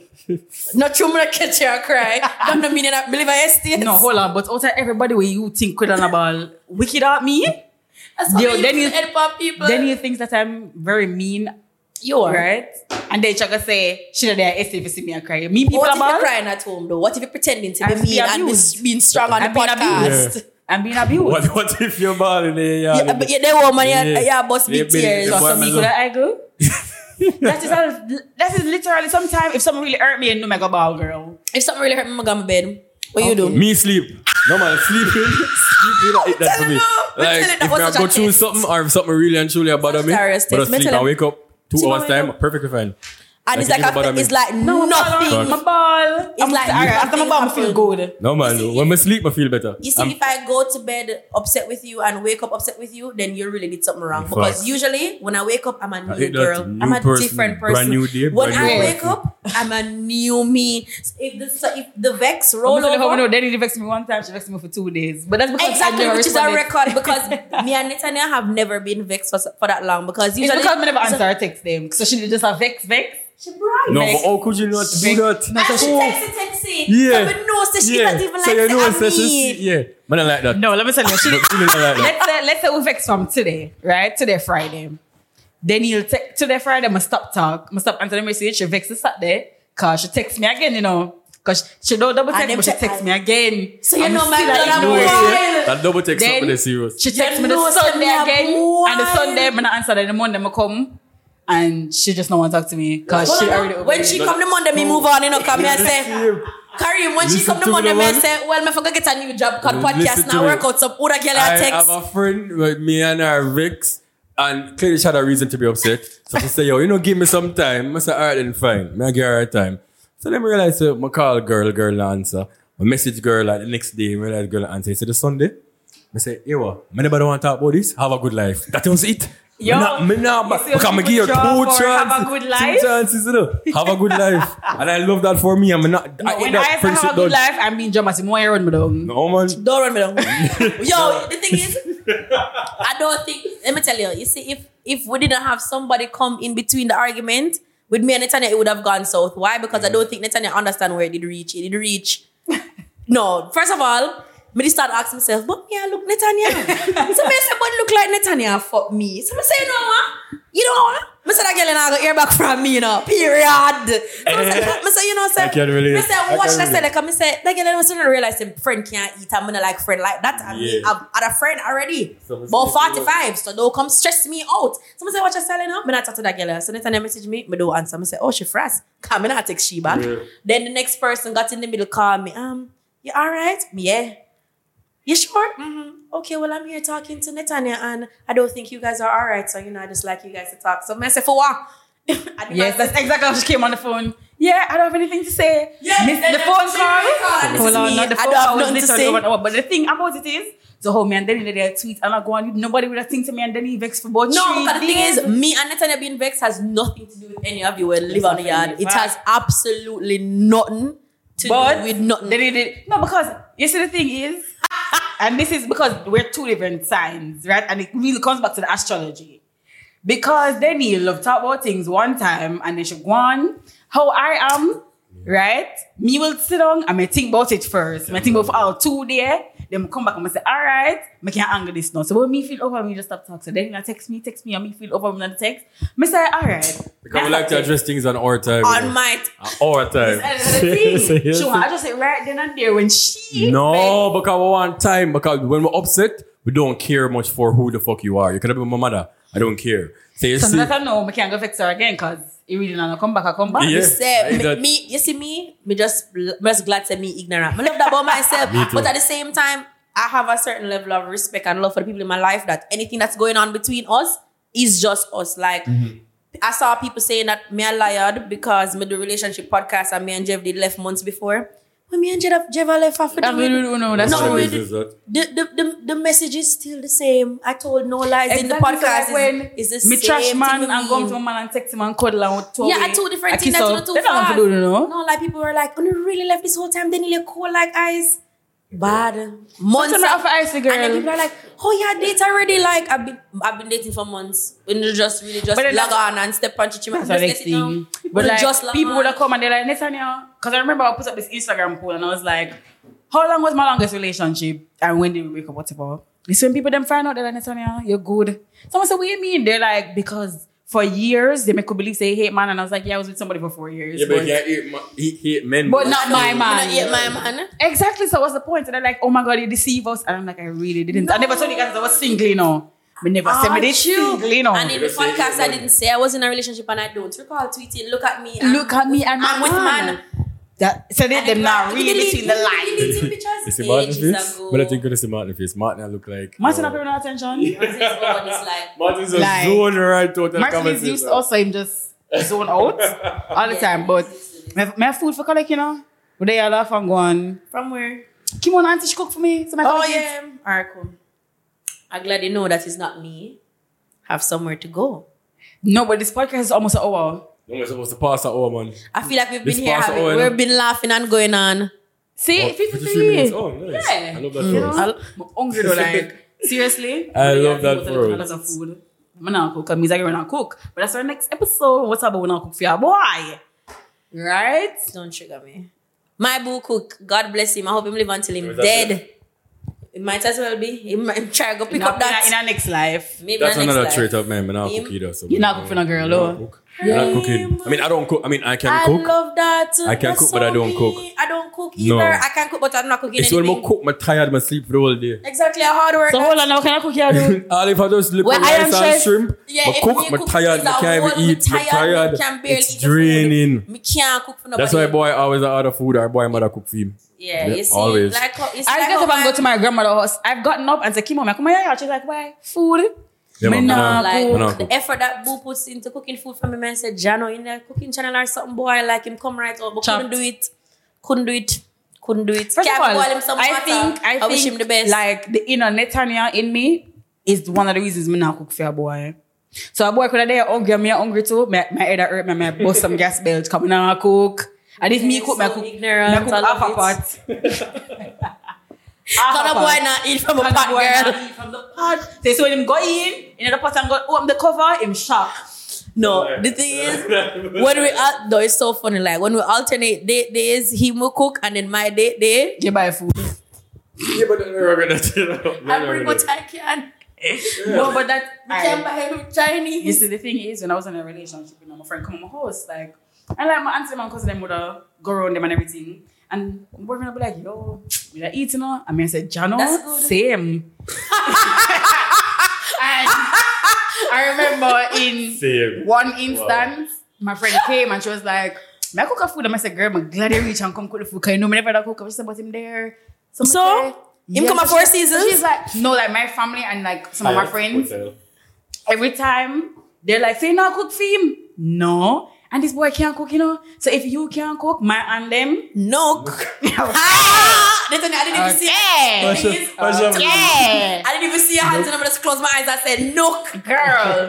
Speaker 2: No true, me not catch you. I cry. Don't know meaning. I believe I STS.
Speaker 1: No, hold on. But out of everybody where you think could on a ball, wicked at me,
Speaker 2: That's what
Speaker 1: Yo,
Speaker 2: you
Speaker 1: then you-
Speaker 2: said about people.
Speaker 1: then you think that I'm very mean,
Speaker 2: you are
Speaker 1: right? And then Chaga say, she not there, if you see me, I cry. Mean people
Speaker 2: what
Speaker 1: a
Speaker 2: if you're
Speaker 1: ball,
Speaker 2: crying at home though? What if you're pretending to be
Speaker 1: And be
Speaker 2: mean and be
Speaker 1: abused.
Speaker 2: being strong on
Speaker 1: And
Speaker 2: the
Speaker 1: being
Speaker 2: podcast?
Speaker 1: abused. I'm being abused.
Speaker 4: What, what if you're balling there? Yeah,
Speaker 2: Yeah, but yeah, that woman, yeah,
Speaker 4: Yeah.
Speaker 2: yeah, boss
Speaker 4: Yeah,
Speaker 2: me
Speaker 4: baby,
Speaker 2: tears.
Speaker 4: the
Speaker 2: or
Speaker 4: boy
Speaker 2: something.
Speaker 1: Some
Speaker 4: man
Speaker 1: people that I go. that is all, that is literally sometimes if something really hurt me, I know I go ball, girl.
Speaker 2: If something really hurt me, I'm going to bed. What you do?
Speaker 4: Me sleep. No man, sleeping. sleeping like that for me.
Speaker 2: telling you, I'm
Speaker 4: Like
Speaker 2: telling you,
Speaker 4: if
Speaker 2: that was
Speaker 4: I
Speaker 2: such
Speaker 4: go
Speaker 2: a
Speaker 4: through
Speaker 2: test.
Speaker 4: something or if something really and truly bother
Speaker 2: Such a
Speaker 4: me, but I
Speaker 2: terrorist test. Me
Speaker 4: sleep
Speaker 2: tell
Speaker 4: and
Speaker 2: you.
Speaker 4: wake up two
Speaker 2: See, man,
Speaker 4: hours time,
Speaker 2: wake
Speaker 4: perfectly fine.
Speaker 2: And it's
Speaker 4: Like,
Speaker 2: like,
Speaker 4: it don't
Speaker 2: a,
Speaker 4: bother
Speaker 2: it's
Speaker 4: me.
Speaker 2: like
Speaker 1: No,
Speaker 2: nothing.
Speaker 1: I'm a ball. I'm
Speaker 2: like
Speaker 1: all right, after my
Speaker 2: nothing
Speaker 1: ball, I feel
Speaker 2: happened.
Speaker 1: good.
Speaker 4: No man,
Speaker 2: see,
Speaker 4: when I sleep, I feel better.
Speaker 2: You see,
Speaker 4: I'm-
Speaker 2: if I go to bed upset with you and wake up upset with you, then you really did something wrong.
Speaker 4: Facts.
Speaker 2: Because usually when I wake up, I'm a new
Speaker 4: hate that.
Speaker 2: girl.
Speaker 4: New
Speaker 2: I'm a
Speaker 4: person,
Speaker 2: different person.
Speaker 4: brand new day,
Speaker 2: when
Speaker 4: brand
Speaker 2: I
Speaker 4: new
Speaker 2: wake
Speaker 4: person.
Speaker 2: up, I'm a new me. So if the so if the vex
Speaker 1: I'm
Speaker 2: roll
Speaker 1: telling you how we know
Speaker 2: over.
Speaker 1: Danny vexed me one time, she vexed me for two days. But that's because
Speaker 2: Exactly,
Speaker 1: I never
Speaker 2: which is a
Speaker 1: responded.
Speaker 2: record because me and Netanya have never been vexed for, for that long because
Speaker 1: It's
Speaker 2: usually
Speaker 1: because I never
Speaker 2: so-
Speaker 1: answer her text them. So she just a vex, vex.
Speaker 2: She bright.
Speaker 4: no,
Speaker 1: Vex.
Speaker 4: but how could you not do that? Oh,
Speaker 1: No,
Speaker 2: And she
Speaker 1: Oh.
Speaker 2: texted texting.
Speaker 4: Yeah.
Speaker 2: So we know so she doesn't even
Speaker 4: so
Speaker 2: like
Speaker 4: you know
Speaker 2: to
Speaker 4: it's such a-
Speaker 2: me.
Speaker 4: Yeah, man, I like that.
Speaker 1: No, let me tell you. She,
Speaker 4: But feeling like that.
Speaker 1: let's say let's say we vex from today, right? Today Friday. Then he'll take today Friday, I'ma stop talk. I'ma stop answering message. She vexes Saturday. Cause she texts me again, you know. Cause she, she don't double
Speaker 2: And
Speaker 1: text,
Speaker 2: then
Speaker 1: but she
Speaker 2: te-
Speaker 1: texts me again.
Speaker 2: So you
Speaker 1: I'm
Speaker 2: know my
Speaker 1: still
Speaker 2: blood
Speaker 1: like,
Speaker 2: and
Speaker 1: no.
Speaker 2: boil.
Speaker 4: That double take
Speaker 1: Then
Speaker 4: something serious.
Speaker 1: she texts me
Speaker 2: know
Speaker 1: the
Speaker 2: it's
Speaker 1: Sunday
Speaker 2: gonna be a
Speaker 1: again. And the
Speaker 2: boil.
Speaker 1: Sunday I'm gonna answer then the Monday I'm gonna come. And she just don't want to talk to me. Cause
Speaker 2: Hold
Speaker 1: she
Speaker 2: on,
Speaker 1: already over
Speaker 2: when
Speaker 1: it.
Speaker 2: she come the Monday, me move on, you know, come here and say,
Speaker 4: Listen
Speaker 2: Karim, when she come
Speaker 4: Listen
Speaker 2: the
Speaker 4: to me,
Speaker 2: Monday, me
Speaker 4: woman.
Speaker 2: say, well, me forgot get a new job because
Speaker 4: Listen
Speaker 2: podcast
Speaker 4: to
Speaker 2: now
Speaker 4: me.
Speaker 2: work out some other girl I
Speaker 4: I have
Speaker 2: text.
Speaker 4: a friend with me and her Vix, and clearly she had a reason to be upset. So she said, Yo, you know, give me some time. I said, All right, then fine. May I give her time? So then I realized, uh, my call girl, girl, no answer. My message girl, like the next day, I realized girl, no answer. He said, It's Sunday. I said, Yo, what? Me never want to talk about this. Have a good life. That was it.
Speaker 1: Yo,
Speaker 4: me not, me not,
Speaker 1: you see
Speaker 4: because I'm
Speaker 1: what
Speaker 4: give her two
Speaker 1: people draw
Speaker 4: chances.
Speaker 1: for have a good life?
Speaker 4: Two chances, you know. Have a good life. and I love that for me. I'm not,
Speaker 1: No,
Speaker 4: I hate
Speaker 1: when
Speaker 4: that
Speaker 1: I say
Speaker 4: friendship
Speaker 1: have a good
Speaker 4: done.
Speaker 1: life, I'm being dramatic. More you run me down.
Speaker 4: No, man.
Speaker 2: Don't run me down. Yo, the thing is, I don't think. Let me tell you. You see, if if we didn't have somebody come in between the argument with me and Netanya, it would have gone south. Why? Because I don't think Netanya understand where it did reach. It did reach. no. First of all, me just start asking myself, "But me, I look Netanya. so me say, "But look like Netanya." Fuck me. So me say, "You know what? You know what?" Me say that girl and I got ear back from me, you know. Period. So me say, me say, you know, say,
Speaker 4: I can relate.
Speaker 2: Me say,
Speaker 4: I
Speaker 2: watch
Speaker 4: can
Speaker 2: that. Say,
Speaker 4: relate.
Speaker 2: like, me say, that girl and I suddenly realize them friend can't eat. I'm gonna like friend like that. I mean,
Speaker 4: Yeah.
Speaker 2: I've had a friend already.
Speaker 4: So me say,
Speaker 2: But
Speaker 4: you know-
Speaker 2: 45, so don't come stress me out. So I say, what you selling up? I talk to that girl. So next time they message me, I don't answer. I say, oh, she frass. Come and I take she back.
Speaker 4: Yeah.
Speaker 2: Then the next person got in the middle, call me. Um, you all right? Me, yeah. You sure? Mm-hmm. Okay, well, I'm here talking to Netanya, and I don't think you guys are all right. So, you know, I just like you guys to talk. So, I say, for what? I
Speaker 1: Yes, that's exactly how she came on the phone. Yeah, I don't have anything to say.
Speaker 2: Yes,
Speaker 1: Miss
Speaker 2: and
Speaker 1: the
Speaker 2: then
Speaker 1: phone
Speaker 2: she
Speaker 1: call.
Speaker 2: recorded
Speaker 1: Hold on,
Speaker 2: me.
Speaker 1: not the
Speaker 2: I
Speaker 1: phone
Speaker 2: don't have
Speaker 1: call. was
Speaker 2: nothing to
Speaker 1: literally
Speaker 2: say.
Speaker 1: over an hour. But the thing about it is, the whole me and Denny did their tweet and I go on. Nobody would have think to me and Denny vexed for both.
Speaker 2: No,
Speaker 1: three
Speaker 2: because the thing
Speaker 1: days.
Speaker 2: is, me and Netanya being vexed has nothing to do with any of you who live on the yard. It has absolutely nothing to
Speaker 1: but
Speaker 2: do with nothing.
Speaker 1: Denny did no because you see the thing is, and this is because we're two different signs, right? And it really comes back to the astrology. Because Denny loved talk about things one time and then she go on how I am, right? Me will sit down and me think about it first. Me think about for all two there. Then me come back and me say, all right, me can't anger this now. So when me feel over, me just stop talking. So then you text me, text me, and me feel over, me not text. Me say, all right.
Speaker 4: Because we like to address things on our time. you know.
Speaker 2: on my
Speaker 4: At our Uh, time.
Speaker 1: And the thing, she want address it right then and there when she
Speaker 4: No, because we want time. Because when we're upset, we don't care much for who the fuck you are. You could have been my mother. I don't care. So you
Speaker 1: So
Speaker 4: see,
Speaker 1: that I know, I can't go fix her again because it really not gonna come back. I come back.
Speaker 4: Yeah.
Speaker 2: You say,
Speaker 4: like
Speaker 2: me,
Speaker 4: that.
Speaker 2: me- you see me, me just, me just glad to me ignorant. I love that about myself,
Speaker 4: Me too.
Speaker 2: but at the same time, I have a certain level of respect and love for the people in my life that anything that's going on between us is just us. Like
Speaker 4: Mm-hmm.
Speaker 2: I saw people saying that me and lied because me do relationship podcast and me and Jeff did left months before. When me and Jeff, Jeff left after
Speaker 1: I really
Speaker 2: the,
Speaker 1: don't know. That's
Speaker 2: No,
Speaker 1: true.
Speaker 2: we
Speaker 4: This is that.
Speaker 2: the, the, the, the message is still the same. I told no lies in the podcast. is, is the
Speaker 1: me
Speaker 2: same
Speaker 1: trash
Speaker 2: thing
Speaker 1: man
Speaker 2: with
Speaker 1: and go
Speaker 2: me.
Speaker 1: up to a man and text him and cuddle and talk.
Speaker 2: Yeah, are two different things that's not too
Speaker 1: They don't want to
Speaker 2: far.
Speaker 1: do, you know.
Speaker 2: No, like people were like, "Oh, you really left this whole time? They nearly cold like ice." Bad months.
Speaker 1: Sometimes I offer
Speaker 2: And
Speaker 1: icy
Speaker 2: then people
Speaker 1: girl.
Speaker 2: are like, "Oh yeah, date already." Like I've been, I've been dating for months. And you just really just
Speaker 1: But then
Speaker 2: log
Speaker 1: that's-
Speaker 2: on and step on chichima.
Speaker 1: That's the next thing. But like, people would have come and they're like, Nathaniel, because I remember I put up this Instagram poll and I was like, how long was my longest relationship? And when did we break up? Whatever. It's when people then find out they're like, Nathaniel, you're good. Someone said, what do you mean? They're like, because for years, they make you believe say, hey, man. And I was like, yeah, I was with somebody for four years.
Speaker 4: Yeah, but
Speaker 1: but-
Speaker 4: he can't hate, ma- he hate men.
Speaker 1: But not my man.
Speaker 2: Yeah, my man.
Speaker 1: Exactly. So what's the point? And they're like, oh my god, you deceive us. And I'm like, I really didn't. I never told you guys I was single, you know. We never said me did single, you know.
Speaker 2: Ah, And in the
Speaker 4: Because they
Speaker 2: podcast, I
Speaker 4: didn't-
Speaker 2: didn't say I was in a relationship, and I don't recall tweeting. Look at me. I'm-
Speaker 1: Look at me and my
Speaker 2: I'm with man.
Speaker 1: That so they them now read between the
Speaker 2: line.
Speaker 1: lines.
Speaker 4: It's
Speaker 2: It's
Speaker 4: a Martin face. But I think it's a Martin face. Martin, I look like.
Speaker 1: Martin
Speaker 4: no.
Speaker 1: not paying no attention.
Speaker 2: like
Speaker 4: Martin's a
Speaker 1: Like-
Speaker 4: zone right total
Speaker 1: Martin is
Speaker 4: conversation.
Speaker 1: used also him just zone out all the
Speaker 2: Yeah.
Speaker 1: time. But my, my food for collect, you know. But they all laugh and go on.
Speaker 2: From where?
Speaker 1: Kimon auntie she cook for me. So my
Speaker 2: Oh
Speaker 1: collect it.
Speaker 2: yeah. Alright, cool. I'm glad you know that it's not me. Have somewhere to go.
Speaker 1: No, but this podcast is almost an hour.
Speaker 4: No, we're supposed to pass that over, man.
Speaker 2: I feel like we've
Speaker 4: This
Speaker 2: been here
Speaker 4: past
Speaker 2: having,
Speaker 4: hour,
Speaker 2: we've been laughing and going on.
Speaker 1: See,
Speaker 4: Oh,
Speaker 1: if you
Speaker 4: 53 minutes. Oh, nice.
Speaker 1: Yeah.
Speaker 4: I love that
Speaker 1: You
Speaker 4: for
Speaker 1: know,
Speaker 4: us.
Speaker 1: I'm hungry though. Like seriously,
Speaker 4: I love that
Speaker 1: Lots
Speaker 4: for us.
Speaker 1: of food. I'm not cook. I'm not gonna cook. But that's our next episode. What's up? We're not cook for your boy, right?
Speaker 2: Don't trigger me. My boo cook. God bless him. I hope him live until him
Speaker 4: Was that
Speaker 2: dead. It might as well be. He might try to go pick
Speaker 1: In our,
Speaker 2: up that.
Speaker 1: in our next life.
Speaker 2: Maybe
Speaker 4: That's
Speaker 2: our next
Speaker 4: another
Speaker 2: life.
Speaker 4: trait of men. But I don't
Speaker 2: Him.
Speaker 4: cook either. So
Speaker 1: You're not cooking a girl, oh.
Speaker 4: You're not cooking. I mean, I don't cook. I mean, I can
Speaker 2: I
Speaker 4: cook.
Speaker 2: love that.
Speaker 4: I can
Speaker 2: That's
Speaker 4: cook, but I
Speaker 2: so
Speaker 4: don't
Speaker 2: me.
Speaker 4: cook.
Speaker 2: I don't cook either.
Speaker 4: No.
Speaker 2: I can cook, but I'm not cooking
Speaker 4: It's when
Speaker 2: anything.
Speaker 4: I cook, I'm tired, I sleep for the whole day.
Speaker 2: Exactly, a hard work.
Speaker 1: So hold on, now can I cook your dude?
Speaker 4: All if I just look
Speaker 2: Well,
Speaker 4: at
Speaker 2: I am
Speaker 4: rice and
Speaker 2: chef.
Speaker 4: shrimp,
Speaker 2: Yeah,
Speaker 4: but
Speaker 2: if
Speaker 4: cook,
Speaker 2: me
Speaker 4: but
Speaker 2: cook
Speaker 4: tired,
Speaker 2: is a
Speaker 4: I can't
Speaker 2: whole-
Speaker 4: even eat,
Speaker 2: me
Speaker 4: but
Speaker 2: tired,
Speaker 4: tired,
Speaker 2: me can barely
Speaker 4: it's
Speaker 2: eat the food.
Speaker 4: draining.
Speaker 2: Me can't cook for nobody.
Speaker 4: That's why boy always order food or boy mother cook for him.
Speaker 2: Yeah,
Speaker 4: Yeah,
Speaker 2: you see,
Speaker 4: always.
Speaker 2: like how- it's
Speaker 1: I
Speaker 2: like
Speaker 1: get
Speaker 2: how
Speaker 1: up and go to my grandmother's house. I've gotten up and said, Kim, I come here. She's like, why? Food.
Speaker 4: Yeah,
Speaker 1: Me
Speaker 4: man, me
Speaker 1: nah
Speaker 4: nah-
Speaker 2: like
Speaker 4: Cook.
Speaker 1: cook.
Speaker 4: No,
Speaker 2: the effort that Boo puts into cooking food for me, man said Jano in the cooking channel or something, boy, like him come right out, but couldn't
Speaker 1: Chopped.
Speaker 2: do it. Couldn't do it. Couldn't do it.
Speaker 1: First
Speaker 2: Can't
Speaker 1: of all,
Speaker 2: boil him some
Speaker 1: I
Speaker 2: water.
Speaker 1: think I, think,
Speaker 2: wish him the best.
Speaker 1: Like the inner Netanya in me is one of the reasons me not cook for a boy. So a boy could have there hungry, and me hungry too. My, my head a hurt, me, me bust some gas belt. Come now cook. And if me
Speaker 2: You're
Speaker 1: cook, me
Speaker 2: so
Speaker 1: cook, me
Speaker 2: ignorant, I
Speaker 1: cook half a
Speaker 2: love
Speaker 1: pot.
Speaker 2: Can a boy not eat from a
Speaker 1: And the
Speaker 2: pot
Speaker 1: boy
Speaker 2: girl?
Speaker 1: not eat From the pot. They saw him go in, another pot and go open the cover, him shocked.
Speaker 2: No, the thing is, when we al- no, it's so funny. Like when we alternate date days, he will cook, and then my date day,
Speaker 1: You buy food.
Speaker 4: yeah, but then we're gonna do it.
Speaker 2: I bring what I can.
Speaker 1: No, but that
Speaker 2: I can buy him Chinese.
Speaker 1: You see, the thing is, when I was in a relationship, you know, my friend come on my house, like, and like my auntie and my cousin, them would uh, go around them and everything. And my boyfriend would be like, yo, we are eating, uh? I mean, I said, Jano,
Speaker 2: That's good.
Speaker 1: same. and I remember in
Speaker 4: Same.
Speaker 1: one instance, my friend came and she was like, May I cook a food? And I said, girl, I'm glad you reach and come cook the food. Because you know, me never cook. I just about him there. So, me
Speaker 2: So?
Speaker 1: say,
Speaker 2: Him come
Speaker 1: so
Speaker 2: a Four
Speaker 1: she- so
Speaker 2: Seasons?
Speaker 1: She's like, no, like my family and like some of my friends every time they're like, say, no, cook for him. No. And this boy can't cook, you know. So if you can't cook, my and them.
Speaker 2: No. Ah! Listen, I didn't even see.
Speaker 1: Okay.
Speaker 2: The thing is,
Speaker 1: Yeah.
Speaker 2: I didn't even see your hands, and I'm just close my eyes. I said, "No."
Speaker 1: Girl.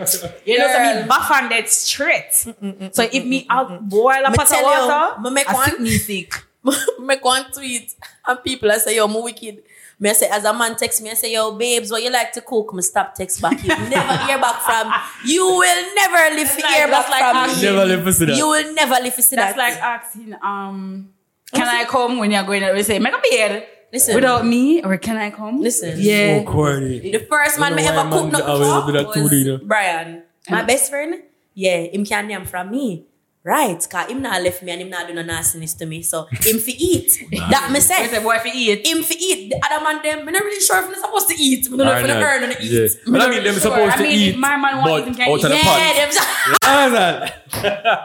Speaker 1: You know, so
Speaker 2: Girl. Mm,
Speaker 1: me baff on that straight. So if me out boil a
Speaker 2: Me
Speaker 1: pot of
Speaker 2: tell you, me
Speaker 1: water,
Speaker 2: make
Speaker 1: I
Speaker 2: one.
Speaker 1: sick me sick.
Speaker 2: make one tweet and people I say, yo, I'm wicked. Me I say, as a man text me, I say, yo, babes, what you like to cook? Me stop text back. You never hear back from. You will never live to
Speaker 1: like-
Speaker 2: hear back
Speaker 1: that's like
Speaker 2: from
Speaker 1: asking-
Speaker 2: me.
Speaker 4: Never live to see that.
Speaker 2: You will never live to see
Speaker 1: That's
Speaker 2: that.
Speaker 1: like asking, um, can I come when you're going out? We say, make a bed.
Speaker 2: Listen.
Speaker 1: Without me, or can I come?
Speaker 2: Listen.
Speaker 1: Yeah.
Speaker 4: So corny.
Speaker 2: the first man
Speaker 4: You
Speaker 2: me
Speaker 4: know why
Speaker 2: ever
Speaker 4: man
Speaker 2: cooked nothing
Speaker 4: always do that
Speaker 2: for
Speaker 4: to
Speaker 2: was
Speaker 4: leader?
Speaker 2: Brian, my best friend. Yeah, him can name from me. Right, cause him not left me and him not do no nastiness to me. So him fi eat. that me
Speaker 1: We say,
Speaker 2: say.
Speaker 1: boy, if you eat.
Speaker 2: Him fi eat. The other man them, me not really sure if me supposed to eat. Me don't know if me
Speaker 4: Arnold.
Speaker 2: earn or
Speaker 4: Yeah.
Speaker 2: eat.
Speaker 4: But I mean, them
Speaker 1: Sure.
Speaker 4: supposed
Speaker 1: I
Speaker 4: to
Speaker 1: mean,
Speaker 4: eat.
Speaker 1: if my man want
Speaker 4: but
Speaker 1: eat, him can
Speaker 4: out
Speaker 1: eat.
Speaker 4: of the pot.
Speaker 2: Yeah, them.
Speaker 4: Arnold.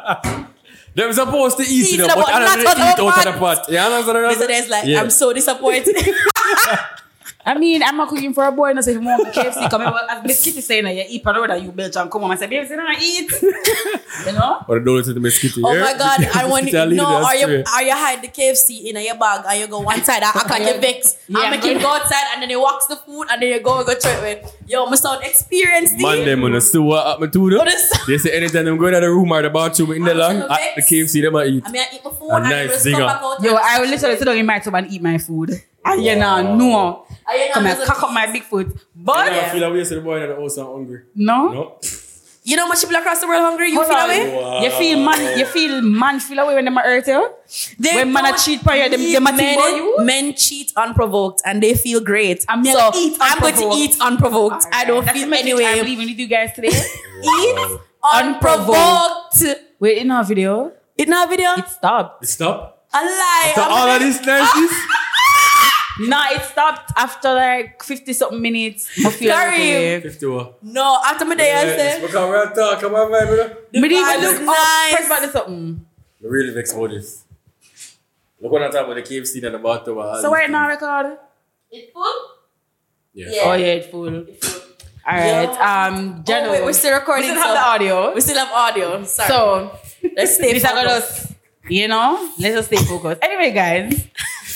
Speaker 4: Them supposed to eat,
Speaker 2: Eat
Speaker 4: you know,
Speaker 2: the
Speaker 4: but
Speaker 2: pot,
Speaker 4: I
Speaker 2: not
Speaker 4: don't eat
Speaker 2: out
Speaker 4: out
Speaker 2: the
Speaker 4: of the pot. Yeah, I know.
Speaker 2: So there's like,
Speaker 4: Yeah.
Speaker 2: I'm so disappointed.
Speaker 1: I mean, I'm not cooking for a boy, and I say, if you want KFC, come over. As Miss Kitty saying, that you eat paroda, you belch and come home. I say, baby, say, no, I eat. You know?
Speaker 4: But I don't listen to me skitty.
Speaker 2: oh my god, I want
Speaker 4: to
Speaker 2: to know are you are you hide the KFC in your bag and you go one side and I can get vexed.
Speaker 1: Yeah,
Speaker 2: I make him
Speaker 1: good.
Speaker 2: go outside and then he walks the food and then you go and go through it with yo, my sound experienced it.
Speaker 4: Man, them gonna see what happened to them.
Speaker 2: What is- Ah,
Speaker 4: They say anytime them going to the room or the bathroom in Ah, the
Speaker 2: I'm
Speaker 4: long,
Speaker 2: so
Speaker 4: at the
Speaker 2: vexed.
Speaker 4: KFC, them I eat.
Speaker 2: I mean I eat my food
Speaker 4: A
Speaker 2: and then
Speaker 4: nice
Speaker 2: nice come
Speaker 4: zinger.
Speaker 2: back out.
Speaker 1: Yo,
Speaker 2: and-
Speaker 1: I will literally sit down in my tub and eat my food. And you know,
Speaker 4: Wow.
Speaker 1: no.
Speaker 2: And you know,
Speaker 1: Come here,
Speaker 2: there's a-
Speaker 1: cock up my big foot. But,
Speaker 2: Yeah.
Speaker 4: that way, so the boy in the house and hungry.
Speaker 1: no.
Speaker 4: No?
Speaker 2: You know much people across the world hungry, you
Speaker 1: Hold
Speaker 2: feel
Speaker 1: on.
Speaker 2: away?
Speaker 4: Wow.
Speaker 1: You feel man, you feel man feel away when them are hurt you. When man a cheat for you, them- them a think about you.
Speaker 2: men, men cheat unprovoked and they feel great.
Speaker 1: And me
Speaker 2: so
Speaker 1: eat
Speaker 2: I'm going to
Speaker 1: unprovoked.
Speaker 2: eat unprovoked. I don't
Speaker 1: That's
Speaker 2: feel
Speaker 1: the message
Speaker 2: anyway.
Speaker 1: I'm leaving with you guys today.
Speaker 2: eat
Speaker 1: Unprovoked.
Speaker 2: unprovoked.
Speaker 1: Wait, in our video,
Speaker 2: In our video,
Speaker 1: it stopped.
Speaker 4: Stop.
Speaker 2: a lie.
Speaker 4: After
Speaker 2: I'm Ah!
Speaker 4: all
Speaker 2: like-
Speaker 4: of these nurses.
Speaker 1: No, it stopped after like 50 something minutes. I feel
Speaker 2: Karim.
Speaker 1: okay.
Speaker 4: 51.
Speaker 2: No, after my
Speaker 4: Eh,
Speaker 2: day, I said,
Speaker 4: Come on, talk. Come on, man.
Speaker 1: Me didn't
Speaker 2: vibe
Speaker 1: even
Speaker 2: is
Speaker 1: look
Speaker 2: nice.
Speaker 1: up. Press back to something.
Speaker 4: The real vex about this. Look what I talk about the KFC and the bathroom. and all
Speaker 1: So
Speaker 4: these
Speaker 1: why it
Speaker 4: things.
Speaker 1: not record?
Speaker 2: It full?
Speaker 4: Yeah.
Speaker 1: Oh
Speaker 2: Yeah.
Speaker 1: yeah, it's full. All right. Um, Jano,
Speaker 2: Oh, wait, we're still
Speaker 1: we
Speaker 2: recording.
Speaker 1: still have the audio.
Speaker 2: We still have audio. Sorry.
Speaker 1: So
Speaker 2: let's stay
Speaker 1: this are gonna,
Speaker 2: focused.
Speaker 1: you know, let us stay focused. Anyway, guys,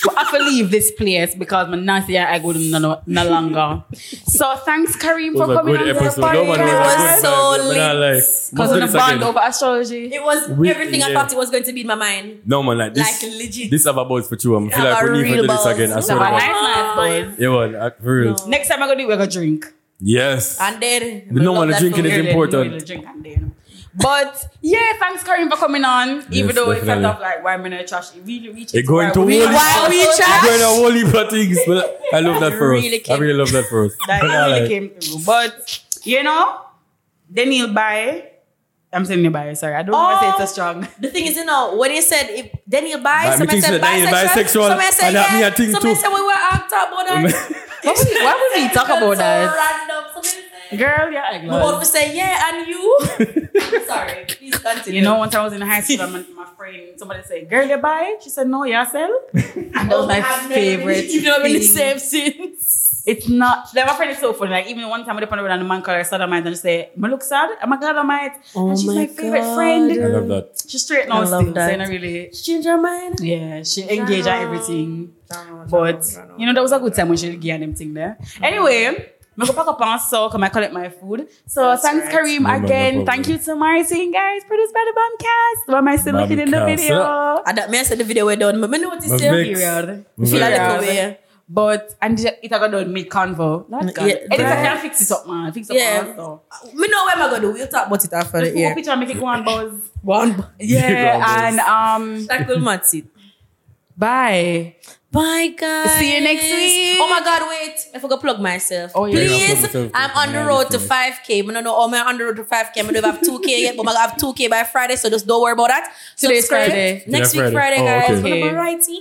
Speaker 1: we have to leave this place because my nasty I go no, no, no longer. So thanks, Kareem,
Speaker 4: It
Speaker 1: for
Speaker 4: was a
Speaker 1: coming
Speaker 4: good
Speaker 1: on
Speaker 4: episode.
Speaker 1: the
Speaker 4: No man
Speaker 2: It
Speaker 1: podcast.
Speaker 2: was
Speaker 4: was a good
Speaker 2: so
Speaker 4: vibe, but I
Speaker 2: lit.
Speaker 4: like.
Speaker 1: Because
Speaker 4: Must
Speaker 1: on
Speaker 4: do
Speaker 1: the
Speaker 4: this
Speaker 1: band
Speaker 4: again.
Speaker 1: over astrology.
Speaker 2: It was
Speaker 4: We-
Speaker 2: everything I
Speaker 4: yeah.
Speaker 2: thought it was going to be in my mind.
Speaker 4: No man, like this.
Speaker 2: Like, legit.
Speaker 4: This have about for you. I feel
Speaker 2: Have
Speaker 4: like
Speaker 2: a
Speaker 4: we need to
Speaker 2: real
Speaker 4: do this
Speaker 2: balls.
Speaker 4: again. I
Speaker 2: Have
Speaker 4: swear
Speaker 1: So
Speaker 4: to
Speaker 2: a
Speaker 1: nice,
Speaker 4: God.
Speaker 2: balls.
Speaker 1: nice boys.
Speaker 4: Yeah, man, I- for real.
Speaker 2: No.
Speaker 1: Next time I'm gonna do, we're gonna drink.
Speaker 4: Yes.
Speaker 2: And then
Speaker 4: The no
Speaker 2: love
Speaker 4: one
Speaker 2: that
Speaker 4: drinking
Speaker 2: for
Speaker 4: is
Speaker 2: me.
Speaker 1: Yeah,
Speaker 4: important.
Speaker 1: yeah, we'll drink and then. But yeah, thanks Karim for coming on. Even though it felt
Speaker 4: definitely.
Speaker 1: off like why men are trash, it really reached.
Speaker 4: It going to
Speaker 1: where we-
Speaker 4: holy
Speaker 2: Why we trash?
Speaker 4: Going on holy for things. But I love that for
Speaker 2: Really
Speaker 4: us. I
Speaker 2: came-
Speaker 4: really love that for us.
Speaker 1: That
Speaker 4: But I
Speaker 1: really
Speaker 4: like-
Speaker 1: came through. But you know, Daniel Bay. I'm saying Bay, sorry. I don't want to say it's so strong.
Speaker 2: The thing is, you know, when he said if Daniel bi,
Speaker 4: But me
Speaker 2: somebody
Speaker 4: think
Speaker 2: said
Speaker 4: so, Daniel
Speaker 2: bisexual,
Speaker 4: bisexual,
Speaker 2: somebody said
Speaker 4: and that me
Speaker 2: yeah,
Speaker 4: a thing
Speaker 2: somebody
Speaker 4: too.
Speaker 2: said we were out about that.
Speaker 1: Why would, we- why would we talk about
Speaker 2: So
Speaker 1: that?
Speaker 2: random. Somebody said-
Speaker 1: Girl, yeah, I
Speaker 2: We both
Speaker 1: glad.
Speaker 2: say yeah, and you. Sorry, please continue.
Speaker 1: You know, once I was in high school, and my, my friend, somebody said, Girl, you bi? She said, No, yourself. And that was my
Speaker 2: I've never
Speaker 1: favorite.
Speaker 2: Been, you've never been the
Speaker 1: thing.
Speaker 2: same since.
Speaker 1: It's not. Like my friend is so funny. Like even one time with the with a man called her sodomite and she said, "Me look sad. I'm a sodomite." and she's Oh my, favorite
Speaker 4: I
Speaker 1: friend.
Speaker 4: love that.
Speaker 1: She's straight now.
Speaker 2: I love
Speaker 1: still, so
Speaker 2: that.
Speaker 1: you know, really.
Speaker 2: Change your mind.
Speaker 1: Yeah, she engaged at everything. But
Speaker 2: But
Speaker 1: you know that was a good time when she gave and them thing there. Anyway. I'm gonna pack up on so come I collect my food. So
Speaker 2: That's
Speaker 1: thanks
Speaker 2: right.
Speaker 1: Kareem
Speaker 4: No, man, no
Speaker 1: again.
Speaker 4: problem.
Speaker 1: Thank you to Martin, guys. Produced by the Bombcast. Why am I still looking in the
Speaker 4: Bombcast.
Speaker 1: video?
Speaker 2: I that man said the video were done. But me notice
Speaker 4: But
Speaker 2: there.
Speaker 4: make-
Speaker 1: Period.
Speaker 4: Mix.
Speaker 2: Feel like
Speaker 1: Period.
Speaker 2: way.
Speaker 1: But and it I got done mid convo. Lord God.
Speaker 2: Yeah.
Speaker 1: And if I can't fix it up, man. Fix it
Speaker 2: Yeah.
Speaker 1: up. So.
Speaker 2: Me know what I'm gonna do. We'll talk about it after
Speaker 1: Just
Speaker 2: the
Speaker 1: yeah.
Speaker 2: year.
Speaker 1: picture and make it go on buzz.
Speaker 2: One
Speaker 1: Yeah, and
Speaker 4: Buzz.
Speaker 1: um
Speaker 2: tackle match it.
Speaker 1: bye.
Speaker 2: Bye guys.
Speaker 1: See you next week.
Speaker 2: Oh my god, wait. I forgot to plug myself.
Speaker 1: Oh, yeah.
Speaker 4: Yeah,
Speaker 2: Please.
Speaker 4: plug yourself.
Speaker 2: I'm on the
Speaker 4: Yeah,
Speaker 2: road to
Speaker 4: definitely.
Speaker 2: 5K. I don't know. Oh man, on the road to 5K. I don't even have 2K yet, but I have 2K by Friday, so just don't worry about that.
Speaker 1: Today's
Speaker 2: Subscribe.
Speaker 1: Friday.
Speaker 2: Next
Speaker 4: Yeah,
Speaker 2: week Friday,
Speaker 4: Friday. Oh,
Speaker 2: guys.
Speaker 4: okay.
Speaker 2: When I'm alrighty.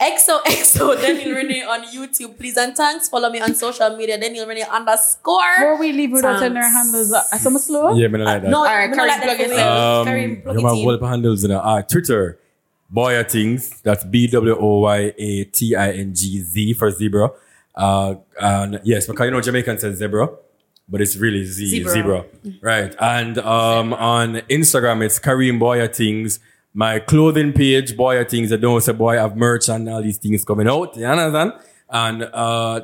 Speaker 2: XOXO Daniel Renee on YouTube, please and thanks. Follow me on social media, Daniel Renee
Speaker 1: Before
Speaker 2: underscore.
Speaker 1: we leave without telling our handles, uh, some slow.
Speaker 4: Yeah, man, I like that.
Speaker 2: No,
Speaker 1: All right,
Speaker 2: me
Speaker 1: Karim,
Speaker 2: not like that
Speaker 1: plug
Speaker 2: for
Speaker 1: it
Speaker 2: me.
Speaker 1: in.
Speaker 4: Um,
Speaker 2: Karim, plug
Speaker 4: you
Speaker 2: it
Speaker 4: have
Speaker 2: in.
Speaker 4: what handles in uh, ah, Twitter, Boya Things. That's B W O Y A T I N G Z for zebra. Uh, and yes, because you know Jamaican says zebra, but it's really Z
Speaker 1: Zebra. Mm-hmm.
Speaker 4: zebra, right? And um, on Instagram, it's Karim Boya Things. My clothing page, Boya Things. I don't say boy, I have merch and all these things coming out. You understand? And uh,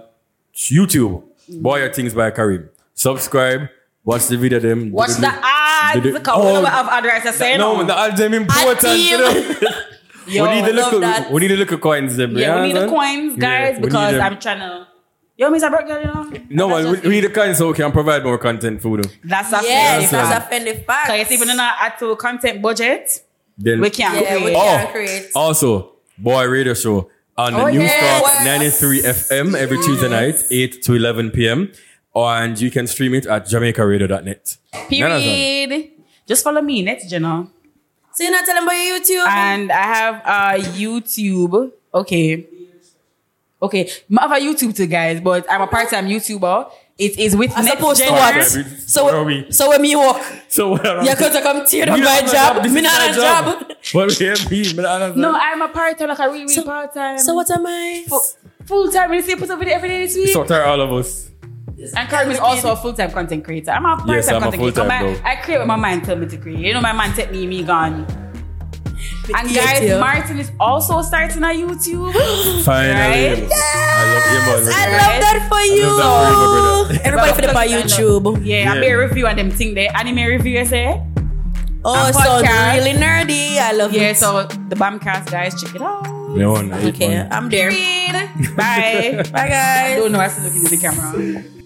Speaker 4: YouTube,
Speaker 1: Mm-hmm.
Speaker 4: Boya Things by Karim. Subscribe. Watch the video. Them
Speaker 1: Watch the ads.
Speaker 4: Do the-
Speaker 1: Because we
Speaker 4: Oh,
Speaker 1: don't have address to say
Speaker 4: no, the ads them important.
Speaker 2: Auntie.
Speaker 4: You know?
Speaker 1: Yo,
Speaker 4: we need
Speaker 2: I
Speaker 4: the
Speaker 2: love that.
Speaker 4: little, we need the little coins them.
Speaker 1: Yeah,
Speaker 4: yeah,
Speaker 1: we need the
Speaker 4: man?
Speaker 1: coins, guys,
Speaker 4: Yeah, we
Speaker 1: because
Speaker 4: need them.
Speaker 1: I'm trying to. Yo, Miss Brock, girl, you know?
Speaker 4: No, man, we, we need the coins so we can provide more content for them.
Speaker 1: That's a
Speaker 2: Yes,
Speaker 4: Yeah,
Speaker 2: that's a friendly fact.
Speaker 1: So you see, even in our actual content budget,
Speaker 4: Then
Speaker 1: we can
Speaker 2: Yeah,
Speaker 4: Oh,
Speaker 2: we
Speaker 1: create.
Speaker 2: can create.
Speaker 4: also, boy radio show on the
Speaker 1: Oh,
Speaker 4: New
Speaker 1: yes.
Speaker 4: Talk 93 FM every Tuesday night, 8 to 11 p.m. And you can stream it at jamaicaradio.net.
Speaker 1: Period. Just follow me, next Jenna.
Speaker 2: So you're not telling about your YouTube?
Speaker 1: And I have a YouTube. Okay. Okay. I have a YouTube too, guys, but I'm a part-time YouTuber. It is with
Speaker 2: I'm
Speaker 1: Next
Speaker 2: supposed to
Speaker 1: Gen.
Speaker 2: watch.
Speaker 4: Yeah, we-
Speaker 2: So,
Speaker 4: where are we?
Speaker 2: so when me walk,
Speaker 4: So what are
Speaker 2: you're going to come tear up my
Speaker 4: You don't have a
Speaker 2: job.
Speaker 4: This
Speaker 2: Me
Speaker 4: is
Speaker 2: not
Speaker 4: my
Speaker 2: a job.
Speaker 4: What we have been, me not have a
Speaker 1: No,
Speaker 4: job.
Speaker 1: I'm a part-time, like a really, really
Speaker 2: So-
Speaker 1: part-time.
Speaker 2: So what am I?
Speaker 1: Full-time, really see, put up with it every day this week.
Speaker 4: So tired all of us.
Speaker 1: And Karim is also a full-time content creator. I'm a part-time
Speaker 4: Yes, I'm a
Speaker 1: content creator.
Speaker 4: full-time,
Speaker 1: My,
Speaker 4: though.
Speaker 1: I create what my mind tell me to create. You know, my mind take me, me gone. And
Speaker 2: Yeah,
Speaker 1: guys,
Speaker 2: yeah.
Speaker 1: Martin is also starting a YouTube.
Speaker 4: Finally.
Speaker 1: Right?
Speaker 4: I love you, man.
Speaker 2: I love that for you.
Speaker 4: love that for you, my brother.
Speaker 2: Everybody for the by YouTube.
Speaker 1: Yeah, I
Speaker 4: Yeah.
Speaker 1: made a review on them thing there. Anime review, I say.
Speaker 2: Oh,
Speaker 1: And
Speaker 2: so
Speaker 1: podcast.
Speaker 2: really nerdy. I love
Speaker 1: Yeah,
Speaker 2: it.
Speaker 1: so the Bombcast guys, check it out.
Speaker 4: Yeah, one, eight,
Speaker 2: okay,
Speaker 4: one.
Speaker 2: I'm there.
Speaker 1: Bye.
Speaker 2: Bye guys.
Speaker 1: Don't know, I still looking at the camera.